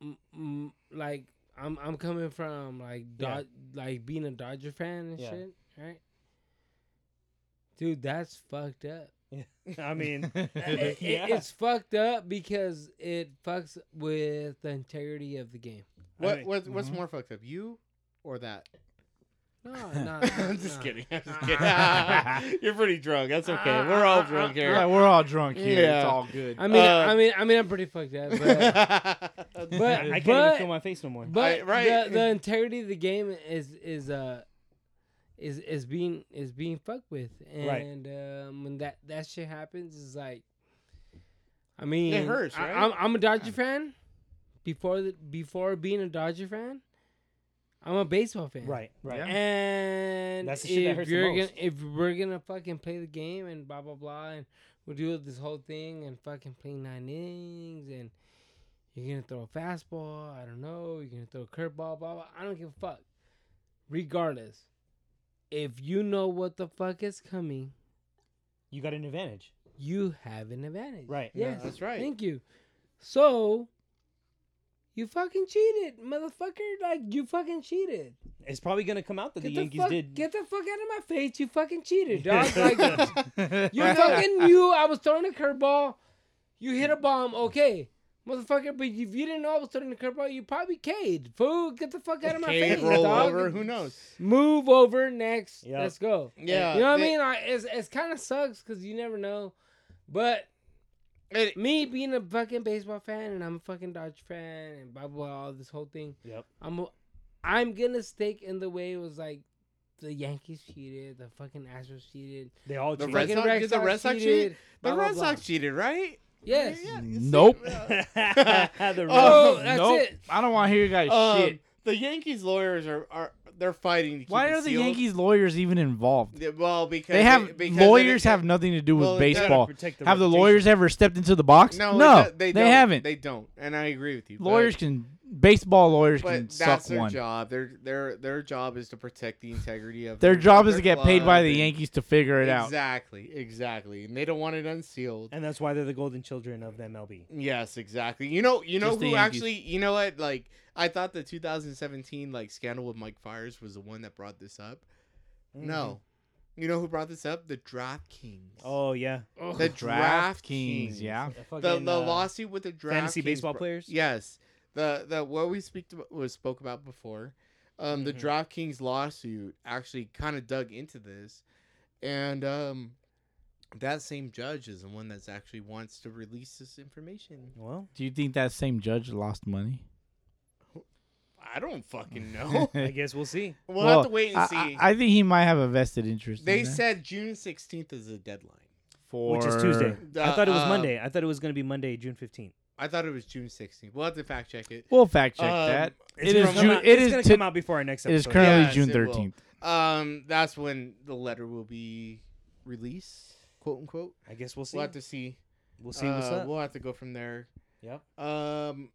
D: m- m- like I'm, I'm coming from like
A: Yeah.
D: Dod- like being a Dodger fan and
A: Yeah.
D: shit, right? Dude, that's fucked up.
A: I mean,
D: It- it-
A: yeah.
D: It's fucked up because it fucks with the integrity of the game.
A: I
B: What
A: mean-
B: what's what's
C: Mhm.
B: more fucked up, you or that?
D: No, no,
B: I'm
D: no.
B: just kidding. I'm just kidding. You're pretty drunk. That's okay.
D: Uh,
B: We're all drunk
C: yeah,
B: here.
C: we're all drunk here.
B: Yeah.
C: It's all good.
D: I mean,
B: Uh,
D: I mean, I mean, I'm pretty fucked up. But,
B: but
D: but,
A: I can't even
D: but,
A: feel my face no more.
D: but
B: I- right.
D: the, the integrity of the game is is uh is is being is being fucked with,
A: Right.
D: and um, when that that shit happens, is like, I mean,
B: hurts,
D: I,
B: right?
D: I'm, I'm a Dodger fan. Before the, before being a Dodger fan, I'm a baseball fan.
A: right, right.
C: Yeah.
D: And
A: That's the
D: if
A: shit that hurts the
D: you're
A: most.
D: gonna if we're gonna fucking play the game and blah blah blah and we'll do this whole thing and fucking play nine innings and you're gonna throw a fastball, I don't know, you're gonna throw a curveball, blah blah I don't give a fuck. Regardless. If you know what the fuck is coming,
A: You got an advantage.
D: you have an advantage.
A: Right.
B: Yeah,
D: Yes.
B: that's right.
D: Thank you. So you fucking cheated, motherfucker. Like you fucking cheated.
A: It's probably gonna come out that the Yankees
D: fuck,
A: did.
D: Get the fuck out of my face! You fucking cheated, dog. Like, you
C: Yeah.
D: fucking knew I was throwing a curveball. You hit a bomb, okay, motherfucker. But if you didn't know I was throwing a curveball, you probably K'd. Fool, get the fuck out of my
B: Cade,
D: face,
B: roll
D: dog.
B: over. Who knows?
D: Move over next.
A: Yeah.
D: Let's go.
B: Yeah,
D: you know what
B: Uh, they-
D: I mean? I, it's it's kind of sucks because you never know, but.
B: It-
D: me being a fucking baseball fan and I'm a fucking Dodge fan and blah blah, blah all this whole thing.
A: Yep.
D: I'm I'm gonna stake in the way it was like the Yankees cheated, the fucking Astros cheated,
A: They all
B: The
A: cheated.
B: Red
D: fucking
B: Sox- did the Red Sox cheat? The
D: blah, blah,
B: Red
D: blah.
B: Sox cheated, right?
D: Yes.
B: Yeah, you see-
C: nope.
A: the Red
D: Oh, that's
C: nope.
D: it.
C: I don't want to hear you guys
B: Um,
C: shit.
B: The Yankees lawyers are, are they're fighting. To keep
C: Why
B: it
C: are the
B: sealed.
C: Yankees lawyers even involved?
B: Yeah, Well, because
C: They have
B: because
C: lawyers
B: they-
C: have nothing to do with
B: well, they gotta
C: baseball.
A: protect the
C: have the
A: reputation.
C: lawyers ever stepped into the box?
B: No, it- they, don't.
C: haven't.
B: They don't, and I agree with you. but-
C: lawyers can baseball lawyers
B: but
C: can
B: that's
C: suck
B: their
C: one.
B: job. Their their their job is to protect the integrity of
C: Their job is
B: their
C: to get paid by
B: club
C: the
B: and-
C: Yankees to figure it out.
B: Exactly, exactly, and they don't want it unsealed.
A: And that's why they're the golden children of the MLB.
B: Yes, exactly. You know, you know
C: Just the
B: who
C: Yankees.
B: actually, you know what? Like, I thought the 2017 like scandal with Mike Fires was the one that brought this up. No,
C: Mm-hmm.
B: you know who brought this up? The DraftKings.
A: Oh yeah.
B: the
C: DraftKings, yeah.
B: The,
A: fucking,
B: the
A: uh,
B: lawsuit with the draft
A: fantasy baseball players?
B: Yes, the the what we speak to, was spoke about before. Um, the DraftKings lawsuit actually kind of dug into this, and um, that same judge is the one that's actually wants to release this information.
A: Well,
C: Do you think that same judge lost money?
B: I don't fucking know.
A: I guess we'll see.
B: we'll have to wait and
C: I-
B: see.
C: I, I think he might have a vested interest.
B: they
C: in that.
B: said June sixteenth is the deadline.
C: for
A: Which is Tuesday. I
B: Uh,
A: thought it was
B: uh,
A: Monday. I thought it was going to be Monday, June fifteenth.
B: I thought it was June sixteenth. We'll have to fact check it.
C: We'll fact check
B: Um,
C: that.
A: It's
C: It is
A: gonna come
C: June.
A: out-
C: It
A: it's going
C: is.
A: to
C: ti-
A: come out before our next
C: It is
A: episode.
C: currently
B: Yes,
C: June
B: it will.
C: thirteenth.
B: Um, that's when the letter will be released, quote unquote.
A: I guess we'll see.
B: We'll have to see.
A: We'll see what's
B: Uh,
A: up.
B: We'll have to go from there.
A: Yep.
B: Um,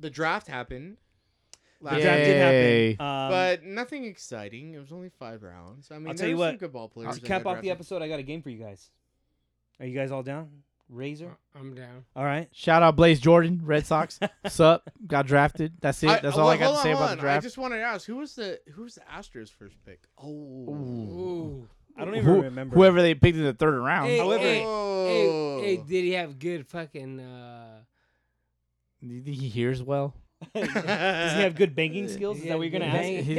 B: the draft happened,
A: The
B: last
A: draft did
C: Yay.
A: happen. Um,
B: but nothing exciting. It was only five rounds. I mean,
A: I'll
B: there
A: tell you
B: were some
A: what,
B: good ball players.
A: to
B: that
A: cap
B: got
A: off the
B: drafted.
A: episode, I got a game for you guys. Are you guys all down? Razor.
D: Uh, I'm down.
C: Uh,
A: All right.
C: Shout out Blaze Jordan, Red Sox. Sup? Got drafted. That's it. That's all I
B: well, uh,
C: got
B: hold
C: to
B: on,
C: say
B: hold
C: about
B: on.
C: the draft.
B: I just wanted to ask who was the who was the Astros first pick? Oh,
D: Ooh.
A: I don't
C: Who-
A: even remember.
C: Whoever they picked in the third round.
D: Hey,
A: However-
D: hey,
B: Oh.
D: hey, hey, did he have good fucking? uh
C: Do you think he hears well?
A: does he have good banking skills? Is that what you're gonna
D: Bang-
A: ask?
C: He's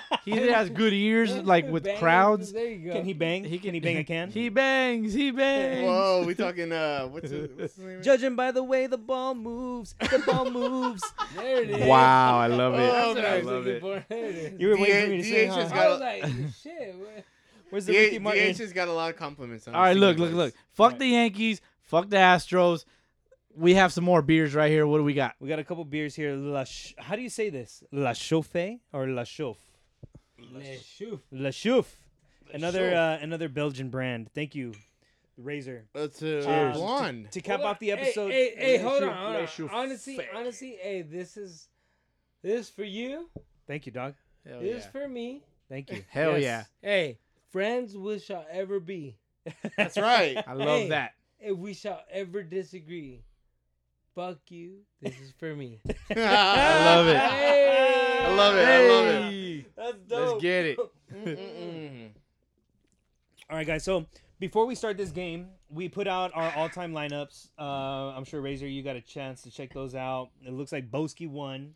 C: got- He either has good ears, like with
D: Bang-
C: crowds.
D: There you go.
A: Can he bang? He can, he bang a can?
C: He bangs. He bangs.
B: Whoa, we talking uh, what's his, what's his name?
A: Judging by the way the ball moves, the ball moves.
D: There it is.
C: Wow, I love it.
B: Oh,
D: That's what I
B: I
D: was
C: love
D: looking
C: it.
D: for. There it is.
A: You were waiting
B: D-
A: for me to say,
B: DH has
A: huh?
B: got-
D: I was like, shit. What?
A: Where's the
B: D-
A: Ricky Martin?
B: DH has got a lot of compliments. On
C: All right,
B: his
C: look,
B: singing
C: look, look.
B: voice.
C: Fuck the Yankees. Fuck the Astros. We have some more beers right here. What do we got?
A: We got a couple beers here. La Ch- how do you say this? La Chauffe or La Chauffe?
D: Man, shoot.
A: La Chauffe. Another uh, another Belgian brand. Thank you, Razor.
B: Let's uh,
A: Um,
B: blonde.
A: To cap
D: Hold
A: off the
D: on. Hey,
A: episode.
D: Hey, hey,
A: La
D: hold on,
A: Chauffe,
D: hold
A: La
D: on.
A: Chauffe.
D: Honestly, honestly, hey, this is this is for you.
A: Thank you, dog.
C: Hell
D: This is for me.
A: Thank you.
C: Hell
A: Yes.
D: Hey, friends, we shall ever be.
B: That's right.
C: yeah. I love
D: Hey.
C: that.
D: If we shall ever disagree, fuck you. This is for me.
C: I love it.
B: I love it. I love it.
A: That's dope.
C: Let's get it.
B: Mm-mm-mm.
A: All right, guys. So before we start this game, we put out our all-time lineups. Uh, I'm sure Razor, you got a chance to check those out. It looks like Boski won.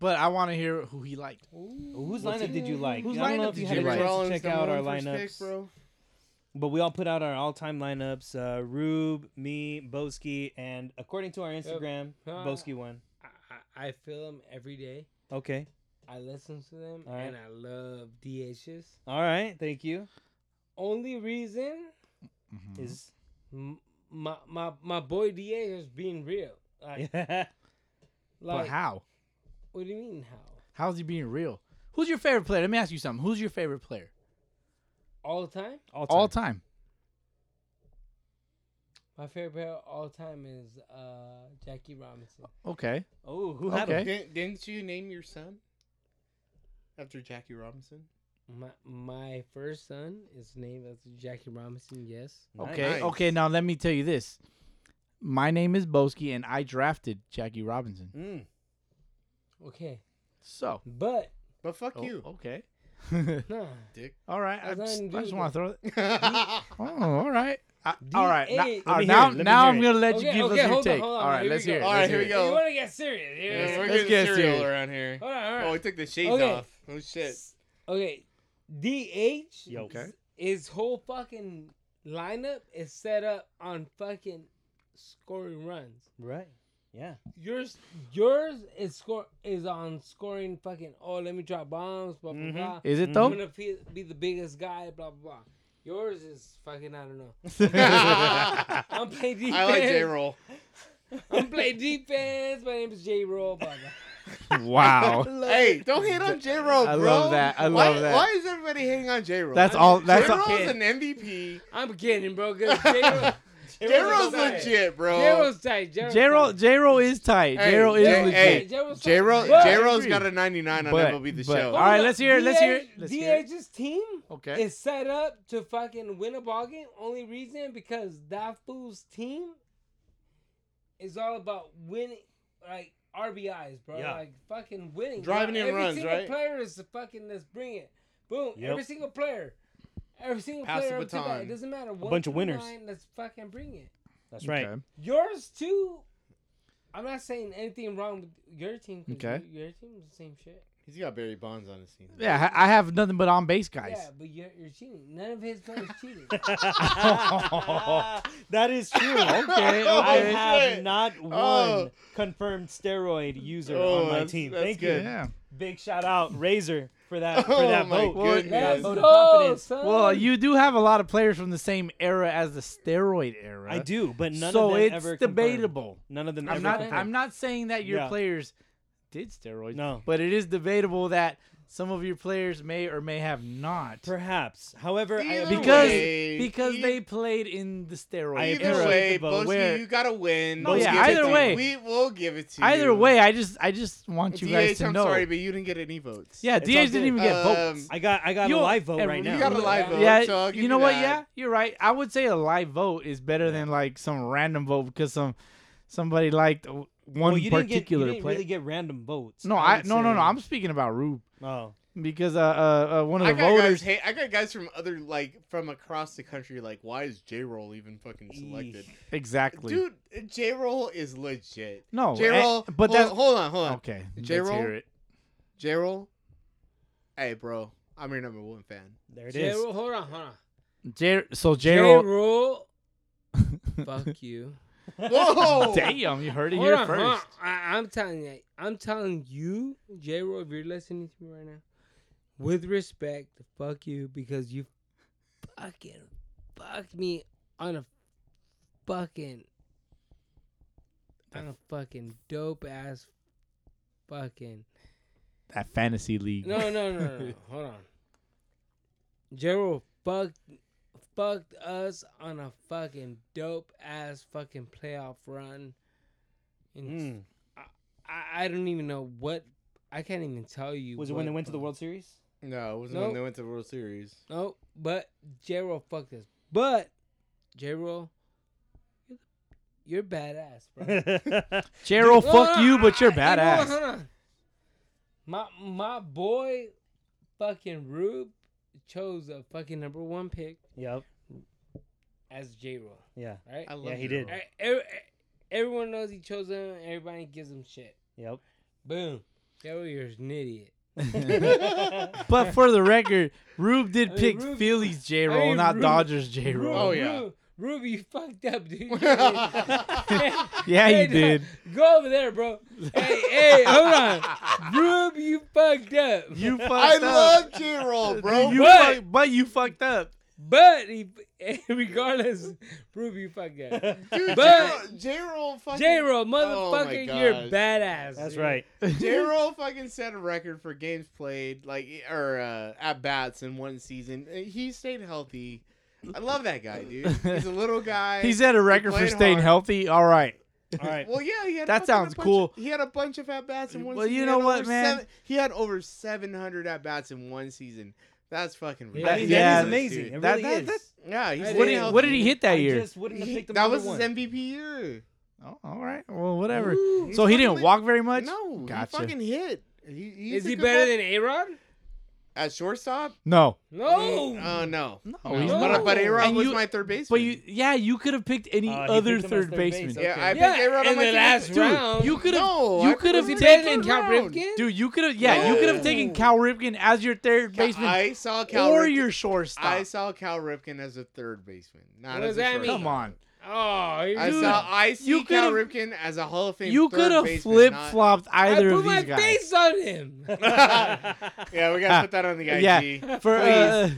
C: But I want to hear who he liked.
A: Whose lineup did you like?
C: Whose
A: I don't know
C: lineup
A: if you
C: did
A: had a
C: you like?
A: chance
B: Rollins,
A: to check
B: number
A: out our
B: one
A: lineups,
B: first pick, bro.
A: but we all put out our all-time lineups. Uh, Rube, me, Boski, and according to our Instagram,
D: Uh,
C: Ah.
A: Boski won.
D: I, I, I feel them every day.
A: Okay.
D: I listen to them,
A: All right.
D: and I love DHs.
A: All right. Thank you.
D: Only reason
C: Mm-hmm.
A: Is
D: m- my my my boy DH is being real. Like,
C: But
D: like
C: how?
D: what do you mean how?
C: How's he being real? Who's your favorite player? Let me ask you something. Who's your favorite player?
D: All the time?
A: all time.
C: All time.
D: My favorite player of all time is uh, Jackie Robinson.
C: Okay.
A: oh, who had
C: Okay.
A: him?
B: Didn't, didn't you name your son after Jackie Robinson?
D: My my first son is named after Jackie Robinson. Yes.
C: Okay.
B: Nice.
C: Okay. Now let me tell you this. My name is Boski, and I drafted Jackie Robinson.
A: Mm.
D: Okay,
C: So.
D: but
B: But fuck
C: Oh,
B: you.
C: Okay.
D: nah.
B: Dick.
C: all right. I
D: That's
C: just,
D: nothing to
C: I
D: do
C: just
D: with
C: want to
D: it.
C: throw it.
B: That's
C: Oh, all right. I,
D: D-
C: all right.
D: hey,
C: Now,
D: let me
C: all right,
A: hear
C: now,
A: it, let me
C: now
A: hear
C: I'm
A: it.
C: gonna let you
D: Okay,
C: give
D: okay,
C: us your
D: hold on,
C: take.
D: hold on,
C: all right,
D: here we
C: let's
D: go.
C: hear it.
B: All right,
C: let's
B: here
C: hear
B: we
C: it.
B: go.
D: You want to get serious? Yeah.
B: We're
C: Let's
B: getting
C: get
B: serial
C: serious.
B: around here.
D: All right, all
B: Oh, we
D: right.
B: took the shades
D: Okay.
B: off. Oh shit.
D: Okay, DH.
A: Yo. Okay.
D: His whole fucking lineup is set up on fucking scoring runs.
A: Right. Yeah.
D: Yours, yours is score is on scoring fucking. Oh, let me drop bombs. Blah blah
A: Mhm.
D: blah.
C: Is it
D: I'm
C: though?
D: gonna be, be the biggest guy. Blah blah blah. Yours is fucking. I don't know.
B: I
D: I'm playing defense.
B: like J roll.
D: I'm playing defense. My name is J Roll. Blah blah.
C: wow.
B: Hey, don't hate on J Roll, bro.
C: I love that. I
B: why,
C: love that.
B: Why is everybody hating on J Roll?
C: That's all.
B: J
C: That's all.
B: Roll's an MVP.
D: I'm kidding, bro. Cause J-Roll,
B: J Roll's legit, bro.
D: J Roll's tight.
C: J roll. J roll is tight. J roll is
B: J-
C: legit.
B: hey,
D: J-Roll's
B: J Roll.
D: tight.
B: J Roll's
C: But-
B: got a 99 on
C: but-
B: MLB The
C: but-
B: Show.
D: Oh,
C: All right, let's hear it, let's hear it,
D: DH
C: let's hear it.
D: DH's team
C: Okay.
D: is set up to fucking win a ball game. Only reason because that fool's team is all about winning, like RBIs, bro.
A: Yeah.
D: Like fucking winning.
B: Driving
D: Bro,
B: in
D: every
B: runs,
D: single
B: right?
D: Player is the fucking let's bring it. Boom.
A: Yep.
D: Every single player. Every single
B: Pass the
D: player up to that.
B: baton.
D: It doesn't matter. One
A: bunch of
D: through
A: winners.
D: nine, let's fucking bring it.
A: That's right.
C: Okay.
D: Yours too. I'm not saying anything wrong with your team. 'cause
C: Okay.
D: you- Your team is the same shit.
B: He's got Barry Bonds on his team.
C: Yeah, ha- I have nothing but on base guys.
D: Yeah, but you're, you're cheating. None of his players cheated.
A: that is true.
B: Okay,
A: I
B: okay.
A: have
B: Shit.
A: not one
B: Oh.
A: confirmed steroid user
B: Oh,
A: on my
B: that's-
A: team.
B: that's
A: Thank
B: good.
A: you.
C: Yeah.
A: Big shout out Razor for that for
B: Oh
A: that
B: my
A: vote.
B: goodness.
A: That vote of
D: Let's go,
A: confidence.
D: son.
C: Well, you do have a lot of players from the same era as the steroid era.
A: I do, but none
C: so
A: of them
C: it's
A: ever confirmed.
C: debatable.
A: None of them
C: I'm
A: ever
C: not.
A: confirmed.
C: I'm not saying that your
A: Yeah.
C: players did steroids.
A: No.
C: but it is debatable that Some of your players may or may have not.
A: Perhaps. However, I
B: Either
C: Because
B: way,
C: because
B: e-
C: they played in the steroid
A: I
C: era.
B: Either
A: appreciate
B: way,
A: the vote.
B: both
C: Where-
B: of you gotta win.
C: No,
B: We'll
C: yeah,
B: give it
C: either
B: to you.
C: way.
B: we will give it to you.
C: Either way, I just I just want you guys
B: DH,
C: to
B: I'm
C: know.
B: sorry, but you didn't get any votes.
C: yeah,
A: It's
C: DH
A: all
C: didn't
A: good.
C: even get
B: Um,
C: votes.
A: I got I got a
C: Yo,
A: live vote
C: and
A: right
C: you
A: now.
B: you got a live vote.
C: Yeah,
B: so I'll give
C: you know what?
B: that.
C: Yeah, you're right. I would say a live vote is better than like some random vote because some somebody liked one
A: well, you didn't get you
C: particular
A: didn't
C: player.
A: really get random votes.
C: no, I
A: would
C: no no no.
A: say-
C: I'm speaking about Rube
A: oh
C: because uh, uh, uh one of
B: I
C: the
B: got guys.
C: voters.
B: Hey, I got guys from other like from across the country. Like, why is J Roll even fucking selected?
A: Eesh.
C: exactly.
B: Dude, J Roll is legit.
C: no,
B: J Roll,
C: and-
B: Oh, eh, but
C: but
B: hold,
C: that's
B: hold on, hold on.
C: okay.
B: J-Roll?
C: Let's hear it.
B: J Roll, hey bro, I'm your number one fan.
A: there it
D: J.
A: is.
D: Roll, hold on, hold on.
C: J- so
D: J.
C: J Roll.
D: Roll, fuck you.
B: Whoa,
C: Damn, you heard it
D: Hold
C: here
D: on, hold on.
C: first.
D: I, I'm telling you, I'm telling you, J. Roll, if you're listening to me right now, with respect, fuck you because you fucking fucked me on a fucking on a fucking dope ass fucking
C: That fantasy league.
D: No, no, no, no, no. Hold on. Gerald fucked fucked us on a fucking dope ass fucking playoff run. And
A: Mm.
D: I, I don't even know what I can't even tell you.
A: Was it when
D: what
A: they went to the
D: fuck-
A: World Series?
B: No, it was when
D: Nope.
B: they went to the World Series.
D: No, but Gerald fucked us. But Gerald, you're the- you're badass, bro.
C: J Roll,
D: No,
C: fuck
D: no,
C: you, but you're
D: I- you know what,
C: badass.
D: hold on. My my boy, fucking Rube, chose a fucking number one pick
A: yep.
D: as J Roll,
A: Yeah.
D: right?
B: I love
A: Yeah, he
B: J-Roll.
A: did.
D: E- every- everyone knows he chose him. Everybody gives him shit.
A: Yep.
D: Boom. J Roll, you're an idiot.
C: But for the record, Rube
D: I
C: did
D: mean,
C: pick
D: Rube-
C: Phillies J Roll,
D: I mean,
C: not
D: Rube-
C: Dodgers J Roll.
B: Oh, yeah.
D: Rube, Rube, you fucked up, dude.
C: Yeah,
D: Hey,
C: you
D: dog,
C: did.
D: Go over there, bro. Hey, hey, hold on. Rube, you fucked up.
C: You fucked
B: I
C: up.
B: love J Roll, bro.
C: You
D: But-
C: fuck- but you fucked up.
D: But he, regardless, Rube, you fucked up.
B: Dude,
D: But-
B: J Roll fucking
D: J Roll,
B: Oh my
D: motherfucker, you're
B: God.
D: badass.
A: That's
D: dude.
A: right.
B: J Roll fucking set a record for games played, like or uh, at bats in one season. Uh, He stayed healthy. I love that guy, dude. He's a little guy.
C: He set a record for
B: played
C: staying
B: hard.
C: healthy. All right.
A: All right.
B: Well, yeah, he had fucking
C: That sounds
B: a bunch
C: cool.
B: of- he had a bunch of at bats in one.
C: Well, you
B: season. He
C: know
B: had
C: what,
B: over
C: man?
B: seven- he had over seven hundred at bats in one season. That's fucking.
A: Yeah, I
B: ridiculous,
A: mean,
C: yeah,
A: that is amazing.
B: dude.
A: It
C: That-
A: really
C: that-
A: is.
C: that-
B: Yeah, he
D: What
B: stayed
C: What did,
B: healthy.
C: what did he hit that
A: I
C: year?
A: just wouldn't have
B: He-
A: picked him
B: that
A: number
B: was
A: one.
B: his MVP year.
C: Oh, all right. Well, whatever.
B: Ooh,
C: so he didn't
B: fucking-
C: walk very much.
B: No,
C: Gotcha.
B: he fucking hit. He, he's
D: Is
B: a
D: he
B: good
D: better
B: ball-
D: than A Rod?
B: at shortstop?
C: No.
D: Mm. No.
B: Uh, no.
C: No,
B: no.
C: he's
B: but, uh,
C: not.
B: but A-Rod
C: And
B: was
C: you-
B: my third baseman.
C: But you, yeah, you could have picked any
A: Uh, he
C: other
A: picked him as
C: third
A: third
C: baseman.
A: base.
B: yeah, I
A: Okay.
B: picked
D: Yeah,
B: A-Rod
D: in
B: on my
D: the
B: team.
D: last
B: Dude,
C: Dude,
D: round.
C: you could have,
B: No, I
C: you
B: picked
C: could have
B: him
D: Is he
B: in the
D: better
C: taken
D: than
B: second
D: Cal
B: round.
D: Ripken?
C: Dude, you could have. Yeah, you could have
B: No.
C: taken Cal Ripken as your third baseman
B: I saw Cal
C: or
B: Ripken.
C: your shortstop.
B: I saw Cal Ripken as a third baseman, not
D: What
B: as
D: does
B: a
D: that mean?
B: shortstop.
C: Come on.
D: Oh, dude.
B: I saw. I see
C: you
B: Cal
C: could've-
B: Ripken as a Hall of Fame.
C: you
B: could have
C: flip flopped
D: I
C: either
D: put
C: of
D: my
C: these guys.
D: face on him.
B: Yeah, we gotta put that on the IG.
C: yeah, for uh,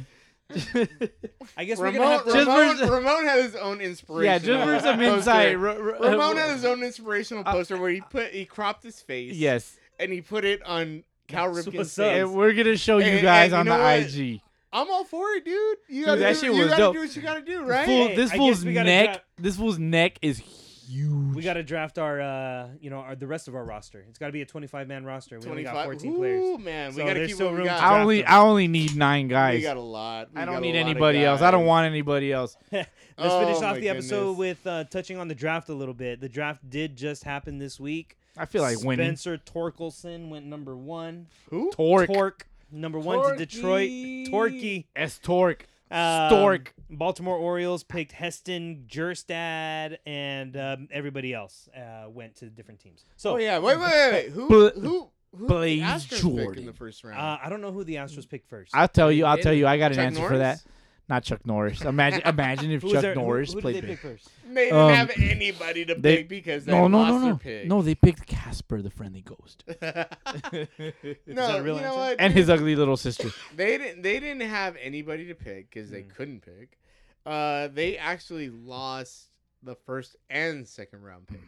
A: I guess we're gonna
B: Ramon,
A: have to.
C: Just
B: Ramon,
C: for-
B: Ramon had his own inspiration.
C: yeah, just for some insight. Ra- Ra- uh,
B: Ramon had his own inspirational poster where he put he cropped his face.
C: Yes,
B: and he put it on Cal
A: That's
B: Ripken's
A: what's up.
B: face.
C: and we're gonna show
B: And-
C: you
B: and
C: guys
B: you
C: on
B: know
C: the
B: what?
C: IG.
B: I'm all for it, dude. You
C: Dude,
B: gotta,
C: that
B: do,
C: shit
B: you
C: was
B: gotta
C: dope.
B: do what you gotta do, right?
C: Fool,
A: Hey,
C: this
A: I guess
C: fool's
A: we gotta
C: neck.
A: drop-
C: This fool's neck is huge.
A: We got to draft our, uh, you know, our the rest of our roster. It's got to be a 25 man roster. We only got 14
B: Ooh,
A: players.
B: man, we
A: So
B: gotta
A: there's
B: keep
A: still
B: what we
A: room to
B: got.
C: I only,
A: draft
C: I only need nine guys.
B: We got a lot. We got
C: I don't
B: a
C: need
B: lot of
C: anybody else. I don't
B: guys.
C: want anybody else.
A: Let's
B: Oh,
A: finish off
B: my
A: the episode
B: goodness.
A: with uh, touching on the draft a little bit. The draft did just happen this week.
C: I feel like winning.
A: Spencer Torkelson went number one.
B: Who?
C: Torque.
A: Torque number one to Detroit.
D: Torquey.
A: Torquey.
C: S Torque.
A: Um,
C: Stork.
A: Baltimore Orioles picked Heston, Jerstad, and um, everybody else uh, went to different teams. So
B: Oh yeah. Wait, wait, wait. wait. Who?
C: Bla-
B: who? Who?
C: Blaze
B: the Astros picked
C: Jordan.
B: in the first round.
A: uh, I don't know who the Astros picked first.
C: I'll tell you. I'll
D: They
C: tell you. I got an
B: Chuck
C: answer for that.
B: Norris?
C: Not Chuck Norris. Imagine, imagine if
A: Who was
C: Chuck
A: their- who-
C: Norris
A: who,
C: played
A: did they
C: big.
A: pick first?
B: they didn't
C: um,
B: have anybody to
C: they-
B: pick because they
C: No, no,
B: lost
C: no,
B: their
C: no,
B: pick.
C: no. They picked Casper, the friendly ghost,
B: no,
A: that a real
B: you know
A: answer?
B: what?
C: and
B: dude?
C: his ugly little sister.
B: They didn't. They didn't have anybody to pick because
A: Hmm.
B: they couldn't pick. Uh, they actually lost the first and second round pick.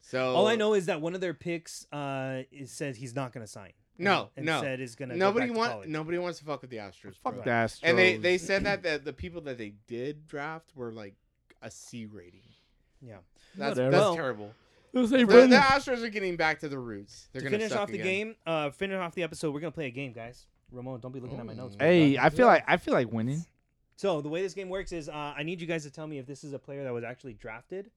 B: So Oh.
A: All I know is that one of their picks uh, is, says he's not going to sign.
B: No,
A: and
B: no.
A: said is gonna
B: nobody
A: go back to
B: want
A: college.
B: nobody wants to fuck with the Astros.
C: Fuck
B: bro.
C: the Astros.
B: And they they said that that the people that they did draft were like a C rating.
A: Yeah.
B: That's
C: Whatever.
B: that's
A: Well,
B: terrible.
C: They'll say,
B: The,
C: "Bro,
B: the Astros are getting back to the roots. They're
A: to
B: gonna
A: finish
B: suck
A: off the
B: again.
A: game, uh, finish off the episode. We're gonna play a game, guys. Ramon, don't be looking at my notes. bro.
C: Hey, I feel like I feel like winning.
A: So the way this game works is, uh, I need you guys to tell me if this is a player that was actually drafted,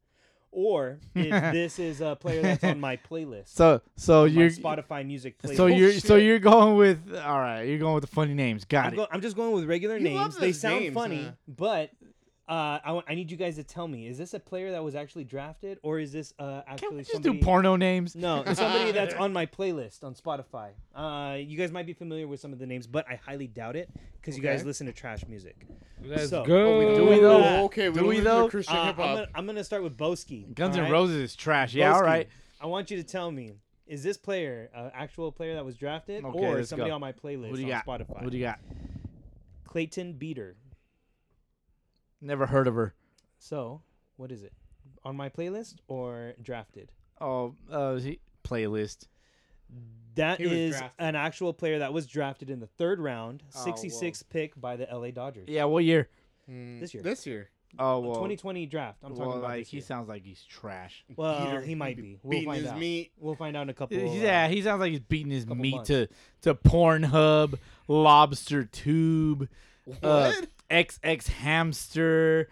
A: or if this is a player that's on my playlist,
C: So so
A: on my
C: you're
A: Spotify music playlist.
C: so you're so you're going with all right. You're going with the funny names. Got
A: I'm,
C: it.
A: go- I'm just going with regular
B: You love
A: names. They
B: those
A: sound
B: names,
A: funny,
B: huh?
A: but uh, I want- I need you guys to tell me: is this a player that was actually drafted, or is this uh, actually
C: Can we just
A: somebody?
C: do porno names?
A: No, it's somebody that's on my playlist on Spotify. Uh, you guys might be familiar with some of the names, but I highly doubt it because you guys
B: Okay.
A: listen to trash music.
D: Let's
A: So-
D: go.
A: Oh,
C: Do we though?
A: that.
B: Okay, we
C: Do we
B: listen to
C: though?
A: Uh,
B: Christian
A: I'm,
B: hip hop.
A: gonna, I'm gonna start with Boski.
C: Guns
A: all
C: N'
A: right?
C: Roses is trash. Yeah, all
A: Boski,
C: right.
A: I want you to tell me: is this player an actual player that was drafted,
C: Okay,
A: or
C: let's
A: somebody
C: go.
A: on my playlist
C: Who do you
A: on
C: got?
A: Spotify?
C: What do you got?
A: Clayton Beater.
C: Never heard of her.
A: So, what is it? On my playlist or drafted?
C: Oh, uh, he- playlist.
A: That
B: He was
A: is
B: drafted.
A: an actual player that was drafted in the third round,
C: Oh, whoa.
A: 66th pick by the LA Dodgers.
C: Yeah, what year?
B: Mm,
A: this year.
B: This year.
C: Oh,
A: A
C: well,
A: 2020 draft. I'm talking
C: well,
A: about
C: like
A: this
C: he
A: year.
C: sounds like he's trash.
A: Well,
B: Peter,
A: he
B: he
A: might
B: be
A: be. We'll
B: beating
A: find
B: his
A: out.
B: meat.
A: We'll find out in a couple.
C: He's-
A: uh,
C: yeah, he sounds like he's beating his
A: couple
C: meat
A: months.
C: to to Pornhub, Lobster Tube, uh,
B: What?
C: XX Hamster.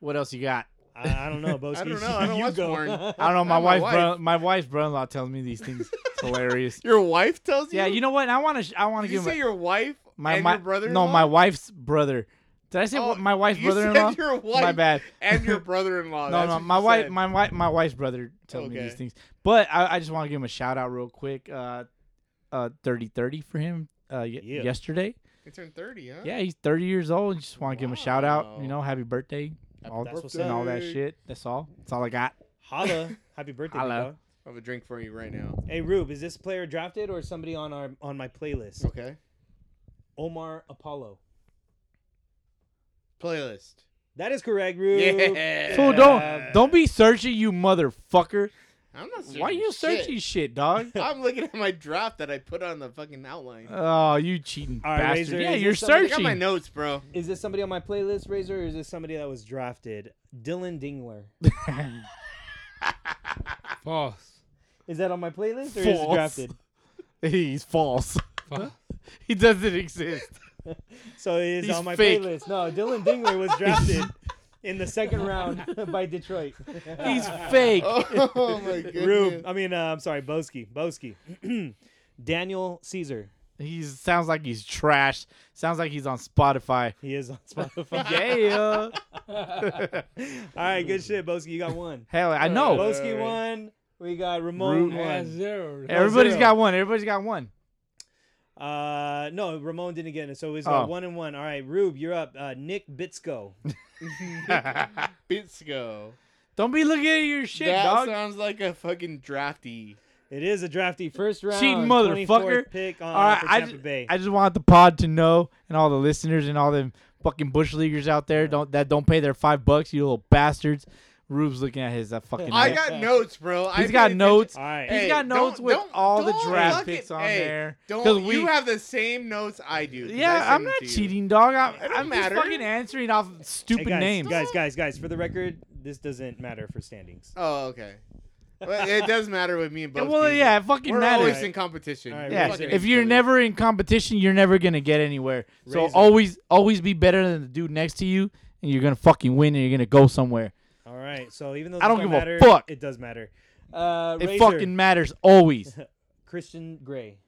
C: What else you got?
A: I, I don't know, Boski.
B: I don't know. I don't
A: you
B: watch
A: go.
B: porn.
C: I don't know. My
B: I'm a
C: wife,
B: wife.
C: bro- my wife's brother-in-law tells me these things. It's hilarious.
B: Your wife tells you.
C: Yeah, you know what? I want to. Sh- I want to
B: Did you
C: give him
B: say
C: a-
B: your wife
C: my
B: and
C: my
B: your brother?
C: No, my wife's brother. Did I say
B: Oh,
C: what, my wife's
B: you said
C: brother-in-law?
B: your
C: My
B: wife
C: bad.
B: and your brother-in-law.
C: No,
B: That's
C: no,
B: what
C: my
B: you
C: wife,
B: said.
C: my wife, my wife's brother tells me these
B: Okay.
C: things. But I, I just want to give him a shout out real quick. Uh, uh, thirty thirty for him. Uh, y-
A: Yeah.
C: yesterday.
B: He turned thirty, huh?
C: Yeah, he's thirty years old. and Just want to give him a shout out. You
B: Wow.
C: know, happy birthday, all,
A: That's what's
C: and all that
B: birthday.
C: shit. That's all. That's all I got.
A: Holla! Happy birthday,
C: Holla.
A: bro.
B: I have a drink for you right now.
A: Hey, Rube, is this player drafted or somebody on our on my playlist?
B: Okay.
A: Omar Apollo.
B: Playlist.
A: That is correct, Rube.
B: Yeah.
C: So don't don't be searching, you motherfucker.
B: I'm not searching
C: Why you searching
B: shit.
C: shit, dog?
B: I'm looking at my draft that I put on the fucking outline.
C: Oh, you cheating
A: All right,
C: bastard!
A: Razor,
C: yeah,
A: is
C: you're
A: this something-
B: I
C: searching.
B: got my notes, bro.
A: Is this somebody on my playlist, Razor, or is this somebody that was drafted? Dylan Dingler.
D: False.
A: Is that on my playlist or is it
C: False.
A: drafted?
C: He's false.
D: False.
C: He doesn't exist.
A: So it is
C: He's
A: on my
C: fake.
A: playlist. No, Dylan Dingler was drafted in the second round by Detroit.
C: He's fake.
B: Oh, my goodness.
A: Rube, I mean, uh, I'm sorry, Boski. Boski. Daniel Caesar.
C: He sounds like he's trash. Sounds like he's on Spotify.
A: He is on Spotify.
C: Yeah.
A: All right, good shit, Boski. You got one.
C: Hell, I know.
A: Boski
B: Alright.
A: won. We got Ramon
C: Ru-
D: At
A: one.
D: zero.
C: Everybody's
A: zero.
C: got one. Everybody's got one.
A: Uh, no, Ramon didn't get it. So it's uh,
C: Oh.
A: one and one. All right, Rube, you're up. Uh, Nick Bitsko.
B: Bitsko.
C: Don't be looking at your shit,
B: that
C: dog.
B: sounds like a fucking drafty.
A: It is a drafty first round.
C: Cheating motherfucker.
A: 24th Pick on
C: all right,
A: for
C: I
A: Tampa
C: just,
A: Bay.
C: I just want the pod to know, and all the listeners and all them fucking bush leaguers out there don't that don't pay their five bucks, you little bastards. Rube's looking at his uh, fucking.
B: I
C: notes.
B: got notes, bro. I
C: He's got
B: pay
C: notes.
A: All right.
C: He's
B: Hey,
C: got notes
B: don't-
C: with
B: don't-
C: all the
B: don't
C: draft
B: look
C: picks
B: at-
C: on
B: hey,
C: there.
B: Don't
C: 'Cause we-
B: you have the same notes I do? 'cause I
C: Yeah,
B: send
C: I'm
B: them
C: not
B: to you.
C: cheating, dog. I'm,
B: It don't
C: I'm just
B: matter.
C: fucking answering off
A: Hey,
C: stupid
A: guys,
C: names.
A: Guys, guys, guys. For the record, this doesn't matter for standings.
B: Oh, okay. Well, it does matter with me and
C: Yeah,
B: both.
C: well, yeah, it fucking
B: we're
C: matters.
B: always in competition.
A: All right,
B: We
C: yeah,
B: fucking
C: if
B: hate
C: you're
B: each other.
C: never in competition, you're never gonna get anywhere. So
A: Razor.
C: always, always be better than the dude next to you, and you're gonna fucking win, and you're gonna go somewhere.
A: All right. So even though
C: I don't
A: this
C: give a
A: matter,
C: fuck.
A: It does matter. Uh,
C: It
A: Razor,
C: fucking matters always.
A: Christian Gray.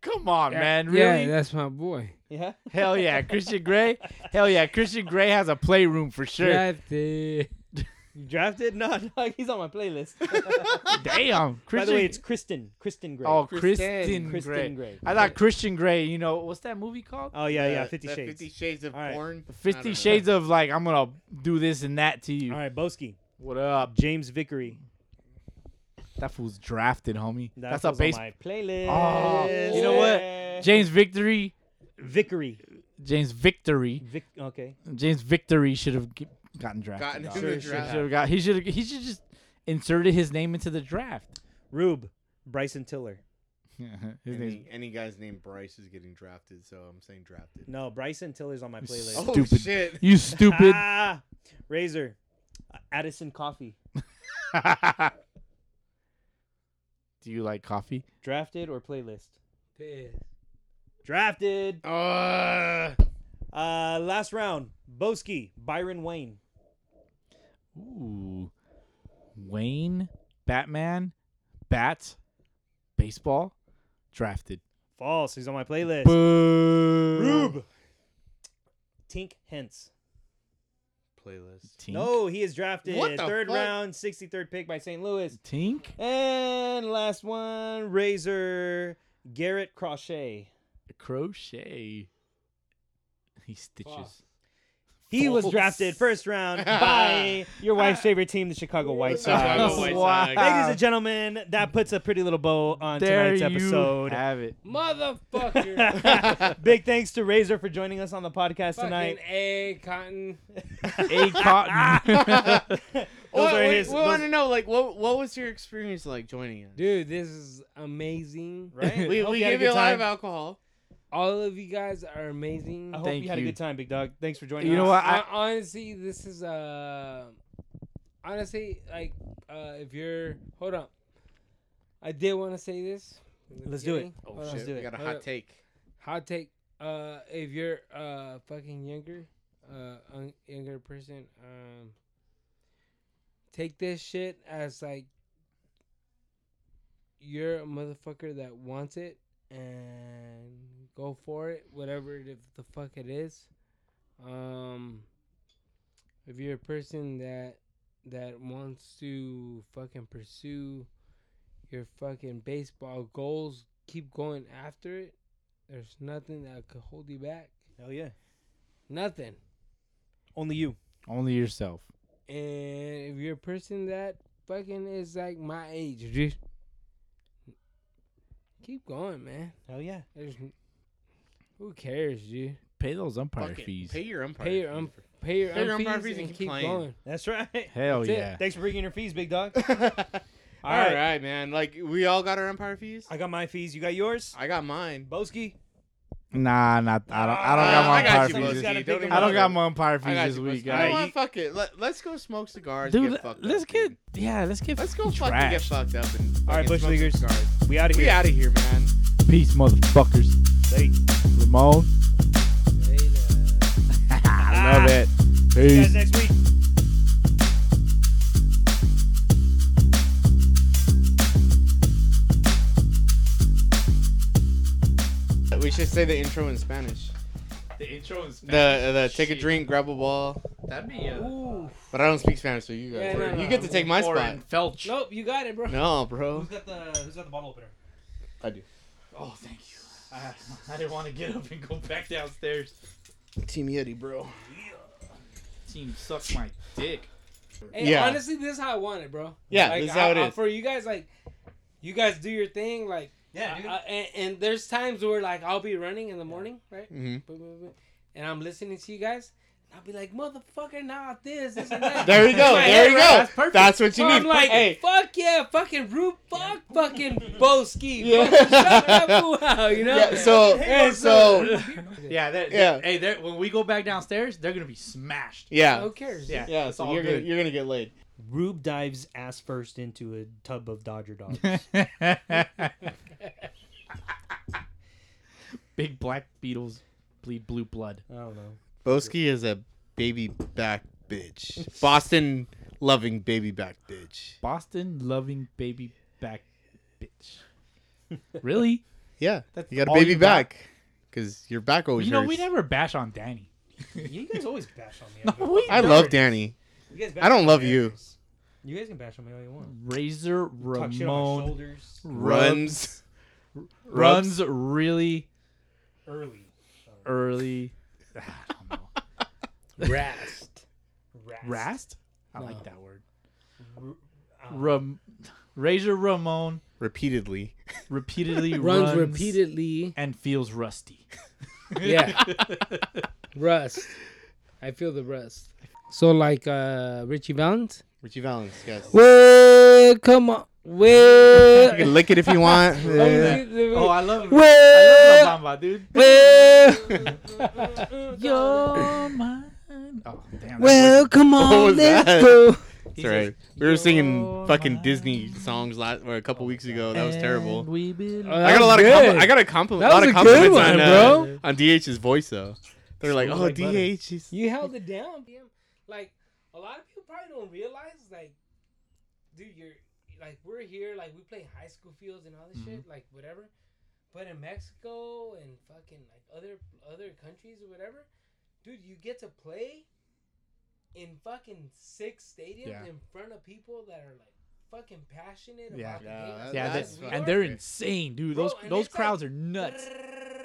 C: Come on, man, really?
D: Yeah, that's my boy.
A: Yeah.
C: Hell yeah, Christian Gray. Hell yeah, Christian Gray has a playroom for sure.
D: Drafted.
A: You drafted? No, no, he's on my playlist.
C: Damn, Christian.
A: By the way, it's Kristen. Kristen Gray.
C: oh,
B: Kristen-
C: Kristen,
A: Kristen
C: Gray. Uh,
A: Gray.
C: I thought Christian Gray. You know what's that movie called?
A: Oh, yeah, yeah.
B: The-
A: Fifty
B: the
A: Shades.
B: Uh, Fifty Shades of
A: All right.
B: Porn. I don't
C: Fifty
B: know.
C: Shades of like I'm gonna do this and that to you.
A: All right, Boski.
C: What up?
A: James Vickery.
C: That fool's drafted, homie.
A: That
C: That's a
A: was on
C: base.
A: my playlist.
C: Oh, you know what? James Victory.
A: Vickery.
C: James Victory.
A: Vic- okay.
C: James Victory should have g- gotten drafted.
B: Gotten him
C: dog.
B: in the
C: Should
B: draft.
C: have got. He should. He should just inserted his name into the draft.
A: Rube. Bryson Tiller.
C: His name's
B: Any, any guy's named Bryce is getting drafted, so I'm saying drafted.
A: No, Bryson Tiller's on my playlist.
B: Oh
C: Stupid.
B: shit!
C: you stupid.
A: Ah, Razor, Addison Coffee,
C: Do you like coffee?
A: drafted or playlist?
D: Piss.
A: Drafted.
B: Uh,
A: Uh, last round, Boski, Byron Wayne.
C: Ooh. Wayne, Batman, Bat, baseball, drafted.
A: False. He's on my playlist.
C: Boo.
A: Rube. Tink Hence.
B: playlist.
C: Tink.
A: No, he is drafted.
B: What the
A: Third
B: fuck?
A: round, 63rd pick by St. Louis.
C: Tink.
A: And last one, Razor, Garrett Crochet.
C: Crochet. He stitches.
D: False.
A: He was
B: False.
A: drafted first round by Ah. your wife's favorite team, the Chicago White Sox.
B: Chicago White Sox.
A: Ladies and gentlemen, that puts a pretty little bow on
C: There
A: tonight's
C: you
A: episode.
C: have it.
D: Motherfucker.
A: Big thanks to Razor for joining us on the podcast
D: Fucking
A: tonight.
D: A cotton.
C: A cotton.
A: Those
B: What-
A: are
B: we-
A: his-
B: we
A: those-
B: want to know, like, what what was your experience like joining us?
D: Dude, this is amazing.
A: Right?
B: we
A: Hope
B: we
A: had
B: gave
A: good
B: you a lot of
A: time.
B: alcohol.
D: All of you guys are amazing.
A: I hope
C: Thank
A: you had
C: you.
A: a good time, Big Dog. Thanks for joining
C: you know
A: us.
C: what?
D: I,
C: I,
D: honestly, this is uh, honestly like uh, if you're hold up, I did want to say this. in the
A: Let's do it.
D: beginning. Hold up.
A: Let's do
B: Oh, we
A: it.
B: got a
D: Hold
B: hot
D: up.
B: take.
D: Hot take. Uh, if you're uh fucking younger, uh, un- younger person, um, take this shit as like you're a motherfucker that wants it and go for it, whatever it, if the fuck it is. Um, if you're a person that that wants to fucking pursue your fucking baseball goals, keep going after it. There's nothing that could hold you back.
A: Hell yeah.
D: Nothing.
A: Only you.
C: only yourself.
D: And if you're a person that fucking is like my age, dude, keep going, man.
A: Hell yeah.
D: There's n- who cares, dude?
C: Pay those umpire
B: Fuck it.
C: fees.
B: Pay your umpire.
D: Pay your
B: fees.
D: um, pay your,
B: Pay your
D: um
B: umpire
D: fees
B: fees
D: and
B: and keep
D: keep
B: playing.
D: going.
A: That's right.
C: Hell
D: That's it.
C: yeah.
A: Thanks for bringing your fees, Big Dog.
B: all right. man. Like, we all got our umpire fees.
A: I got my fees. You got yours?
B: I got mine.
A: Boski?
C: Nah, not. I don't. I don't
B: Ah,
C: got my
B: I got
C: umpire
B: you,
C: fees.
B: Mosey.
C: this-
A: Gotta
B: Don't
A: pick
B: even
A: them
C: I don't
A: up.
C: got my umpire
B: I
C: fees
B: got
C: this
B: you,
C: week,
B: Buster. You know
C: guys.
B: what? Fuck it. Let, let's go smoke cigars. and
C: Dude,
B: get fucked
C: let's
B: up,
C: get.
B: dude.
C: Yeah, let's get.
B: Let's go
C: fucking
B: fucking get
C: trashed.
B: fucked up and
A: All right,
B: fucking smoke some
A: Bushleaguers.
B: cigars.
A: We out of here.
B: We out of here, man.
C: Peace, motherfuckers.
A: Later.
C: Ramon,
D: Later.
C: I
B: Ah.
C: love it.
A: See you guys
C: Peace.
A: next week.
B: We should say the intro in Spanish.
C: The intro is
B: The uh, the take a drink, grab a ball.
C: That'd be uh, a
B: But I don't speak Spanish, so you guys,
D: Yeah, no, no,
B: you get to take my spot.
C: Felch.
D: Nope, you got it, bro.
B: No, bro.
A: got the Who's got the bottle opener?
B: I do.
C: Oh, thank you. I, I didn't want to get up and go back downstairs.
B: Team Yeti, bro.
C: Team, suck my dick.
D: Hey,
B: Yeah.
D: honestly, this is how I want it, bro.
B: Yeah,
D: like,
B: this is how
D: I-
B: it
D: I-
B: is.
D: For you guys, like, you guys do your thing, like,
A: Yeah,
D: I- I- and, and there's times where like I'll be running in the morning, right?
B: Mhm.
D: Boop, boop, boop. And I'm listening to you guys, and I'll be like, "Motherfucker, not this, this and that."
B: There you go.
D: In my
B: There
D: head,
B: you go.
D: right?
B: That's, what you
D: So
B: need.
D: I'm like,
B: hey,
D: fuck yeah, fucking Rube, fuck fucking Boski,
B: Yeah.
D: fucking shut up, wow, you know?
B: yeah, so
D: And
B: so
C: Yeah, that,
B: Yeah.
C: Hey, they're- when we go back downstairs, they're gonna be smashed.
B: yeah
D: who cares?
C: Yeah.
B: uh, yeah.
C: it's
B: So
C: all
B: you're gonna,
C: good.
B: you're gonna get laid.
A: Rube dives ass first into a tub of Dodger dogs.
C: Big black beetles bleed blue blood.
A: I don't know.
B: Boski is a baby back bitch. Boston loving baby back bitch.
C: Boston loving baby back bitch. Really?
B: Yeah,
C: That's
B: you got a
C: all
B: baby
C: you got?
B: back because your back always
C: you know,
B: hurts.
C: we never bash on Danny.
A: You guys always bash on me.
C: We
B: I
C: never.
B: love Danny.
A: You guys bash
B: I don't
A: on
B: love
A: me.
B: you.
A: You guys can bash on me all you want.
C: Razor
A: Talk shit on my
C: Ramon
A: shoulders
B: Runs.
C: runs really
A: early.
C: early. Ah, I don't know.
D: Rest.
A: Rats.
C: Rast? I
D: No.
C: like that word.
A: Ru- uh,
C: Ram- Razor Ramon
B: repeatedly.
C: repeatedly
D: Runs repeatedly.
C: and feels rusty.
D: Yeah. rust. I feel the rust. So like uh Richie Valens.
B: Richie Valens, yes.
D: Well, come on. Well,
B: You can lick it if you want. Yeah.
C: Oh,
D: oh,
C: I love.
D: Well-
C: I love La Bamba, dude. You're mine. Oh, damn. that voice.
D: come
B: What was
D: on,
B: that?
D: let's go.
B: It's
C: He
B: all
C: says,
B: right. We were singing
C: "You're
B: fucking
C: mine."
B: Disney songs last or a couple weeks ago. That was terrible.
C: And we believe-
D: Uh,
B: I got a lot of
D: That was
B: compli-
D: good.
B: I got a compliment.
D: That
B: lot
D: was
B: of
D: a good
B: compliments on,
D: one,
B: uh,
D: bro.
B: on DH's voice though. They're like,
C: Smooth
B: "Oh,
C: like butter."
B: DH is
D: You held it down, man. Like a lot of people probably don't realize, like, dude, you're like we're here, like we play high school fields and all this shit, like whatever. But in Mexico and fucking like other other countries or whatever, dude, you get to play in fucking six stadiums
C: Yeah.
D: in front of people that are like fucking passionate
C: Yeah.
D: about the
B: Yeah,
D: game.
B: that-
C: yeah,
B: that's
C: that-
D: we
B: fucking-
C: and
D: are.
C: they're insane, dude.
D: Bro,
C: Those
D: and
C: those
D: it's like-
C: crowds are nuts.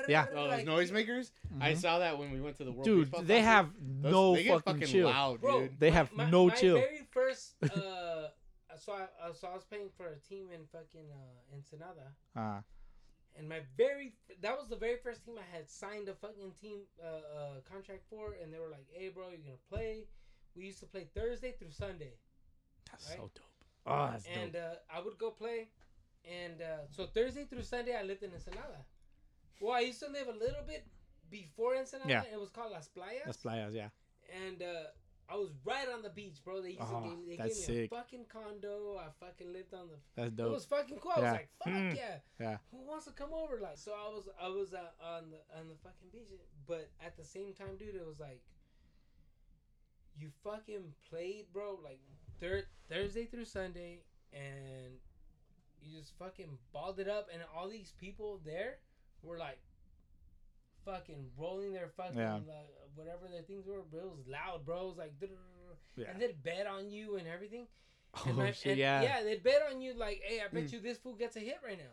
C: Yeah.
B: Oh, those
D: Like,
B: noisemakers! I
C: Mhm.
B: saw that when we went to the World
C: Dude,
B: Baseball
C: they
B: Classic.
C: have
B: Those-
C: no
B: they get
C: fucking chill.
B: loud,
D: Bro,
B: dude.
C: They
D: my-
C: have
D: my-
C: no chill.
D: My very first, uh, so I, uh, so I was playing for a team in fucking uh, Ensenada,
C: Uh,
D: and my very that was the very first team I had signed a fucking team uh, uh, contract for, and they were like, "Hey, bro, you're gonna play." We used to play Thursday through Sunday,
C: that's
D: Right?
C: so dope. Oh, that's dope.
D: and uh, I would go play, and uh, so Thursday through Sunday I lived in Ensenada. Well, I used to live a little bit before Ensenada.
C: Yeah.
D: It was called Las Playas.
C: That's players, yeah.
D: and uh, I was right on the beach, bro. They used
C: Oh,
D: to give, they gave me
C: that's sick.
D: a fucking condo. I fucking lived on the.
C: That's
D: It
C: dope.
D: was fucking cool. I
C: Yeah.
D: was like, fuck
C: Mm.
D: yeah.
C: Yeah.
D: Who wants to come over? Like, so I was, I was uh, on the on the fucking beach, but at the same time, dude, it was like, you fucking played, bro. Like thir- Thursday through Sunday, and you just fucking balled it up, and all these people there were like fucking rolling their fucking
C: Yeah.
D: like, whatever their things were. But it was loud, bro. It was like, "Durr-durr-durr-durr,"
C: Yeah.
D: and they'd bet on you and everything.
C: Oh
D: and my-
C: shit,
D: and-
C: yeah.
D: Yeah, they'd bet on you like, hey, I bet you this fool gets a hit right now.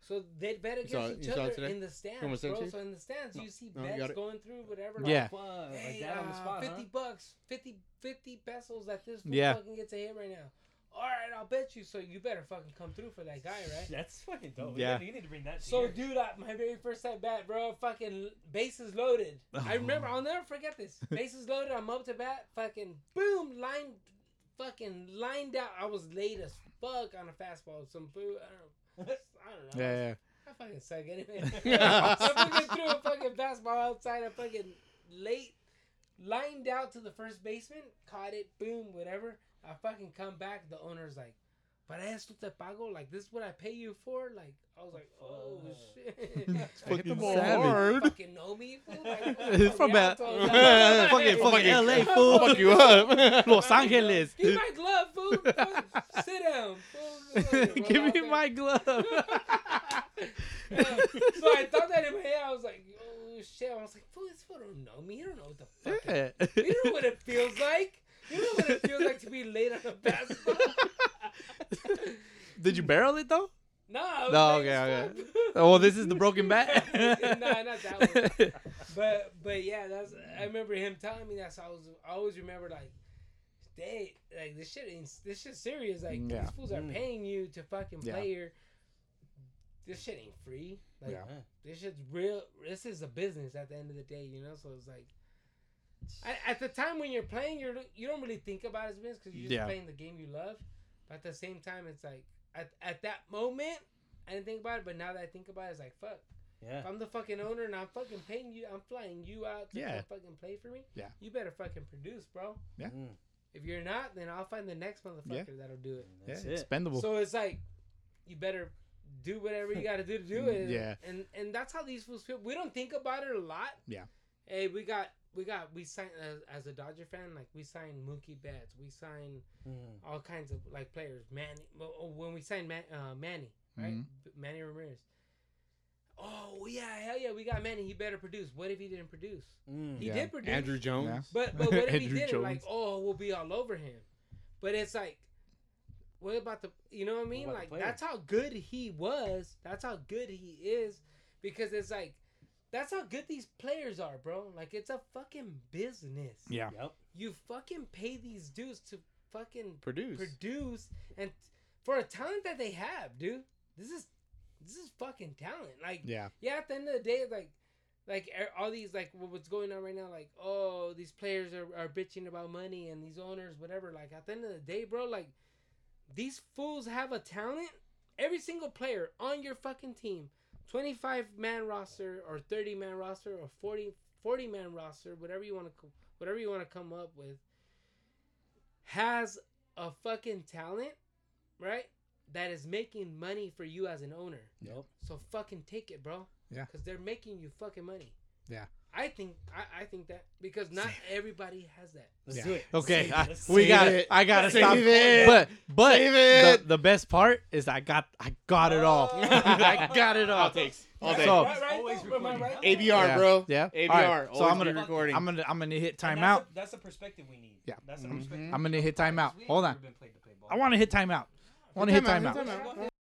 D: So they'd bet against
B: saw it-
D: each
B: Hmm. you saw it
D: other
B: today?
D: in the stands,
B: Someone sent it
D: bro.
B: to you?
D: So in the stands, you see
B: No, you
D: bets
B: got it.
D: going through, whatever. Like,
C: Yeah.
A: Fuck,
D: Hey,
A: like that on the
D: uh,
A: spot, huh?
D: 50 bucks, 50, 50 pesos that this fool
C: Yeah.
D: fucking gets a hit right now. All right, I'll bet you. So you better fucking come through for that guy, right?
A: That's fucking dope.
C: Yeah.
A: You need to bring that. To
D: So,
A: here.
D: dude, I, my very first at bat, bro, fucking bases loaded. I remember, I'll never forget this. Bases loaded, I'm up to bat, fucking boom, line, fucking lined out. I was late as fuck on a fastball. Some food, I don't, I don't know.
C: Yeah, yeah.
D: I fucking suck anyway. I fucking threw a fucking fastball outside. I fucking late, lined out to the first baseman, caught it, boom, whatever. I fucking come back. The owner's like, "Para esto te pago? Like this is what I pay you for?" Like I was like, "Oh shit."
B: I hit the
C: fucking
B: ball
C: savage.
B: hard.
D: fucking know me? fool? Like,
C: It's from
D: yeah, I
C: that-
D: told him.
C: fucking fucking
B: Fucking-
C: LA fool.
B: Fuck you up.
C: Los Angeles.
D: Give me my glove, fool. Fuck, Sit down, fool.
C: Give me my glove.
D: so I thought that in my head. I was like, oh shit. I was like, fool, this fool don't know me. He don't know what the fuck. I-
C: Yeah.
D: You know what it feels like. You know what it feels like to be late on a basketball.
C: Did you barrel it though?
D: no, I was
C: No,
D: late
C: okay,
D: as
C: okay.
D: fuck.
C: Oh, well, this is the broken bat.
D: Nah, not that one. But but yeah, that's I remember him telling me that. So I was I always remember like, they like this shit ain't this shit serious. Like
C: Mm, Yeah.
D: these fools are paying you to fucking
C: Yeah.
D: play here. This shit ain't free. Like
C: Yeah.
D: this shit's real. This is a business at the end of the day, you know. So it's like, I, at the time when you're playing, you're you don't really think about it as business because you're just
C: Yeah.
D: playing the game you love. But at the same time, it's like at at that moment. I didn't think about it, but now that I think about it, it's like fuck.
A: yeah.
D: If I'm the fucking owner and I'm fucking paying you, I'm flying you out to
C: Yeah.
D: come fucking play for me.
C: Yeah.
D: You better fucking produce, bro.
C: Yeah.
A: Mm.
D: If you're not, then I'll find the next motherfucker that'll do it.
C: Yeah,
A: That's it.
C: expendable.
D: So it's like, you better do whatever you got to do to do it.
C: Yeah.
D: And and that's how these fools feel. We don't think about it a lot.
C: Yeah.
D: Hey, we got we got we signed as, as a Dodger fan. Like we signed Mookie Betts. We signed
A: Mm.
D: all kinds of like players. Manny, well, oh, when we signed Man, uh, Manny, right?
C: Mm-hmm.
D: B- Manny Ramirez. Oh yeah, hell yeah, we got Manny. He better produce. What if he didn't produce?
A: Mm.
D: He
C: Yeah.
D: did produce,
B: Andrew Jones.
D: but but what if he
C: Andrew
D: didn't? Like
C: Jones.
D: oh, we'll be all over him. But it's like, what about the? You know what I mean?
A: about the
D: like
A: player?
D: that's how good he was. That's how good he is, because it's like. That's how good these players are, bro. Like it's a fucking business.
C: Yeah.
A: Yep.
D: You fucking pay these dudes to fucking
B: Produce.
D: produce and for a talent that they have, dude. This is this is fucking talent. Like
C: Yeah.
D: yeah, at the end of the day, like like er- all these like wh- what's going on right now, like oh these players are, are bitching about money and these owners whatever. Like at the end of the day, bro, like these fools have a talent. Every single player on your fucking team, 25 man roster or 30 man roster or 40 40 man roster, whatever you want to whatever you want to come up with has a fucking talent, right? That is making money for you as an owner.
H: Yep.
D: So fucking take it, bro.
H: Yeah.
D: Cuz they're making you fucking money.
H: Yeah.
D: I think I, I think that because not everybody has that.
H: Let's
A: Yeah.
H: do it.
C: Okay,
H: Save
C: I,
H: it.
C: we
H: Save
C: got.
H: it.
C: I gotta
H: Save
C: stop.
H: it.
C: But but
H: Save
C: the,
H: it.
C: the best part is I got I got it all.
A: Oh.
C: I got it all.
B: Outtakes all day.
C: So-
D: right, right, though? Am I right?
B: ABR,
C: Yeah,
B: bro.
C: yeah.
B: ABR.
C: Alright, so
B: So
C: I'm
B: I'm
C: gonna-
B: gonna recording.
C: I'm gonna I'm gonna hit
A: And that's
C: timeout.
A: the- That's the perspective we need.
C: Yeah.
A: That's the
B: Mhm.
A: perspective.
C: I'm gonna hit timeout.
A: We ain't
C: Hold
A: never
C: on.
A: been played to play ball.
C: I want to hit timeout. I want to hit timeout.
B: Timeout, timeout.